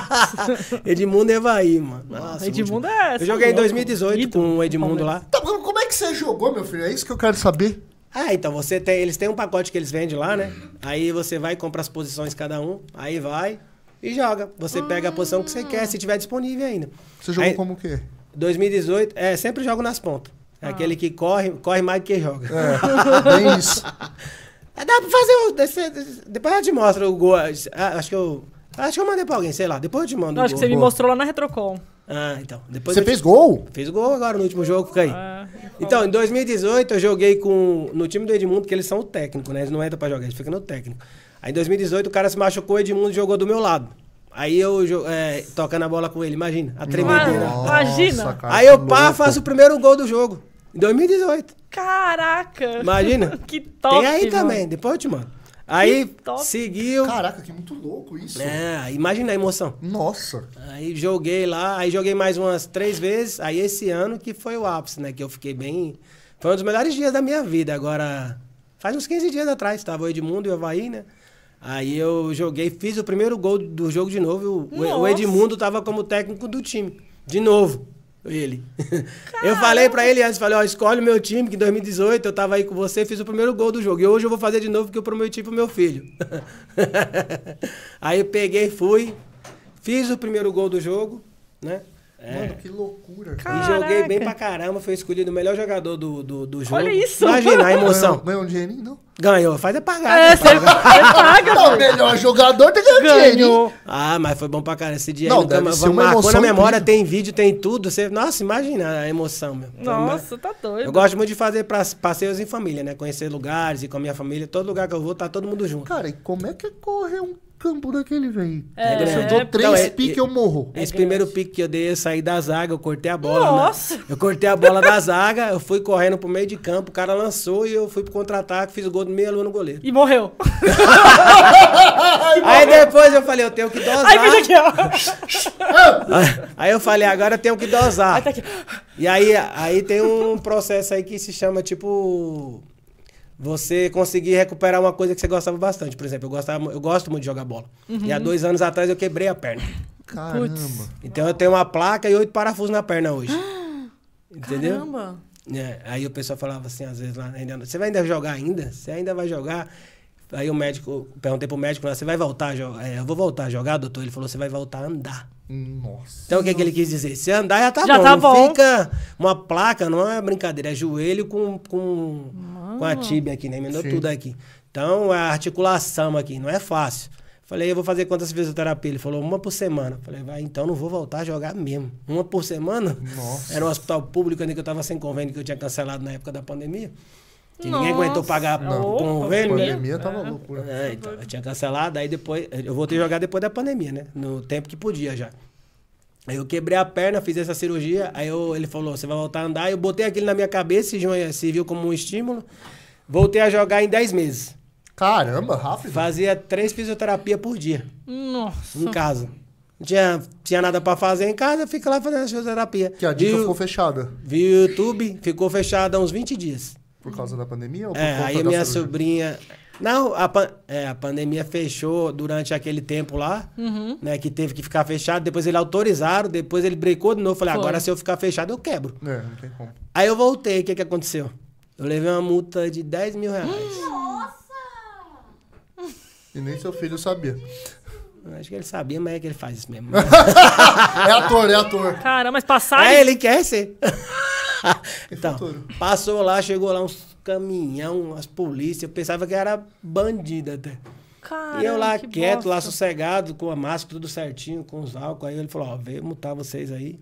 *laughs* Edmundo e Evaí, mano. Nossa, o Edmundo último. é- Eu joguei em louco. 2018 com o Edmundo lá. Tá, mas como é que você jogou, meu filho? É isso que eu quero saber. Ah, então você tem. Eles têm um pacote que eles vendem lá, né? Aí você vai e compra as posições cada um, aí vai e joga. Você pega a posição que você quer, se tiver disponível ainda. Você jogou Aí, como o quê? *laughs* 2018, é, sempre jogo nas pontas. Ah. É Aquele que corre, corre mais do que joga. É, bem isso. *laughs* É, Dá pra fazer o. desse- desse- Depois eu te mostro o gol. Ah, Acho que eu. Acho que eu mandei pra alguém, sei lá. Depois eu te mando. Não, o acho que gol. você me mostrou lá na Retrocom. Ah, então. Depois Você eu- fez gol? Fez gol agora no último jogo, Caí. Ah, Então, em 2018 eu joguei com no time do Edmundo, que eles são o técnico, né? Eles não entram pra jogar, eles ficam no técnico. Aí em 2018 o cara se machucou, o Edmundo jogou do meu lado. Aí eu jo- é, tocando a bola com ele, imagina, a tremedeira. Nossa, Imagina. cara, Aí que eu pá, louco. faço o primeiro gol do jogo. Em 2018. Caraca! Imagina. *laughs* que top! Tem aí mano. também, depois eu te mando. Aí top. seguiu. Caraca, que muito louco isso. É, imagina a emoção. Nossa. Aí joguei lá, aí joguei mais umas três vezes. Aí esse ano que foi o ápice, né? Que eu fiquei bem. Foi um dos melhores dias da minha vida. Agora, faz uns 15 dias atrás, tava o Edmundo e o Havaí, né? Aí eu joguei, fiz o primeiro gol do jogo de novo. e O, o Nossa. Edmundo tava como técnico do time. De novo, ele. *laughs* Eu falei pra ele antes, falei, ó, escolhe o meu time, que em 2018 eu tava aí com você, fiz o primeiro gol do jogo. E hoje eu vou fazer de novo, porque eu prometi pro meu filho. *laughs* aí eu peguei, fui, fiz o primeiro gol do jogo, né? É. Mano, que loucura. cara. E Caraca. joguei bem pra caramba, foi escolhido o melhor jogador do, do, do jogo. Olha isso. Imagina a emoção. *laughs* Ganhou, ganhou um dinheirinho, não? Ah, Ganhou, faz é pagar. É, né? você *laughs* paga, Não, o filho. melhor jogador tem que ganhar um dinheirinho. Ganhou. Ah, mas foi bom pra caramba. Esse dia aí Não, no deve Cama- ser uma marcou emoção na memória, incrível. tem vídeo, tem tudo. Você... Nossa, imagina a emoção, meu. Foi uma- Nossa, tá doido. Eu gosto muito de fazer pras- passeios em família, né? Conhecer lugares e com a minha família. Todo lugar que eu vou, tá todo mundo junto. Cara, e como é que correr um campo daquele, velho? É. Se eu dou três Não, é- piques, eu *laughs* morro. Esse primeiro pique que eu dei, eu saí da zaga, eu cortei a bola. Nossa! né? Eu cortei a bola da zaga, eu fui correndo pro meio de campo, o cara lançou e eu fui pro contra-ataque, fiz o gol do meio lua no goleiro. E *laughs* morreu. Aí depois eu falei, eu tenho que dosar. Aí fez aqui, ó. *laughs* Aí eu falei, agora eu tenho que dosar. Aí tá aqui. E aí, aí tem um processo aí que se chama, tipo, você conseguir recuperar uma coisa que você gostava bastante. Por exemplo, eu, gostava, eu gosto muito de jogar bola. E há Uhum. dois anos atrás eu quebrei a perna. Caramba. Então eu tenho uma placa e oito parafusos na perna hoje. Entendeu? Ah, Caramba. É, aí o pessoal falava assim, às vezes, lá, ainda, você vai ainda jogar ainda? Você ainda vai jogar? Aí o médico, perguntei pro médico, lá, você vai voltar a jogar? eu vou voltar a jogar, doutor? Ele falou, você vai voltar a andar. Nossa. Então o que, é que ele quis dizer? Se andar já tá Já bom. tá não bom. fica uma placa, não é brincadeira, é joelho com, com, com a tíbia aqui, né? Emendou Sim. tudo aqui. Então a articulação aqui, não é fácil. Falei, eu vou fazer quantas fisioterapia? Ele falou, uma por semana. Falei, vai, então não vou voltar a jogar mesmo. Uma por semana? Nossa. Era um hospital público ainda que eu tava sem convênio, que eu tinha cancelado na época da pandemia. Que ninguém aguentou pagar Não. o convênio. né? pandemia tava loucura. É, então, eu tinha cancelado, aí depois. Eu voltei a jogar depois da pandemia, né? No tempo que podia já. Aí eu quebrei a perna, fiz essa cirurgia, aí eu- ele falou, você vai voltar a andar. Eu botei aquilo na minha cabeça, se jo- se viu como um estímulo. Voltei a jogar em 10 meses. Caramba, rápido. Fazia três fisioterapias por dia, Nossa. em casa. Não tinha, tinha nada pra fazer em casa, fica lá fazendo essa fisioterapia. Que a dica Vi o- ficou fechada. Vi o YouTube, ficou fechado há uns 20 dias. Por causa da pandemia ou por É, conta aí da minha cirurgia? sobrinha. Não, a, pan- é, a pandemia fechou durante aquele tempo lá, né? Que teve que ficar fechado. Depois eles autorizaram, depois ele brecou de novo. Falei, Foi. agora se eu ficar fechado, eu quebro. É, não tem como. Aí eu voltei, o que, que aconteceu? Eu levei uma multa de 10 mil reais. Hum. Nossa! E nem seu filho sabia. Acho que ele sabia, mas é que ele faz isso mesmo. É ator, é ator. Cara, mas passagem. é, ele quer ser. então, futuro. passou lá, chegou lá uns caminhão, umas polícias. Eu pensava que era bandido até. Cara, E eu lá que quieto, lá bosta. sossegado, com a máscara, tudo certinho, com os álcool. Aí ele falou, ó, veio multar vocês aí.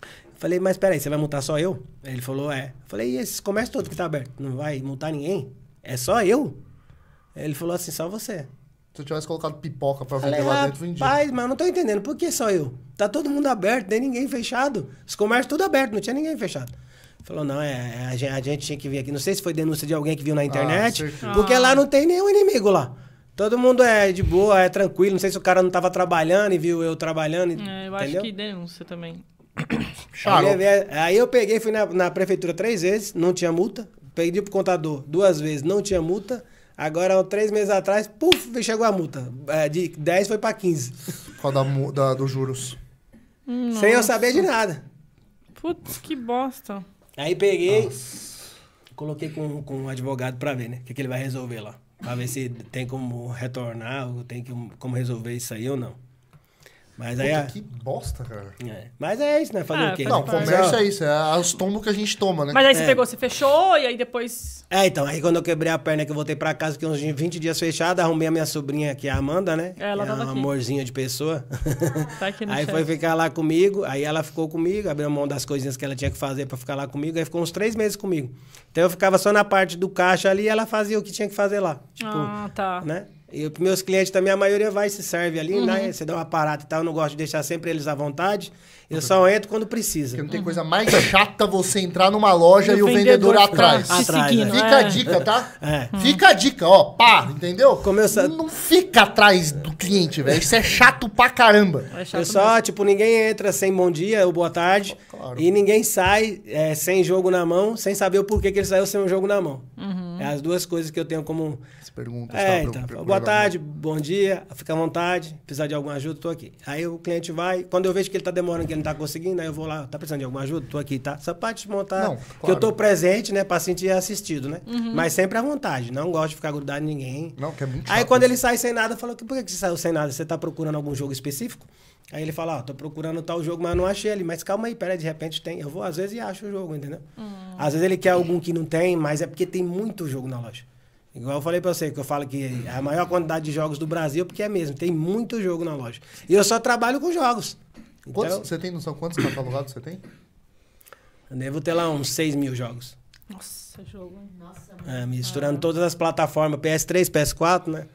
Eu Falei, mas peraí, você vai multar só eu? Ele falou, é. Eu Falei, e esse comércio todo que tá aberto? Não vai multar ninguém? É só eu? Ele falou assim, só você. Se eu tivesse colocado pipoca pra vender Falei, lá dentro, vendia. rapaz, mas eu não tô entendendo, por que só eu? Tá todo mundo aberto, tem ninguém fechado. Os comércios tudo aberto, não tinha ninguém fechado. Falou, não, é, é, a, gente, a gente tinha que vir aqui. Não sei se foi denúncia de alguém que viu na internet, Ah, certeza. porque Ah. lá não tem nenhum inimigo lá. Todo mundo é de boa, é tranquilo. Não sei se o cara não tava trabalhando e viu eu trabalhando. É, eu acho entendeu? que denúncia também. Charo. Aí eu vi- Aí eu peguei, fui na, na prefeitura três vezes, não tinha multa. Pedi pro contador duas vezes, não tinha multa. Agora, há três meses atrás, puf, chegou a multa. É, De 10 foi pra 15. Por causa da, mu- da- dos juros. Sem eu saber de nada. Putz, que bosta. Né? Aí peguei, coloquei com, com um advogado pra ver, né? O que, que ele vai resolver lá. Pra ver se tem como retornar, ou tem que- como resolver isso aí ou não. Mas aí. Puta, a- que bosta, cara. é. Mas é isso, né? Fazer Ah, o quê? faz Não, parte. comércio é isso, é os tombos que a gente toma, né? Mas aí você É. pegou, você fechou, e aí depois. É, então, aí quando eu quebrei a perna que eu voltei pra casa, que uns 20 dias fechado, arrumei a minha sobrinha, que é a Amanda, né? É, ela que é um tava aqui. amorzinho de pessoa. *laughs* Tá aqui no aí chat. foi ficar lá comigo, aí ela ficou comigo, abriu mão das coisinhas que ela tinha que fazer pra ficar lá comigo, aí ficou uns três meses comigo. Então eu ficava só na parte do caixa ali e ela fazia o que tinha que fazer lá. Tipo, ah, tá. né? E os meus clientes também, a maioria vai e se serve ali, Uhum. né? Você dá uma parada e tal, eu não gosto de deixar sempre eles à vontade. Eu só entro quando precisa. Porque não tem coisa mais chata você entrar numa loja e, E o o vendedor, vendedor ficar atrás. te Atrás, né? seguindo, Fica é. a dica, tá? *laughs* É. Fica a dica, ó, pá, entendeu? Começa- Não fica atrás do cliente, velho. Isso é chato pra caramba. É chato Eu só, tipo, ninguém entra sem bom dia ou boa tarde. Claro. E ninguém sai é, sem jogo na mão, sem saber o porquê que ele saiu sem um jogo na mão. É as duas coisas que eu tenho como. As perguntas, É, tá? Pra- então, pra- boa tarde, bom dia, fica à vontade, precisar de alguma ajuda, tô aqui. Aí o cliente vai, quando eu vejo que ele tá demorando, que ele não tá conseguindo, aí eu vou lá, tá precisando de alguma ajuda? Tô aqui, tá? Só pra desmontar, Não, que eu claro. tô presente, né, pra sentir assistido, né? Mas sempre à vontade, não gosto de ficar grudado em ninguém. Não, que é muito Aí chato quando ele sai sem nada, falou que por que que você saiu sem nada? Você tá procurando algum jogo específico? Aí ele fala, ó, tô procurando tal jogo, mas não achei ele. Mas calma aí, peraí, de repente tem. Eu vou às vezes e acho o jogo, entendeu? Às vezes ele quer algum que não tem, mas é porque tem muito jogo na loja. Igual eu falei pra você, que eu falo que é a maior quantidade de jogos do Brasil, porque é mesmo, tem muito jogo na loja. E eu só trabalho com jogos. Então, Quantos, você tem noção quantos catalogados você tem? eu devo ter lá uns 6 mil jogos. Nossa, jogo. hein? Nossa, É, misturando todas as plataformas, PS3, PS4, né?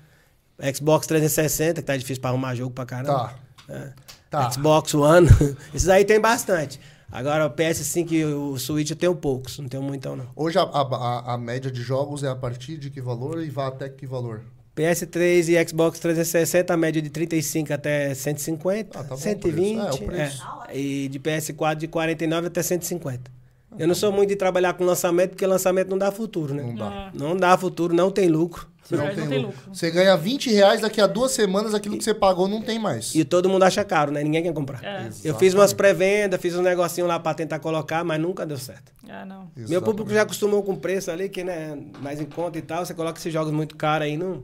Xbox 360, que tá difícil pra arrumar jogo pra caramba. Tá. É. Tá. Xbox One, *laughs* esses aí tem bastante. Agora o PS5 e o Switch eu tenho poucos, não tenho muito não. Hoje a, a- a- a média de jogos é a partir de que valor e vai até que valor? PS3 e Xbox 360, a média de 35 até 150, Ah, tá bom o preço. 120. É, o preço. é. E de PS4 de 49 até 150. Eu não sou muito de trabalhar com lançamento, porque lançamento não dá futuro, né? Não dá. É. Não dá futuro, não tem lucro. Se não, tem lucro. Você ganha 20 reais, daqui a duas semanas aquilo que você pagou não tem mais. E todo mundo acha caro, né? Ninguém quer comprar. É. Eu fiz umas pré-vendas, fiz um negocinho lá pra tentar colocar, mas nunca deu certo. Ah, não. Exatamente. Meu público já acostumou com o preço ali, que né, mais em conta e tal. Você coloca esses jogos muito caros aí, não.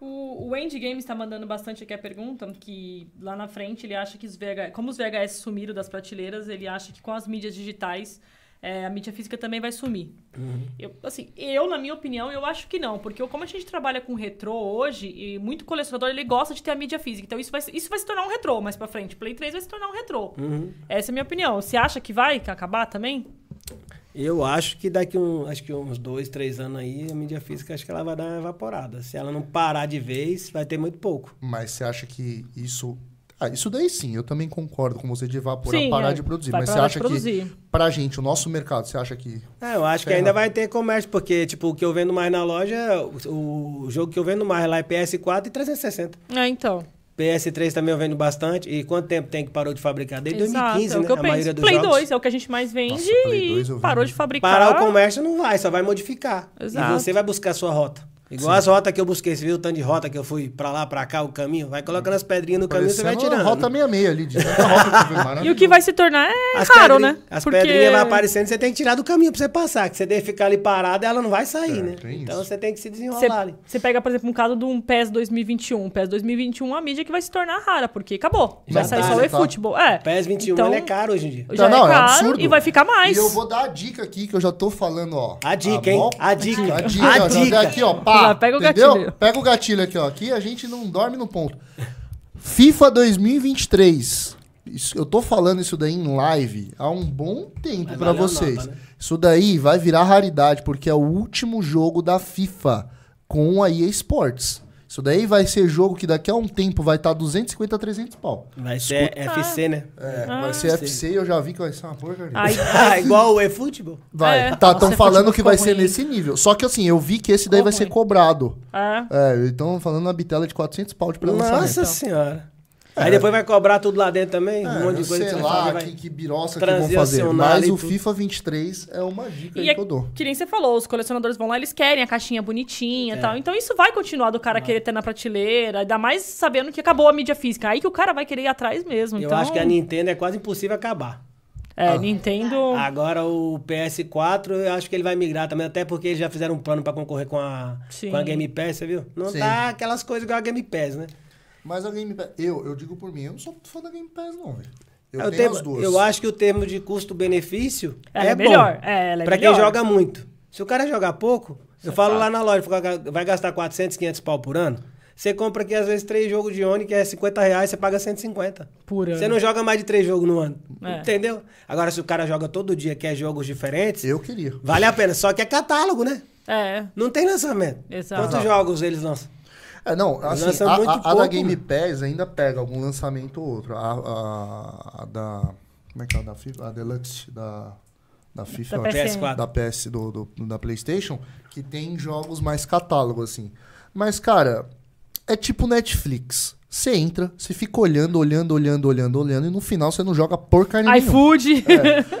O, o Andy Games tá mandando bastante aqui a pergunta, que lá na frente ele acha que os VHS, como os VHS sumiram das prateleiras, ele acha que com as mídias digitais é, a mídia física também vai sumir. Uhum. Eu, assim, eu, na minha opinião, eu acho que não, porque como a gente trabalha com retrô hoje, e muito colecionador ele gosta de ter a mídia física, então isso vai, se- isso vai se tornar um retrô mais pra frente. Play 3 vai se tornar um retrô. Uhum. Essa é a minha opinião. Você acha que vai acabar também? Eu acho que daqui um, acho que uns dois, três anos aí, a mídia física acho que ela vai dar uma evaporada. Se ela não parar de vez, vai ter muito pouco. Mas você acha que isso. Ah, isso daí sim, eu também concordo com você de evaporar, Sim, parar é. de produzir. Vai Mas você parar de acha que, produzir. pra gente, o nosso mercado, você acha que. É, eu acho que Ferrado. ainda vai ter comércio, porque, tipo, o que eu vendo mais na loja, o, o jogo que eu vendo mais lá é PS4 e 360. É, então. PS3 também eu vendo bastante. E quanto tempo tem que parou de fabricar? Desde Exato, 2015, é o né? que eu a maioria penso. dos Play jogos. 2 é o que a gente mais vende Nossa, Play 2 eu e vendo. parou de fabricar. Parar o comércio não vai, só vai modificar. Exato. E você vai buscar a sua rota. Igual as rotas que eu busquei, você viu o tanto de rota que eu fui pra lá, pra cá, o caminho? Vai colocando as pedrinhas no caminho, você vai Parecendo tirando. a Rota 66 ali, de tanta rota que foi maravilhoso. *laughs* E o que vai se tornar é As raro, pedrinhas- né? As Porque- pedrinhas vão aparecendo, você tem que tirar do caminho pra você passar. Que você deve ficar ali parado, ela não vai sair, É, né? tem Então isso. você tem que se desenrolar Você- ali. Você pega, por exemplo, um caso de um PES 2021. PES 2021 é uma mídia que vai se tornar rara, porque acabou. Já vai sair tá, só já o tá. eFootball. É. O PES 21 então, ele é caro hoje em dia. Tá, Já é não, é caro absurdo. e vai ficar mais. E eu vou dar a dica aqui, que eu já tô falando, ó. A dica, mó- hein? A dica. A Tá dica, A já dica. deu aqui, ó. Pá, Já pega o entendeu? gatilho. Pega o gatilho aqui, ó. Aqui a gente não dorme no ponto. FIFA 2023. Isso- eu tô falando isso daí em live há um bom tempo Vai pra valer a vocês. nota, né? Isso daí vai virar raridade, porque é o último jogo da FIFA com a EA Sports. Isso daí vai ser jogo que daqui a um tempo vai estar 250 a 300 pau. Vai ser FC, né? *laughs* É, vai ser FC e eu já vi que vai ser uma porcaria. Ah, Aí, Ah, igual o eFootball. Vai, É. tá, Nossa, estão futebol falando que vai ficou ser ruim. nesse nível. Só que assim, eu vi que esse daí Ficou vai ser ruim. cobrado. é. É, então falando na bitela de 400 pau de Então, pré-lançamento. então. Nossa senhora. Aí depois vai cobrar tudo lá dentro também, um monte de coisa É. sei que você lá, fala, vai- que, que biroça que vão fazer. Transacionar Mas e o tudo. FIFA 23 é uma dica E aí é, que eu dou. que nem você falou, os colecionadores vão lá, eles querem a caixinha bonitinha e É. tal. Então isso vai continuar do cara querer ter na prateleira, ainda mais sabendo que acabou a mídia física. Aí que o cara vai querer ir atrás mesmo. Eu então, acho que a Ah. Nintendo é quase impossível acabar. É, Nintendo. Agora o PS4, eu acho que ele vai migrar também, até porque eles já fizeram um plano pra concorrer com a, Sim. com a Game Pass, você viu? Não Sim. tá aquelas coisas igual a Game Pass, né? Mas a Game Pass. Eu, eu digo por mim, eu não sou fã da Game Pass, não, velho. Eu, Eu, tenho tenho- as duas. É, eu acho que o termo de custo-benefício Ela é, é melhor, bom. é, ela é pra melhor. quem joga muito. Se o cara jogar pouco, eu falo lá na loja, vai gastar 400, 500 pau por ano. Você compra aqui, às vezes, três jogos de Oni, que é 50 reais, você paga 150. Por ano. Você não joga mais de três jogos no ano. É. Entendeu? Agora, se o cara joga todo dia, quer jogos diferentes, Eu queria. vale a pena. Só que é catálogo, né? É. Não tem lançamento. Exato. Quantos jogos eles lançam? É, não, assim, lança a, muito a- a pouco, né? da Game mano. Pass ainda pega algum lançamento ou outro. A, a- a da. Como é que é? A da FIFA? A Deluxe da, da FIFA. Da ó, PSN. PS4. da PS do, do- da PlayStation, que tem jogos mais catálogo, assim. Mas, cara, é tipo Netflix. Você entra, você fica olhando, olhando, olhando, olhando, olhando, e no final você não joga porcaria nenhuma. *laughs* iFood.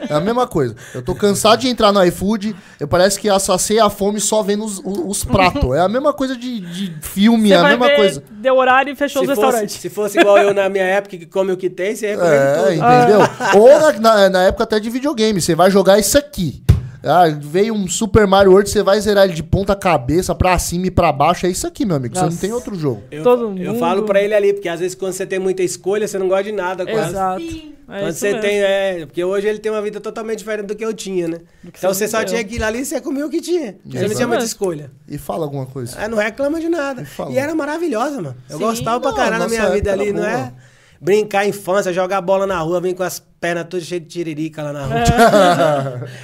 É a mesma coisa. Eu tô cansado de entrar no iFood, eu parece que assacei a fome só vendo os, os pratos. É a mesma coisa de, de filme, Você é a vai mesma ver, coisa. Deu horário e fechou Se os fosse, restaurantes. se fosse igual eu na minha época, que come o que tem, você recomenda É, tudo. Ah. entendeu? *laughs* Ou na, na- na época até de videogame, você vai jogar isso aqui. Ah, veio um Super Mario World, você vai zerar ele de ponta cabeça, pra cima e pra baixo. É isso aqui, meu amigo. Você Nossa. não tem outro jogo. Eu, Todo eu mundo. falo pra ele ali, porque às vezes quando você tem muita escolha, você não gosta de nada quase. Exato. Sim. É Quando isso você mesmo. tem, é, porque hoje ele tem uma vida totalmente diferente do que eu tinha, né? Do que Então você você só viveu. tinha aquilo ali e você comia o que tinha. Você não Exato. tinha muita escolha. E fala alguma coisa. Aí não reclama de nada. fala. E era maravilhosa, mano. Eu Sim. gostava pra Não, caralho na minha nossa vida época ali, era não boa. é? Brincar infância, jogar bola na rua, vir com as pernas todas cheias de tiririca lá na É. rua.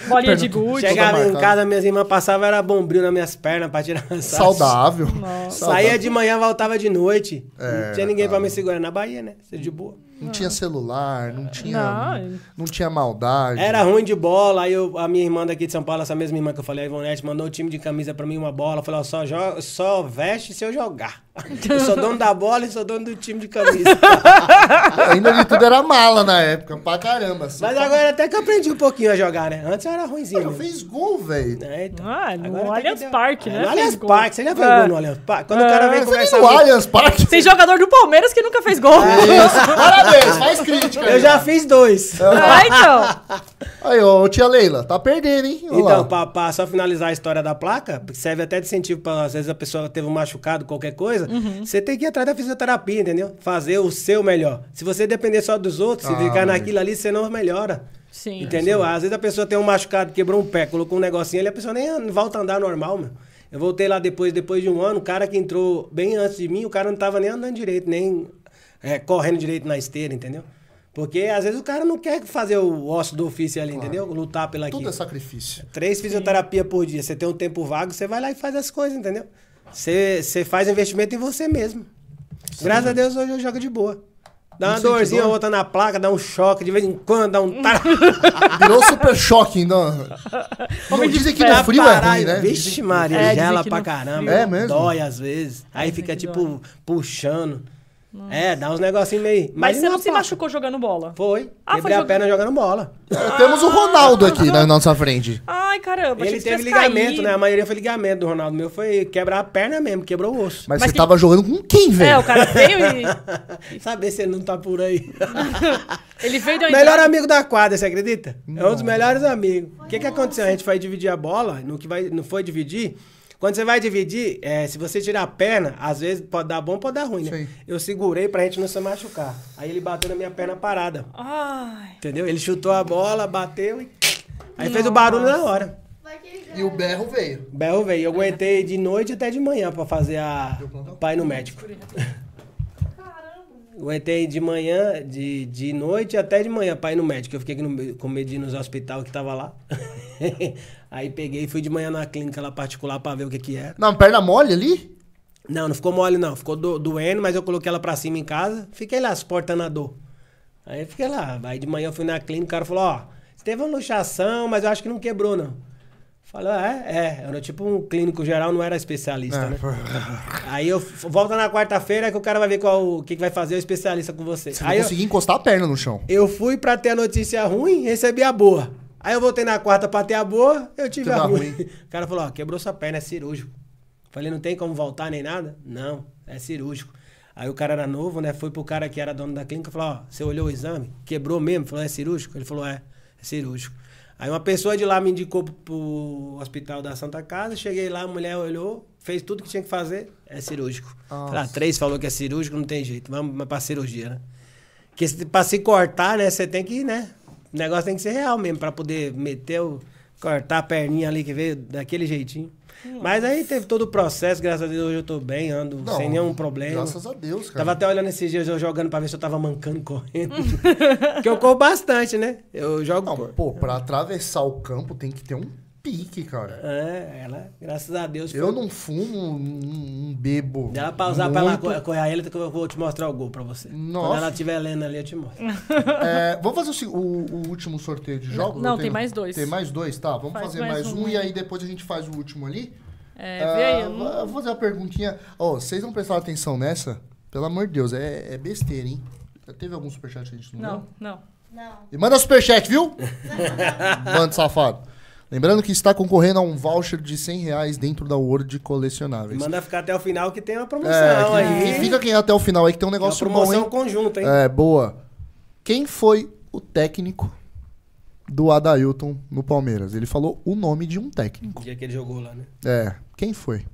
Bolinha de gude. Chega- Chegava em marcada. casa, minhas irmãs passavam, era bombril nas minhas pernas pra tirar *laughs* sarro. Saudável. Saudável. Nossa. Saía de manhã, voltava de noite. É, não tinha ninguém pra cara. me segurar na Bahia, né? Você de boa. Não tinha celular, não tinha. Não. Não, tinha maldade. Era ruim de bola, aí eu- a minha irmã daqui de São Paulo, essa mesma irmã que eu falei, a Ivonete, mandou o time de camisa pra mim, uma bola. Falou, ó, só, jo- só veste se eu jogar. *laughs* Eu sou dono da bola e sou dono do time de camisa. *laughs* Ainda de tudo era mala na época, pra caramba. assim. Mas agora até que eu aprendi um pouquinho a jogar, né? Antes eu era ruimzinho. Eu mesmo. fiz gol, velho. É, então. Ah, no Agora até Allianz que deu- Parque, É, né? No Allianz Fez gol. Parque, você já viu É. gol no Allianz Parque? Quando o cara vem Você veio conversar... no comigo- Allianz Parque. Tem jogador do Palmeiras que nunca fez gol. É. Parabéns, faz crítica. Eu já fiz dois. É, então. Aí, ó, tia Leila, tá perdendo, hein? Olha Então, lá. pra, pra só finalizar a história da placa, porque serve até de incentivo para às vezes a pessoa teve um machucado, qualquer coisa, Uhum. você tem que ir atrás da fisioterapia, entendeu? Fazer o seu melhor. Se você depender só dos outros, Ah, se ficar mas- naquilo ali, você não melhora. Sim. entendeu? Às vezes a pessoa tem um machucado, quebrou um pé, colocou um negocinho ali, a pessoa nem an- volta a andar normal, meu. Eu voltei lá depois, depois de um ano, o cara que entrou bem antes de mim, o cara não tava nem andando direito, nem é, correndo direito na esteira, entendeu? Porque às vezes o cara não quer fazer o osso do ofício ali, entendeu? Lutar pela Tudo aqui. é sacrifício. Três fisioterapia por dia. Você tem um tempo vago, você vai lá e faz as coisas, entendeu? Você, você faz investimento em você mesmo. Graças a Deus hoje eu jogo de boa. Dá uma Incentivou. dorzinha, outra na placa, dá um choque de vez em quando, *laughs* dá um É tar... *laughs* Virou super choque *laughs* ainda. Não Homem de dizem que ferro. no frio é Parar ruim, e- né? Vixe, Maria, É, dizem gela que pra no caramba. frio- É mesmo? Dói às vezes. Aí fica que tipo dói. puxando. É, dá uns negocinhos meio. Mas Imagina você não uma se placa. machucou jogando bola. Foi. Ah, foi Quebrei a jogando- perna jogando bola. É, Temos o Ronaldo aqui na nossa frente. Ai, caramba. achei Ele que teve tivesse ligamento, caído. né? A maioria foi ligamento do Ronaldo. O meu foi quebrar a perna mesmo, quebrou o osso. Mas, Mas você que- tava jogando com quem, É, velho? o cara veio e... *laughs* Saber se ele não tá *laughs* por aí. Ele veio de Melhor amigo da quadra, você acredita? É um dos melhores amigos. O que, que aconteceu? A gente foi dividir a bola, no que vai, não foi dividir. Quando você vai dividir, é, se você tirar a perna, às vezes pode dar bom, pode dar ruim, né? Sim. Eu segurei pra gente não se machucar. Aí ele bateu na minha perna parada, Ai... entendeu? Ele chutou a bola, bateu e... Aí fez o barulho na hora. Vai que ele E o berro veio. Berro veio. Eu aguentei de noite até de manhã pra fazer a... Pai no médico. *laughs* Aguentei de manhã, de, de noite até de manhã pra ir no médico. Eu fiquei aqui no- com medo de ir nos hospital que tava lá. *laughs* Aí peguei e fui de manhã na clínica lá particular pra ver o que que era. Na perna mole ali? Não, não ficou mole não. Ficou do, doendo, mas eu coloquei ela pra cima em casa. Fiquei lá, suportando a dor. Aí eu fiquei lá. Aí de manhã eu fui na clínica, o cara falou, ó, você teve uma luxação, mas eu acho que não quebrou não. Falei, "Ah, é, é. Era tipo um clínico geral, não era Ah, especialista, É, né? Aí eu f- volta na quarta-feira que o cara vai ver qual o que, que vai fazer o especialista com você. Você não Aí eu, conseguia encostar a perna no chão. eu fui pra ter a notícia ruim, recebi a boa. Aí eu voltei na quarta pra ter a boa, eu tive Teve a a ruim. ruim. *laughs* O cara falou, ó, quebrou sua perna, é cirúrgico. Falei, não tem como voltar nem nada? Não, é cirúrgico. Aí o cara era novo, né? Foi pro cara que era dono da clínica, falou, ó, você olhou o exame? Quebrou mesmo? Falou, é cirúrgico? Ele falou, é, é cirúrgico. Aí uma pessoa de lá me indicou pro- pro hospital da Santa Casa, cheguei lá, a mulher olhou, fez tudo que tinha que fazer, é cirúrgico. Falei, Ah, três falou que é cirúrgico, não tem jeito, vamos pra cirurgia, né? Porque se, pra se cortar, né, você tem que, né? O negócio tem que ser real mesmo, pra poder meter o. cortar a perninha ali que veio daquele jeitinho. Mas aí teve todo o processo, graças a Deus hoje eu tô bem, ando Não, sem nenhum problema. Graças a Deus, cara. Tava até olhando esses dias eu jogando pra ver se eu tava mancando *laughs* correndo. Porque eu corro bastante, né? Eu jogo. Não, cor. pô, pra atravessar o campo tem que ter um pique, cara. É, ela, graças a Deus. Eu não fumo, não bebo. Dá pra usar pra ela muito. co- correr a ela que eu vou te mostrar o gol pra você. Nossa. Quando ela estiver lendo ali, eu te mostro. *laughs* É, vamos fazer o se- o, o último sorteio de jogos? não, Eu tem tenho- mais dois. Tem mais dois, tá. Vamos Faz fazer mais, mais um, um e aí. aí depois a gente faz o último ali. É, Ah, vê aí. eu vou- não- eu vou fazer uma perguntinha. Ó, vocês não prestaram atenção nessa? Pelo amor de Deus, é, é besteira, hein? Já teve algum superchat que a gente não, leu? Não, não. Não. E manda superchat, viu? *laughs* Bando safado. Lembrando que está concorrendo a um voucher de 100 reais dentro da World de colecionáveis. Manda ficar até o final que tem uma promoção É, que, aí. que fica quem até o final aí que tem um É uma negócio bom, promoção hein? conjunta, hein? É, boa. Quem foi o técnico do Adailton no Palmeiras? Ele falou o nome de um técnico. O dia que ele jogou lá, né? É, quem foi?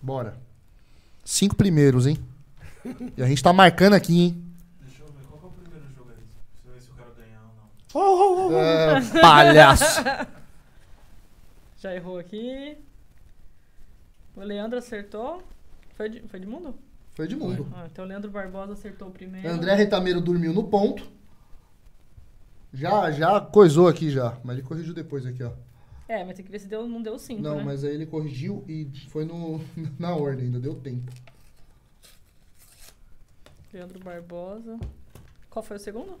Bora. Cinco primeiros, *laughs* hein? E a gente tá marcando aqui, hein? Deixa eu ver, qual que é o primeiro jogo aí? Você vê se o cara ganhar ou não. É, palhaço. Já errou aqui. O Leandro acertou. Foi de, foi de mundo? *laughs* Foi de mundo. Ah, então o Leandro Barbosa acertou o primeiro. André Retameiro dormiu no ponto. Já, já coisou aqui já. Mas ele corrigiu depois aqui, ó. É, mas tem que ver se deu, não deu cinco, Não, né? mas aí ele corrigiu e foi no, *laughs* na ordem, ainda deu tempo. Leandro Barbosa. Qual foi o segundo?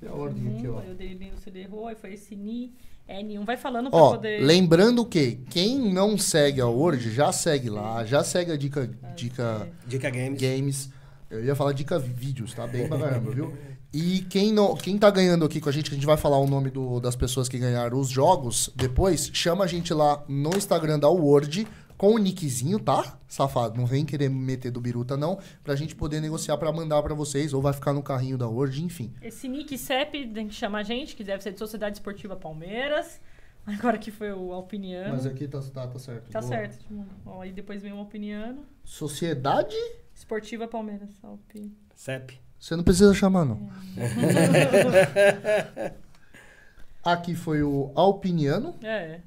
Tem a ordem aqui, ó. eu dei bem, você errou. Aí foi Sini, N1. Vai falando pra Ó, poder... lembrando que quem não segue a Word, já segue lá, já segue a Dica, Ah, dica Dica Games. Games. Eu ia falar Dica Vídeos, tá bem pra caramba, viu? E quem, não, quem tá ganhando aqui com a gente, que a gente vai falar o nome do- das pessoas que ganharam os jogos depois, chama a gente lá no Instagram da Word com o nickzinho, tá? Safado, não vem querer meter do biruta não, pra gente poder negociar pra mandar pra vocês, ou vai ficar no carrinho da Word, enfim. Esse nick CEP tem que chamar a gente, que deve ser de Sociedade Esportiva Palmeiras. *laughs* Agora que foi o Alpiniano. Mas aqui tá, tá, tá certo. Tá boa. certo. tipo, Ó, aí depois vem o Alpiniano. Sociedade Esportiva Palmeiras. Alpin... CEP. Você não precisa chamar, não. Aqui foi o Alpiniano. É.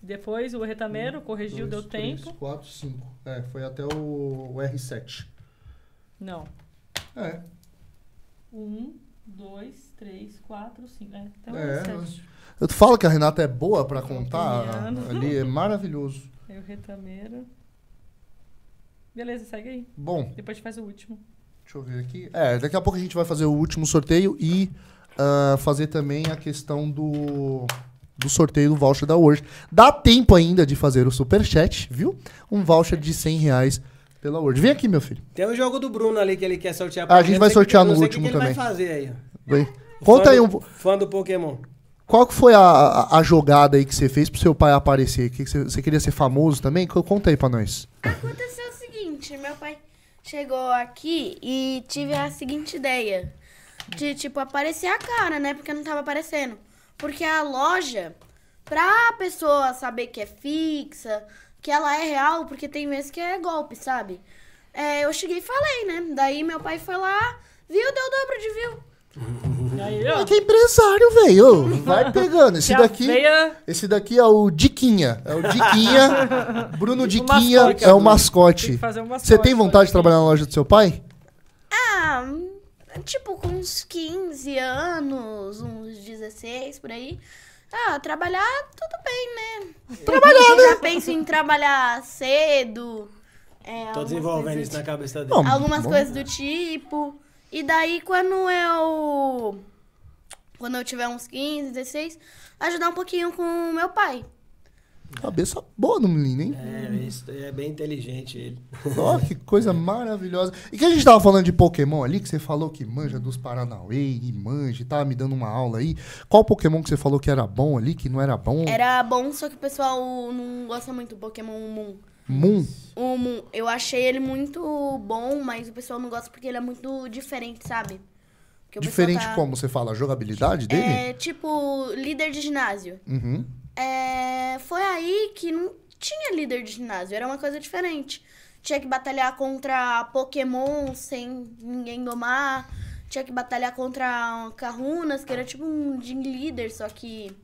Depois o Retameiro corrigiu, Um, Dois, deu três, tempo. quatro, cinco. É, foi até o, o R7. Não. É, Um, dois, três, quatro, cinco. É, até o É, sete. Eu te falo que a Renata é boa pra contar Alpiniano. ali, é maravilhoso. Aí o Retameiro. Beleza, segue aí. Bom, Depois a gente faz o último. deixa eu ver aqui. É, daqui a pouco a gente vai fazer o último sorteio e ah, fazer também a questão do, do sorteio do voucher da Word. Dá tempo ainda de fazer o superchat, viu? Um voucher de 100 reais pela Word. Vem aqui, meu filho. Tem o jogo do Bruno ali que ele quer sortear Ah, a gente Não vai sei o que- sortear não no sei último o que que também. Ele vai fazer aí, ó. Vem. Conta Fã aí do- um, po- Fã do Pokémon. Qual que foi a, a, a jogada aí que você fez pro seu pai aparecer? Que que você, você queria ser famoso também? Co- Conta aí pra nós. Aconteceu o seguinte, meu pai chegou aqui e tive a seguinte ideia. De, tipo, aparecer a cara, né? Porque não tava aparecendo. Porque a loja, pra pessoa saber que é fixa, que ela é real, porque tem vezes que é golpe, sabe? É, eu cheguei e falei, né? Daí meu pai foi lá, viu, deu o dobro de view. Aí, ó. É que é empresário, velho. *laughs* Vai pegando. Esse Que a daqui, veia- esse daqui é o Diquinha. É o *laughs* Diquinha. Bruno Diquinha mascote, é o Bruno. Tem mascote. que fazer um uma Você tem vontade de trabalhar na loja do seu pai? Ah, hum, tipo, com uns 15 anos, uns 16 por aí. Ah, trabalhar tudo bem, né? Trabalhar, né? Já penso em trabalhar cedo. é, Tô algumas desenvolvendo coisas isso na cabeça dele. Não, algumas bom. coisas do tipo. E daí quando eu quando eu tiver uns 15, 16, ajudar um pouquinho com o meu pai. Cabeça boa do menino, hein? É, isso, é bem inteligente ele. Ó, que coisa maravilhosa. E que a gente tava falando de Pokémon ali, que você falou que manja dos Paranauê e manja, e tava me dando uma aula aí. Qual Pokémon que você falou que era bom ali, que não era Hum. bom? Era bom, só que o pessoal não gosta muito do Pokémon Moon. Moon? O Moon, eu achei ele muito bom, mas o pessoal não gosta porque ele é muito diferente, sabe? que eu vou Diferente soltar. como você fala, a jogabilidade dele? É, tipo, líder de ginásio. Uhum. É, foi aí que não tinha líder de ginásio, era uma coisa diferente. Tinha que batalhar contra Pokémon sem ninguém domar, tinha que batalhar contra Kahunas, que era tipo um gym líder, só que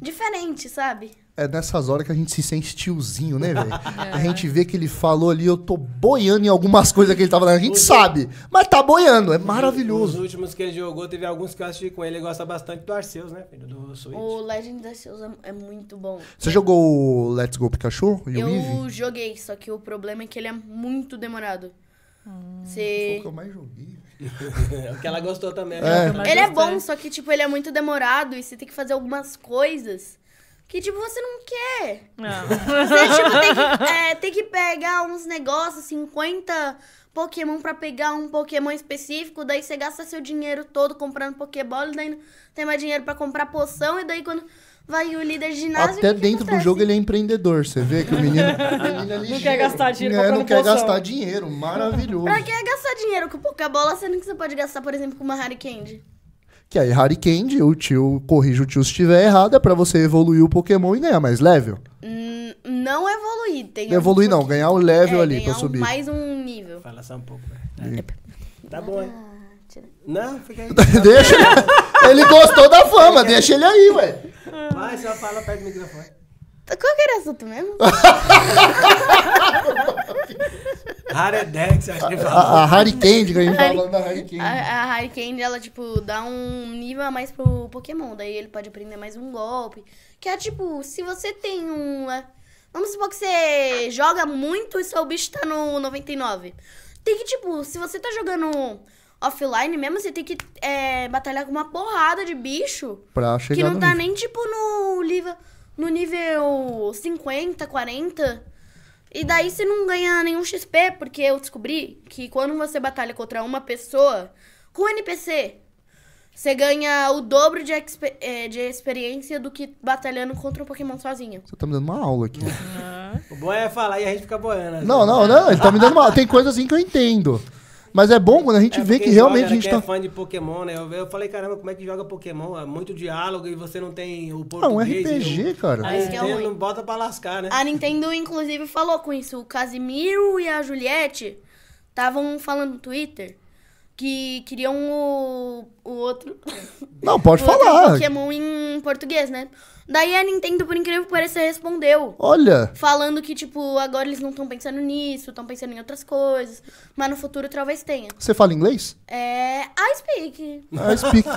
diferente, sabe? É nessas horas que a gente se sente tiozinho, né, *laughs* velho? A gente vê que ele falou ali, eu tô boiando em algumas coisas que ele tava falando. A gente sabe, mas tá boiando, é Os maravilhoso. últimos que ele jogou, teve alguns que eu assisti com ele. Ele gosta bastante do Arceus, né? filho? Do Switch. *laughs* O Legend of Seus é muito bom. Você jogou o Let's Go Pikachu e o Eevee? Eu joguei, só que o problema é que ele é muito demorado. Foi o Hum. Você... que eu mais joguei. o que ela gostou também. né? É. Mas Ele é gostei. bom, só que, tipo, ele é muito demorado e você tem que fazer algumas coisas que, tipo, você não quer. Não. Você, tipo, tem que, é, tem que pegar uns negócios, 50 Pokémon pra pegar um Pokémon específico, daí você gasta seu dinheiro todo comprando Pokébola, e daí não tem mais dinheiro pra comprar poção, e daí quando vai o líder de ginásio... Até o que que dentro do acontece? jogo ele é empreendedor. Você vê que o menino, o menino é ligeiro. quer gastar dinheiro É, não comprando quer poção. gastar dinheiro. Maravilhoso. Pra que gastar dinheiro com Pokébola, sendo que você pode gastar, por exemplo, com uma Harry Candy? Que aí, Harry Candy, o tio corrige o tio se estiver errado, é pra você evoluir o Pokémon e ganhar mais level. Hum, não evoluir, tem... um Não evoluir não, ganhar o level É, ali pra ganhar um- subir. *laughs* mais um nível. Fala só um pouco, velho. Tá bom, hein? tira. Não, fica *laughs* aí. deixa ele... ele gostou da fama, deixa ele aí, ué. Vai, só fala perto do microfone. Qual que era o assunto mesmo? *laughs* Raredex, acho que ele falou. A, a Harry Candy, que a gente tava Harry- falando da Harry Candy. A, a Harry Candy, ela, tipo, dá um nível a mais pro Pokémon. Daí ele pode aprender mais um golpe. Que é, tipo, se você tem um... é, Vamos supor que você joga muito e seu bicho tá no 99. Tem que, tipo, se você tá jogando offline mesmo, você tem que é, batalhar com uma porrada de bicho. Pra Que chegar não no tá nível. nem, tipo, no nível, no nível 50, 40. E daí você não ganha nenhum XP, porque eu descobri que quando você batalha contra uma pessoa com NPC, você ganha o dobro de, expe- eh, de experiência do que batalhando contra um Pokémon sozinho. Você tá me dando uma aula aqui. O bom é falar e a gente fica boiando. não, não, não, ele tá me dando uma aula. Tem coisa assim que eu entendo. Mas é bom quando a gente vê que realmente a gente tá... tá... é fã de Pokémon, né? Eu, eu falei, caramba, como é que joga Pokémon? É muito diálogo e você não tem o Ah, um português. RPG, cara. Ah, isso que é Ele ruim. Ah, não bota pra lascar, né? A Nintendo, inclusive, falou com isso. O Casimiro e a Juliette estavam falando no Twitter que queriam o, o outro. Não, pode o outro falar. Pokémon em português, né? Daí a Nintendo, por incrível que pareça, respondeu. Olha, Falando que, tipo, agora eles não estão pensando nisso, estão pensando em outras coisas. Mas no futuro talvez tenha. você fala inglês? É. I speak. I speak. *laughs*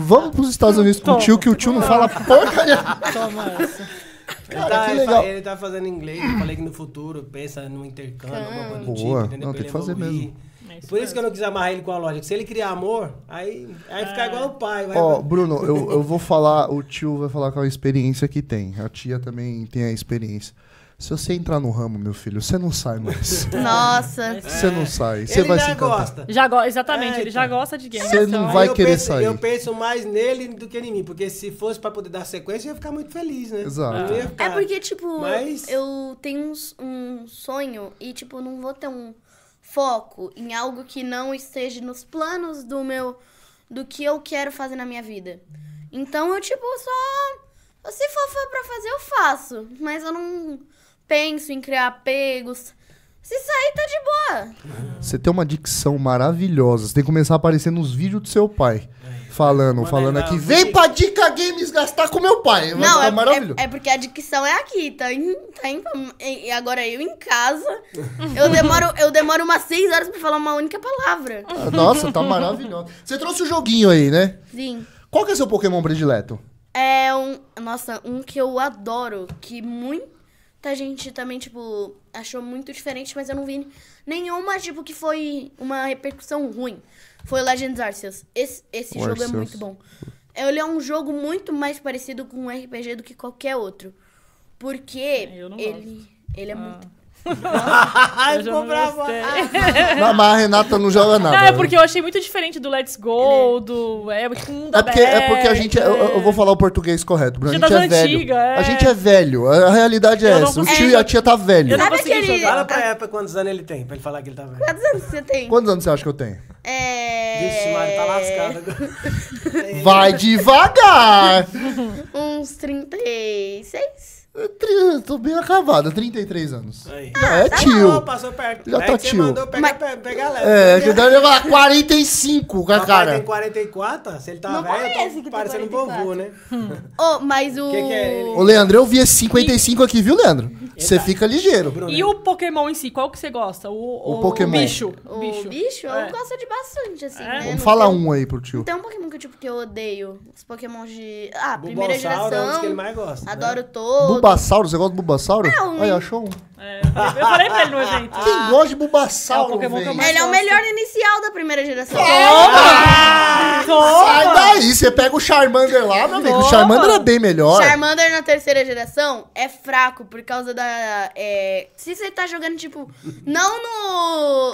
Vamos pros Estados Unidos com o tio, que o tio não fala porcaria. *laughs* Toma essa. Ele cara, tá- que ele fa- legal. Ele tá fazendo inglês, eu falei que no futuro pensa no intercâmbio, alguma coisa do Boa. tipo, entendeu? Não, tem Pra ele que fazer evoluir. mesmo. É Por isso que eu não quis amarrar ele com a lógica. Se ele criar amor, aí, aí Ah. fica igual o pai. Vai, Ó, Bruno, eu, eu vou falar, o tio vai falar qual é a experiência que tem. A tia também tem a experiência. Se você entrar no ramo, meu filho, você não sai *laughs* mais. Nossa. Você não sai. Você ele vai já se encantar. gosta. Já go... Exatamente, É, ele já gosta de game. Você não então. vai eu querer penso- sair. Eu penso mais nele do que em mim, porque se fosse pra poder dar sequência, eu ia ficar muito feliz, né? Exato. Eu ia ficar- É porque, tipo, Mas- eu tenho uns- um sonho e, tipo, não vou ter um foco em algo que não esteja nos planos do meu. do que eu quero fazer na minha vida. Então eu, tipo, só. Se for, for pra fazer, eu faço. Mas eu não penso em criar apegos. Se sair, tá de boa. Você tem uma dicção maravilhosa. Você tem que começar a aparecer nos vídeos do seu pai. Falando, Manda falando aí, aqui. vai. Vem pra Dica Games gastar com meu pai. Vai Não, ficar um é, maravilhoso. é, é porque a dicção é aqui, tá em, tá em, e agora eu em casa, eu demoro, eu demoro umas seis horas pra falar uma única palavra. é- Ah, Nossa, tá maravilhoso. Você trouxe o joguinho aí, né? Sim. Qual que é seu Pokémon predileto? É um, nossa, um que eu adoro, que muita gente também, tipo, achou muito diferente, mas eu não vi nenhuma, tipo, que foi uma repercussão ruim. Foi Legends Arceus. Esse, esse jogo é Arceus. muito bom. Ele é um jogo muito mais parecido com um RPG do que qualquer outro. Porque Eu não Ah. ele, ele *laughs* é muito Ai, Eu já ficou não bravo. gostei. Ah, Não, mas a Renata não joga nada. Não, é né? porque eu achei muito diferente do Let's Go, do. É tipo um É porque, é porque a gente. é- eu, eu vou falar o português correto, Bruno. A Gente gente é das velho. antigas, é. A gente é velho. A a realidade é Eu não essa. O consigo- tio e a tia tá velho. Eu não Sabe consegui ele- Fala pra época quantos anos ele tem, pra ele falar que ele tá velho. Quantos anos você tem? Quantos anos você acha que eu tenho? É. Vixe, Mário, tá lascado agora. Vai devagar! Uns 36. Eu tri- eu Tô bem acabada, 33 anos. Aí. Já Ah, é tá Falou, tio. passou perto. Já Aí tá que você tio. mandou pegar, Tá Mas- pe- pegar leve. É, que eu devo levar 45 Tá com a Papai tem cara. 44, se ele tá Não parece velho, que tem tá parecendo um vovô, né? Oh, mas o. Que que é ele? Ô, Leandro, eu vi esse 55 aqui, viu, Leandro? tá. Você fica ligeiro. Bruno, E o Pokémon em si, qual que você gosta? O, o, né? Pokémon. bicho. O bicho, bicho. eu É. gosto de bastante, É. assim, né? Vamos Não falar tem- um aí pro tio. Tem um Pokémon que eu, tipo, que eu odeio. Os Pokémon de. Ah, primeira Bulbasauro é um dos geração. que ele mais gosta. Adoro né? todos. Bubassauro, você gosta de Bubassauro? Não. Aí, achou um. É, eu falei- eu falei pra ele no *laughs* evento. Quem gosta de É o Bubassauro, Pokémon que eu velho? mais- Ele é o gosto. melhor inicial da primeira geração. É. Toma! Sai daí, você pega o Charmander lá, meu amigo. O Toma. Charmander é bem melhor. Charmander na terceira geração é fraco por causa da. é, se você tá jogando, tipo, não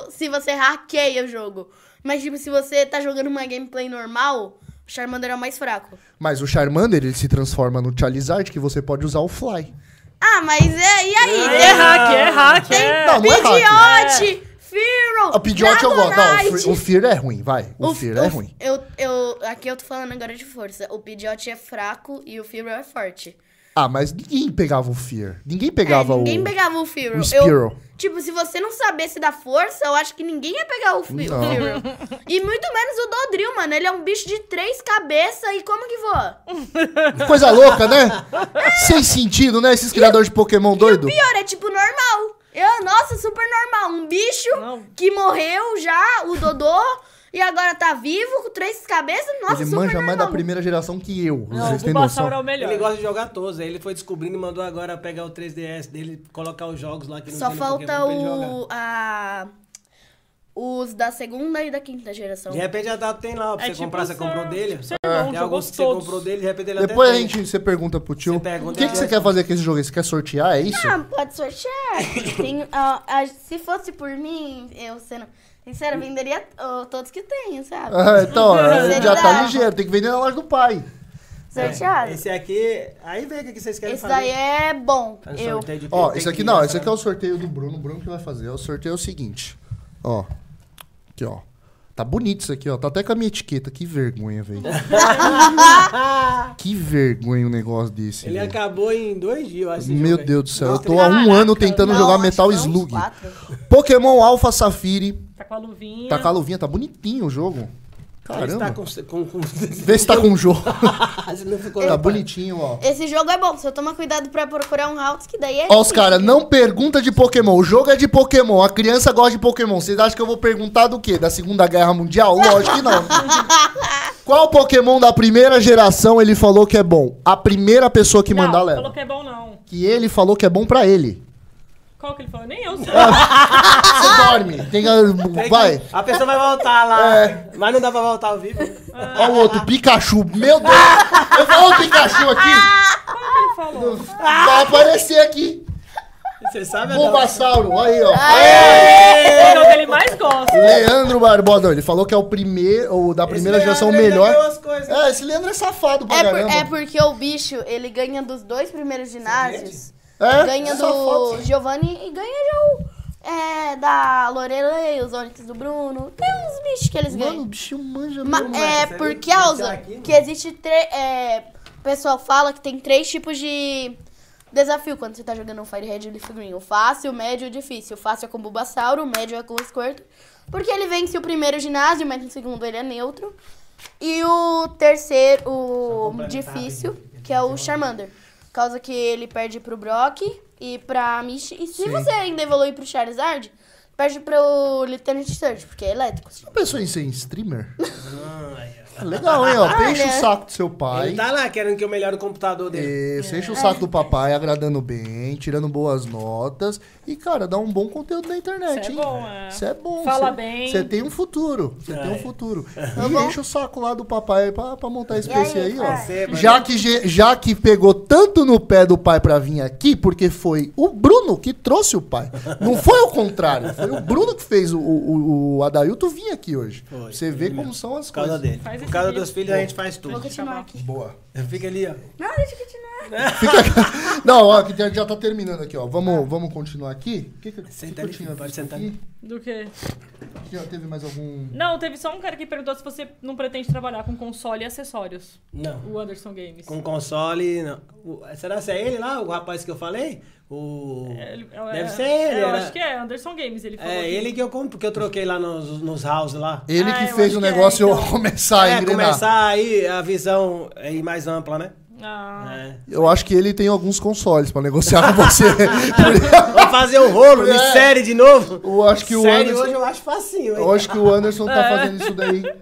no. Se você hackeia o jogo. Mas, tipo, se você tá jogando uma gameplay normal, o Charmander é o mais fraco. Mas o Charmander, ele se transforma no Charizard, que você pode usar o Fly. Ah, mas é, e aí? É hack, é hack. É. Não, não é hack. Pidgeot, Fearow, Ah, O Pidgeot eu gosto. Não, o Dragonite. Fe- o Fear é ruim, vai. O, O- Fear o- é ruim. Eu, eu, aqui eu tô falando agora de força. O Pidgeot é fraco e o Fearow é forte. Ah, mas ninguém pegava o Fear. Ninguém pegava é, o... ninguém pegava o Fearow. o Eu- Spearow. tipo, se você não sabesse da força, eu acho que ninguém ia pegar o Fe- o Não. Fearow. E muito menos o Dodrill, mano. Ele é um bicho de três cabeças e como que voa? Coisa louca, né? Sem sentido, né? Esses criadores de Pokémon doido. Pior, é tipo normal. Eu, nossa, super normal. Um bicho Não. que morreu já, o Dodô, e agora tá vivo com três cabeças. Nossa, Ele super manja normal. mais da primeira geração que eu. Não, o vocês têm noção. Bulbasauro é o melhor. Ele gosta de jogar todos, aí ele foi descobrindo e mandou agora pegar o 3DS dele, colocar os jogos lá que não Só tem no falta Pokémon pra ele jogar. o. A, os da segunda e da quinta geração. De repente já tá, tem lá, ó, pra É você tipo um comprar, você seu- comprou dele. seu irmão Tem jogou alguns que você todos. comprou dele, de repente ele Depois a até tem. gente, você pergunta pro tio. Você O pergunta que, que você depois. quer fazer com esse jogo? aí? Você quer sortear? É isso? Ah, *laughs* pode sortear. Tem, ó, a- se fosse por mim, eu sendo. Sincero, eu venderia ó, todos que tenho, sabe? Ah, então, *laughs* ó, Você já tá dá. ligeiro. Tem que vender na loja do pai. Sorteado. É. Esse aqui, aí vem o que que vocês querem é Esse fazer. daí é bom. Faz Eu. Tá, sorteio de Ó, quem esse tem aqui que não, ir, esse aqui é sabe? o sorteio do Bruno. O Bruno que vai fazer. O sorteio é o seguinte. Ó. Aqui, ó. Tá bonito isso aqui, ó. Tá até com a minha etiqueta. Que vergonha, velho. que vergonha um negócio *laughs* desse. Ele é velho. acabou em dois dias, eu acho. esse Meu jogo aí. Deus do céu. Eu Nossa, tô há um Caraca, ano tentando não, jogar acho Metal que foi uns Slug. quatro. Pokémon Alpha Safiri. Tá com a luvinha. Tá com a luvinha. Tá bonitinho o jogo. Ele Caramba. tá com. *laughs* com, com... Vê se tá com o *laughs* jogo. Você não ficou tá na- bonitinho, ó. Esse jogo é bom, só toma cuidado pra procurar um Hawks, que daí é. Ó, os caras, não pergunta de Pokémon. O jogo é de Pokémon. A criança gosta de Pokémon. Vocês acham que eu vou perguntar do quê? Da Segunda Guerra Mundial? Lógico que *laughs* não. Qual Pokémon da primeira geração ele falou que é bom? A primeira pessoa que mandar não, leva. falou que é bom não. Que ele falou que é bom pra ele. *laughs* Qual que ele falou? Nem eu sei. Você dorme. Tem a- Ah! Tem que- Vai. É. A pessoa vai voltar lá. Mas não dá pra voltar ao vivo. Ó o outro, Pikachu. Meu Deus. Eu falo o Pikachu aqui. Qual que ele falou? Vai aparecer aqui. Você sabe, Adão? Bulbasauro. Aí, ó. Esse é o que ele mais gosta. Leandro Barbosa. Não, ele falou que é o primeiro, ou da primeira Esse geração, o Leandro, ele melhor. ganhou as coisas. É, esse Leandro é safado pra É, por- caramba. é porque o bicho, ele ganha dos dois primeiros ginásios. É, ganha safado. do Giovanni e ganha já o. É, da Lorelei, os Onix do Bruno. Tem uns bichos que eles Mano, o ganham. bicho manja Ma- mesmo. é mas você por viu que esse causa aqui, mano? que existe três. É, o pessoal fala que tem três tipos de desafio quando você tá jogando um Fire Red e Leaf Green: o fácil, o médio e o difícil. O fácil é com o Bulbasauro, o médio é com o Squirtle. Porque ele vence o primeiro ginásio, mas no segundo ele é neutro. E o terceiro, o difícil, que é o Charmander. Por causa que ele perde pro Brock e pra Mish. E se você ainda evoluir pro Charizard, perde pro Lieutenant Surge, porque é elétrico. Já pensou em ser streamer? Ai, É Legal, hein? Ó, enche Olha. o saco do seu pai. Ele tá lá querendo que eu melhore o computador dele. Isso, enche o saco do papai, agradando bem, tirando boas notas. E, cara, dá um bom conteúdo na internet, Cê é hein? bom, é. Cê é bom. Fala cê- bem. Você tem um futuro. Você tem um Ai. futuro. E enche o saco lá do papai pra, pra montar esse PC aí, ó. Você, mano. É. Já que, ge- já que pegou tanto no pé do pai pra vir aqui, porque foi o Bruno que trouxe o pai. Não foi o contrário. Foi o Bruno que fez o, o, o Adailto vir aqui hoje. Foi, Você vê como são as Por causa coisas. dele. Faz Por esse causa vídeo. dos filhos, a gente faz Vou tudo. continuar aqui. Boa. Fica ali, ó. Não, deixa eu continuar. Fica- Não, ó, que já- já tá terminando aqui, ó. Vamos, vamos continuar aqui. O que, que, Senta que ali, eu tinha pode visto sentar aqui? Do que? Tinha- teve mais algum. Não, teve só um cara que perguntou se você não pretende trabalhar com console e acessórios. Não. O Anderson Games. Com console. Não. O- será que é ele lá, o rapaz que eu falei? O... É, ele- é, Deve é, ser ele. é, Eu era- acho que é, Anderson Games, ele falou. É aqui. ele que eu compro, que eu troquei lá nos, nos house lá. Ele Ah, que eu fez acho o que é, negócio *laughs* então. começar a é, engrenar. começar aí a visão aí mais ampla, né? Ah, É. Eu acho que ele tem alguns consoles pra negociar com *laughs* você. *laughs* Vamos fazer o rolo de É. série de novo? Eu acho que o série Anderson- hoje eu acho facinho, hein? Eu acho que o Anderson tá É. fazendo isso daí.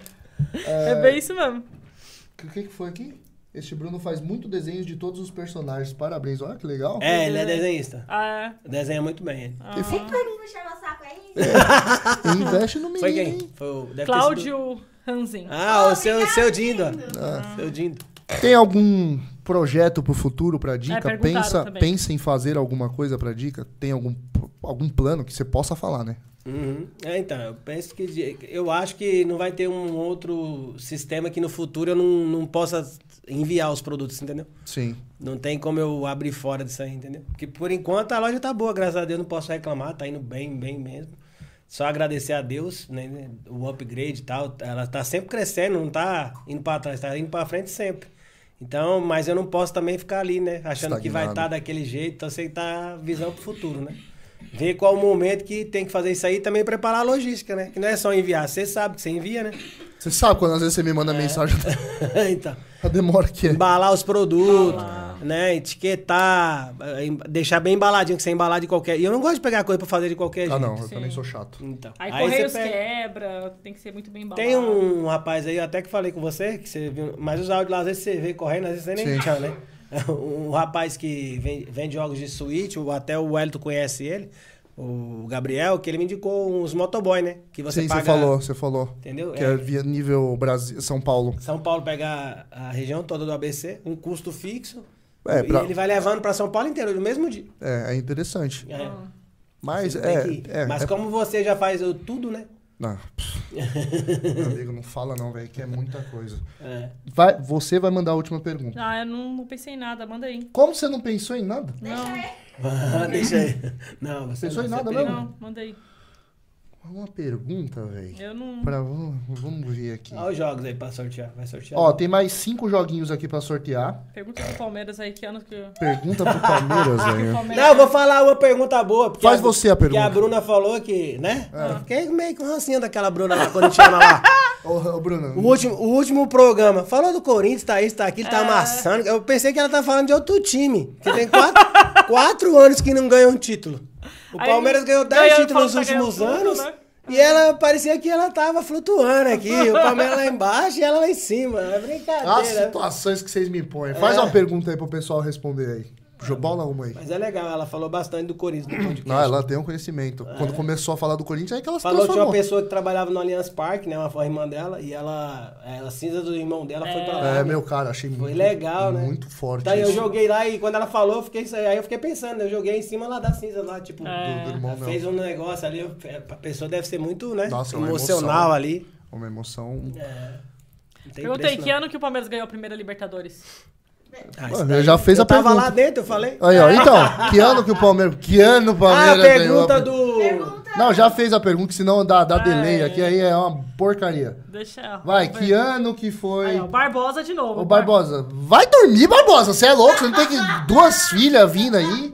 é. bem isso mesmo. O que, que foi aqui? Este Bruno faz muito desenho de todos os personagens. Parabéns, olha que legal. É, ele é desenhista. Ah, Desenha muito bem ele. E foi- Puxando o saco aí. Investe no Foi menino. quem? hein? Foi o... deve ter sido- Cláudio Hansen. Ah, o seu, seu Dindo. Ah. Seu Dindo. Tem algum projeto pro futuro pra dica? É, perguntaram pensa, também. pensa em fazer alguma coisa pra dica? Tem algum, algum plano que você possa falar, né? Uhum. É, então, eu penso que. de- Eu acho que não vai ter um outro sistema que no futuro eu não, não possa enviar os produtos, entendeu? Sim. Não tem como eu abrir fora disso aí, entendeu? Porque por enquanto a loja tá boa, graças a Deus, não posso reclamar, tá indo bem, bem mesmo. Só agradecer a Deus, né? né, O upgrade e tal, ela tá sempre crescendo, não tá indo pra trás, tá indo pra frente sempre. Então, mas eu não posso também ficar ali, né? Achando que vai Estagnado. estar daquele jeito, então você tá visão pro futuro, né? Ver qual o momento que tem que fazer isso aí e também preparar a logística, né? Que não é só enviar, você sabe que você envia, né? *laughs* Você sabe quando às vezes você me É. manda mensagem, *laughs* então. a demora que é. embalar os produtos, né? Etiquetar, eh, em- deixar bem embaladinho, que você embalar de qualquer. E eu não gosto de pegar coisa pra fazer de qualquer Ah, jeito. não, eu também sou chato. Então. Aí, você Correios pega- quebra, tem que ser muito bem embalado. Tem um rapaz aí, eu até que falei com você, que você viu, mas os áudios lá às vezes você vê correndo, às vezes você nem Sim. tchau, né? *laughs* Um rapaz que vende, vende jogos de Switch, ou até o Wellington conhece ele, o Gabriel, que ele me indicou uns motoboy, né? Que você Sim, paga. você falou, você falou. Entendeu? Que É. é via nível Brasil, São Paulo. São Paulo pega a região toda do ABC, um custo fixo, É, pra- e ele vai levando pra São Paulo inteiro, no mesmo dia. É, é interessante. É. Mas Tem é. que- é, mas é- como você já faz o tudo, né? Não, *laughs* pff. Meu amigo, não fala não, velho, que é muita coisa. *laughs* É. *laughs* Vai, você vai mandar a última pergunta. Ah, eu não, não pensei em nada, manda aí. Como você não pensou em nada? Não, Deixa aí. Não, você Pensou não, em você nada tem- mesmo? não, manda aí. Uma pergunta, velho. Eu não... Pra- Vamos, vamos ver aqui. Olha os jogos aí pra sortear. Vai sortear. Ó, tem mais cinco joguinhos aqui pra sortear. Pergunta do Palmeiras aí, que ano que... que Pergunta pro Palmeiras, o velho. Palmeiras... Não, eu vou falar uma pergunta boa. porque Faz você a Porque pergunta. É. a Bruna falou que, né? Eu Fiquei meio com rancinha daquela Bruna lá, *laughs* corintiana lá. Ô, ô, Bruno. O último, o último programa. Falou do Corinthians, tá isso, tá aquilo, É. tá amassando. Eu pensei que ela tá falando de outro time. Que tem *laughs* quatro, quatro anos que não ganha um título. O Aí Palmeiras ganhou dez ganhou, títulos nos fala que tá últimos ganhando anos. tudo, né? E ela parecia que ela tava flutuando aqui. O Palmeiras lá embaixo e ela lá em cima. É As brincadeira. situações que vocês me impõem. Faz É. uma pergunta aí pro pessoal responder aí. Jo- Bola uma aí. Mas é legal, ela falou bastante do Corinthians no podcast. Não, ela tem um conhecimento. Quando começou a falar do Corinthians, aí que ela se É. Falou que tinha uma transformou. pessoa que trabalhava no Allianz Parque, né? Uma foi a irmã dela, e ela, ela, a cinza do irmão dela, foi pra lá. É, né? meu cara, achei muito, Foi legal, né? muito forte. Daí eu isso. joguei lá e quando ela falou, eu fiquei, aí eu fiquei pensando, eu joguei em cima lá da cinza lá, tipo, Do, É. do irmão, ela meu. fez um negócio ali, eu- a pessoa deve ser muito, né? Nossa, é uma emocional emoção. ali. É. Uma emoção. Não tem Perguntei, preço, que não. ano que o Palmeiras ganhou a primeira Libertadores? Ah, Mano, isso daí- já fez eu a tava pergunta. lá dentro, eu falei. Aí, ó. Então, que ano que o Palmeiras. Que ano o Ah, a Palmeiras ganhou? pergunta do... Não, já fez a pergunta, senão dá, dá Ah, delay é. aqui, aí é uma porcaria. Deixa... Vai, vamos que ver. ano que foi. Aí, ó, Barbosa de novo. Ô Barbosa, vai dormir, Barbosa. Você é louco, você não tem que. Duas filhas vindo aí.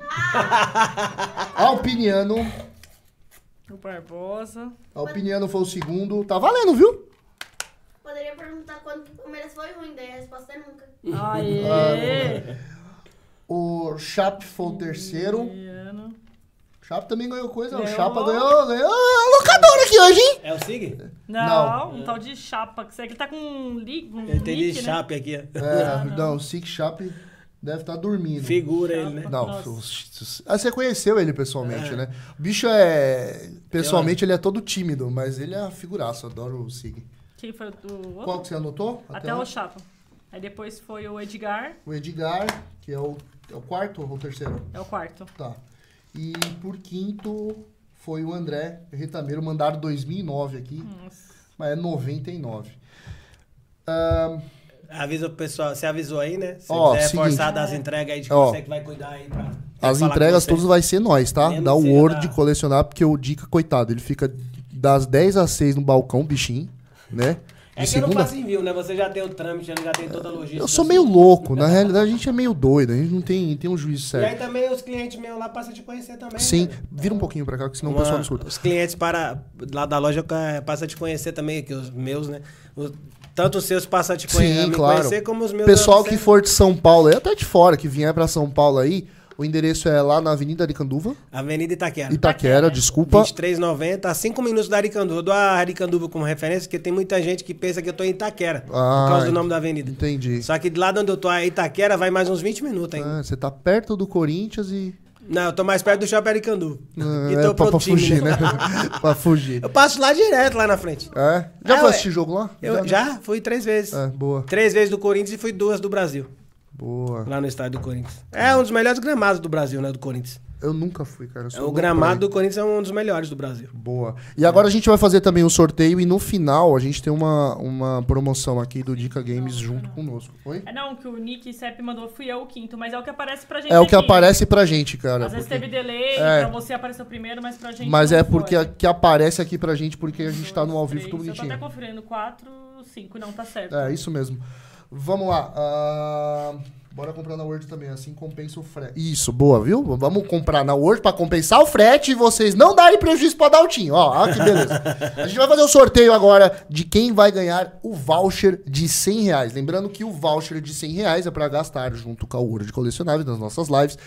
Alpiniano. O Barbosa... Alpiniano foi o segundo. Tá valendo, viu? Poderia perguntar quando que o Palmeiras foi ruim, daí a resposta *laughs* é nunca. Aê! O Chap foi o terceiro. Que ano? Chap também ganhou coisa. O Ganhou. Chapa ganhou. Ganhou a locadora aqui hoje, hein? É o Sig? Não, um tal de chapa. Que ele tá com um li- um Eu entendi nick, né? chape aqui, ó. É, não, o Six Chap deve estar dormindo. Figura ele, né? Não, Nossa. os- ah, você conheceu ele pessoalmente, né? O bicho é. Pessoalmente ele é todo tímido, mas ele é uma figuraça, eu adoro o Sig. Quem foi o do outro? Qual que você anotou? Até lá. o Chapa. Aí depois foi o Edgar, O Edgar, que é o, é o quarto ou o terceiro? é o quarto. Tá. E por quinto foi o André Retameiro, mandaram 2009 aqui, Nossa. mas é 99. Ahn, Avisa o pessoal, você avisou aí, né? Se Ó, quiser seguinte. forçar das entregas aí de Ó. você que vai cuidar aí pra. As falar com entregas você. É todas vai ser nós, tá? Menos Dá o ele, Word tá? de colecionar, porque o Dica, coitado, ele fica das 10 às 6 no balcão, bichinho, né? De É que eu não segunda. faço assim. envio, né? Você já tem o trâmite, já tem toda a logística. Eu sou meio louco, na realidade a gente é meio doido, a gente não tem, tem um juízo E aí tá certo. também os clientes meus lá passam a te conhecer também. Sim, né? vira um pouquinho pra cá, que senão o Uma- pessoal não escuta. Os clientes para, lá da loja eh, passam a te conhecer também, que os meus, né? O- tanto os seus passam a te conhe- a Sim, me claro. conhecer, como os meus. é Pessoal a você. que for de São Paulo aí, até de fora, que vier pra São Paulo aí, o endereço é lá na Avenida Aricanduva, Avenida Itaquera. Itaquera, desculpa. 2390, a 5 minutos da Aricanduva. Eu dou a Aricanduva como referência, porque tem muita gente que pensa que eu tô em Itaquera, Ah, por causa do nome da avenida. Entendi. Só que de lá de onde eu tô, a Itaquera, vai mais uns 20 minutos ainda. Ah, você tá perto do Corinthians e. Não, eu tô mais perto do Shopping Aricanduva. Ah, e é tô pra, pro pra time, fugir, né? *laughs* pra fugir. *laughs* Eu passo lá direto, lá na frente. É? Já É, foi ué. assistir jogo lá? Eu né? já fui três vezes. É, boa. Três vezes do Corinthians e fui duas do Brasil. Boa. Lá no estádio do Corinthians. É um dos melhores gramados do Brasil, né? Do Corinthians. Eu nunca fui, cara. eu sou É, o louco gramado pra do Corinthians é um dos melhores do Brasil. ir. Boa. E agora a gente vai fazer também o sorteio e no final a gente tem uma, uma promoção aqui do Dica Games junto conosco. Oi? É não, que o Nick Sepp mandou fui eu o quinto, mas é o que aparece pra gente. É o que aqui. aparece pra gente, cara. Às vezes porque- teve delay, É. pra você apareceu primeiro, mas pra gente. Mas não é foi. porque a- que aparece aqui pra gente, porque a gente tá no ao Três, vivo tudo Eu tô até bonitinho. conferindo. Quatro, cinco, não, tá certo. É, isso mesmo. Vamos lá. ah, bora comprar na Word também, assim compensa o frete. Isso, boa, viu? Vamos comprar na Word pra compensar o frete e vocês não darem prejuízo pra Daltinho. Ó, ó, que beleza. A gente vai fazer o sorteio agora de quem vai ganhar o voucher de 100 reais. Lembrando que o voucher de 100 reais é pra gastar junto com a Word Colecionáveis nas nossas lives.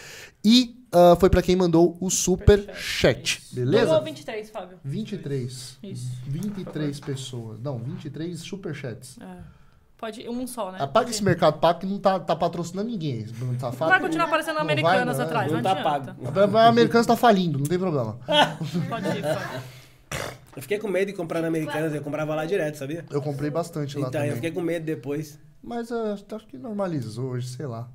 E ah, foi pra quem mandou o super chat, Um ou beleza? 23, Fábio. 23. Isso. 23 pessoas. Não, 23 superchats. É. Pode, um só, né? Apaga Pode- esse mercado pago que não tá, tá patrocinando ninguém. esse tá Bruno Safado. Vai continuar aparecendo Não vai, americanas não, atrás, não, não tá adianta. pago. A Americanas tá falindo, não tem problema. Pode ir, Fábio. Eu fiquei com medo de comprar na Americanas, eu comprava lá direto, sabia? Eu comprei bastante lá Então, também. eu fiquei com medo depois. Mas ah, acho que normalizou hoje, sei lá.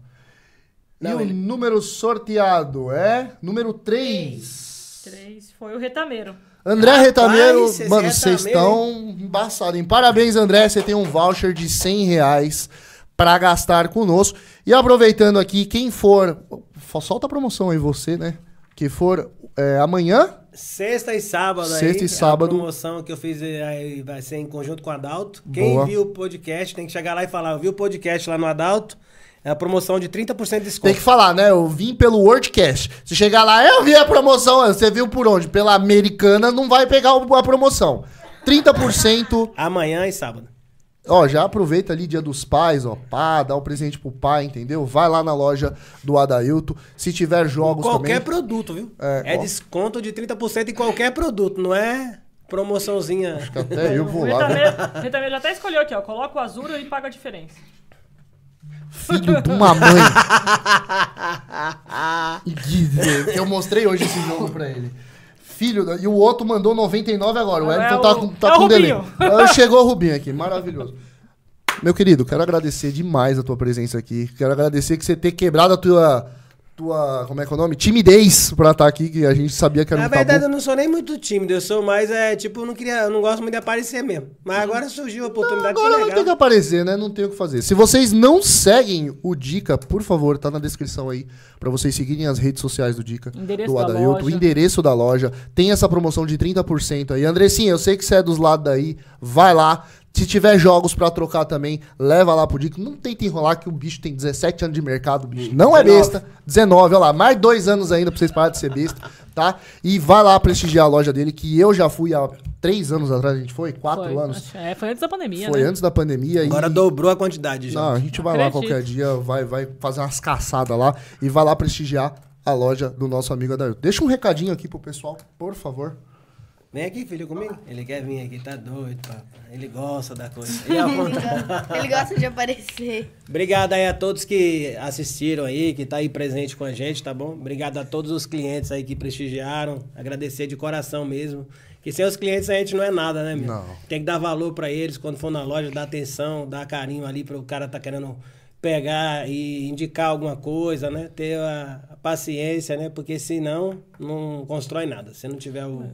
e Não, o ele- número sorteado é número 3. Três, foi o retameiro. André Retameiro, esse mano, Retameiro, vocês hein? estão embaçados, hein? Parabéns, André, você tem um voucher de 100 reais pra gastar conosco. E aproveitando aqui, quem for, Fo- solta a promoção aí você, né? Que for é, amanhã, Sexta e sábado aí. Sexta e sábado. A promoção que eu fiz aí vai ser em conjunto com o Adalto. Quem Boa. viu o podcast tem que chegar lá e falar, eu vi o podcast lá no Adalto. É a promoção de tem 30% de desconto. que falar, né? Eu vim pelo WordCast. Se chegar lá, eu vi a promoção, você viu por onde? Pela americana, não vai pegar o- a promoção. 30%. Amanhã e sábado. Ó, já aproveita ali dia dos pais, ó, pá, dá o presente pro pai, entendeu? Vai lá na loja do Adailto. Se tiver jogos Qualquer também. produto, viu? É, É, ó. desconto de 30% em qualquer produto, não é promoçãozinha. Até eu O vou lá. né? velho. retameiro, o retameiro já até escolheu aqui, ó. Coloca o Azura e paga a diferença. Filho de uma *laughs* mãe. Que- que eu mostrei hoje esse jogo pra ele. Filho, da- e o outro mandou 99 agora. O É Wellington tá, o- com- tá é o com delay. Rubinho. Ah, Chegou o Rubinho aqui, maravilhoso. Meu querido, quero agradecer demais a tua presença aqui. Quero agradecer que você ter quebrado a tua. tua como é que é o nome? Timidez pra estar aqui, que a gente sabia que era Na um tabu. verdade, eu não sou nem muito tímido, eu sou mais, é, tipo, eu não queria, eu não gosto muito de aparecer mesmo. Mas agora surgiu a oportunidade de Uhum. Agora vai ter que aparecer, né? Não tem o que fazer. Se vocês não seguem o Dica, por favor, tá na descrição aí pra vocês seguirem as redes sociais do Dica. Endereço do da Adailto, o loja. endereço da loja. Tem essa promoção de 30% aí. Andressinha, eu sei que você é dos lados daí. Vai lá. Se tiver jogos pra trocar também, leva lá pro Dica. Não tenta enrolar que o bicho tem 17 anos de mercado, Hum, bicho. Não é 19. besta. 19, olha lá. Mais dois anos ainda pra vocês pararem de ser besta, tá? E vai lá prestigiar a loja dele, que eu já fui há três anos atrás, a gente foi? Quatro Foi, anos. acho- é, foi antes da pandemia, Foi né? antes da pandemia. e- Agora né? dobrou a quantidade já. Não, a gente vai lá Acredito. qualquer dia, vai, vai fazer umas caçadas lá e vai lá prestigiar a loja do nosso amigo Adailto. Deixa um recadinho aqui pro pessoal, por favor. Vem aqui, filho, comigo. Ele quer vir aqui, tá doido, papai. Ele gosta da coisa. Ele é à vontade. Ele gosta de aparecer. Obrigado aí a todos que assistiram aí, que tá aí presente com a gente, tá bom? Obrigado a todos os clientes aí que prestigiaram. Agradecer de coração mesmo. Que sem os clientes a gente não é nada, né, meu? Não. Tem que dar valor pra eles quando for na loja, dar atenção, dar carinho ali pro cara tá querendo pegar e indicar alguma coisa, né? Ter a, a paciência, né? Porque senão não constrói nada. Se não tiver o,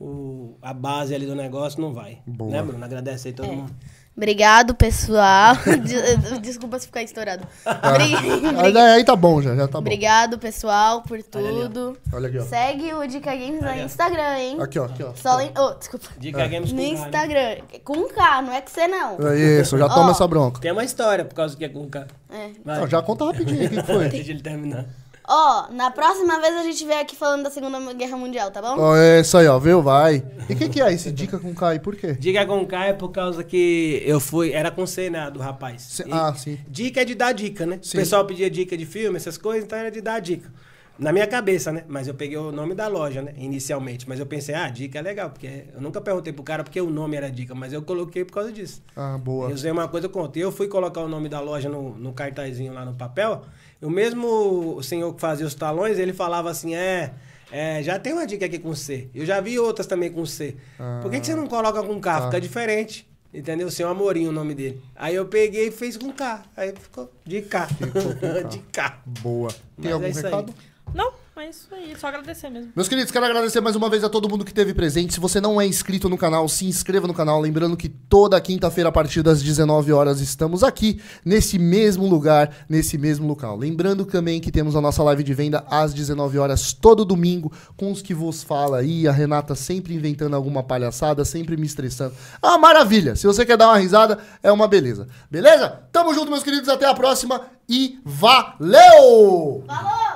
o- a base ali do negócio, não vai. Boa. Né, Bruno? Agradece aí todo mundo. Obrigado, pessoal. *laughs* De- Desculpa se ficar estourado. Obri- Tá. Aí, aí tá bom já, já tá bom. Obrigado, pessoal, por ali, ó. tudo. Olha aqui, ó. Segue o Dica Games no Olha. Instagram, hein? Aqui, ó, aqui, ó. Só lem- oh, desculpa. Dica É. Games com No K, né? Instagram. Com K, não é que você não. Isso, já toma essa bronca. Tem uma história por causa que é com K. É. Vai. Não, já conta rapidinho o que que foi. *laughs* Deixa ele terminar. Ó, na próxima vez a gente vem aqui falando da Segunda Guerra Mundial, tá bom? Ó, é isso aí, ó, viu? Vai. E o que, que é esse dica com K aí? Por quê? Dica com K é por causa que eu fui. Era com C, né, do rapaz. Se- E ah, sim. Dica é de dar dica, né? Sim. O pessoal pedia dica de filme, essas coisas, então era de dar dica. Na minha cabeça, né? Mas eu peguei o nome da loja, né? Inicialmente. Mas eu pensei, ah, dica é legal, porque eu nunca perguntei pro cara porque o nome era dica, mas eu coloquei por causa disso. Ah, boa. Eu usei é uma coisa contra. Eu fui colocar o nome da loja no, no cartazinho lá no papel. O mesmo senhor que fazia os talões, ele falava assim: é, é, já tem uma dica aqui com C. Eu já vi outras também com C. Por que, que você não coloca com K? Fica diferente. Entendeu? Senhor Amorim, o nome dele. Aí eu peguei e fez com K. Aí ficou de K. *laughs* de K. Boa. Tem Mas algum é isso aí. recado? Não, é isso aí. É só agradecer mesmo. Meus queridos, quero agradecer mais uma vez a todo mundo que esteve presente. Se você não é inscrito no canal, se inscreva no canal. Lembrando que toda quinta-feira, a partir das 19 horas, estamos aqui, nesse mesmo lugar, nesse mesmo local. Lembrando também que temos a nossa live de venda às 19 horas, todo domingo, com os que vos fala aí. A Renata sempre inventando alguma palhaçada, sempre me estressando. Ah, maravilha! Se você quer dar uma risada, é uma beleza. Beleza? Tamo junto, meus queridos. Até a próxima e valeu! Falou!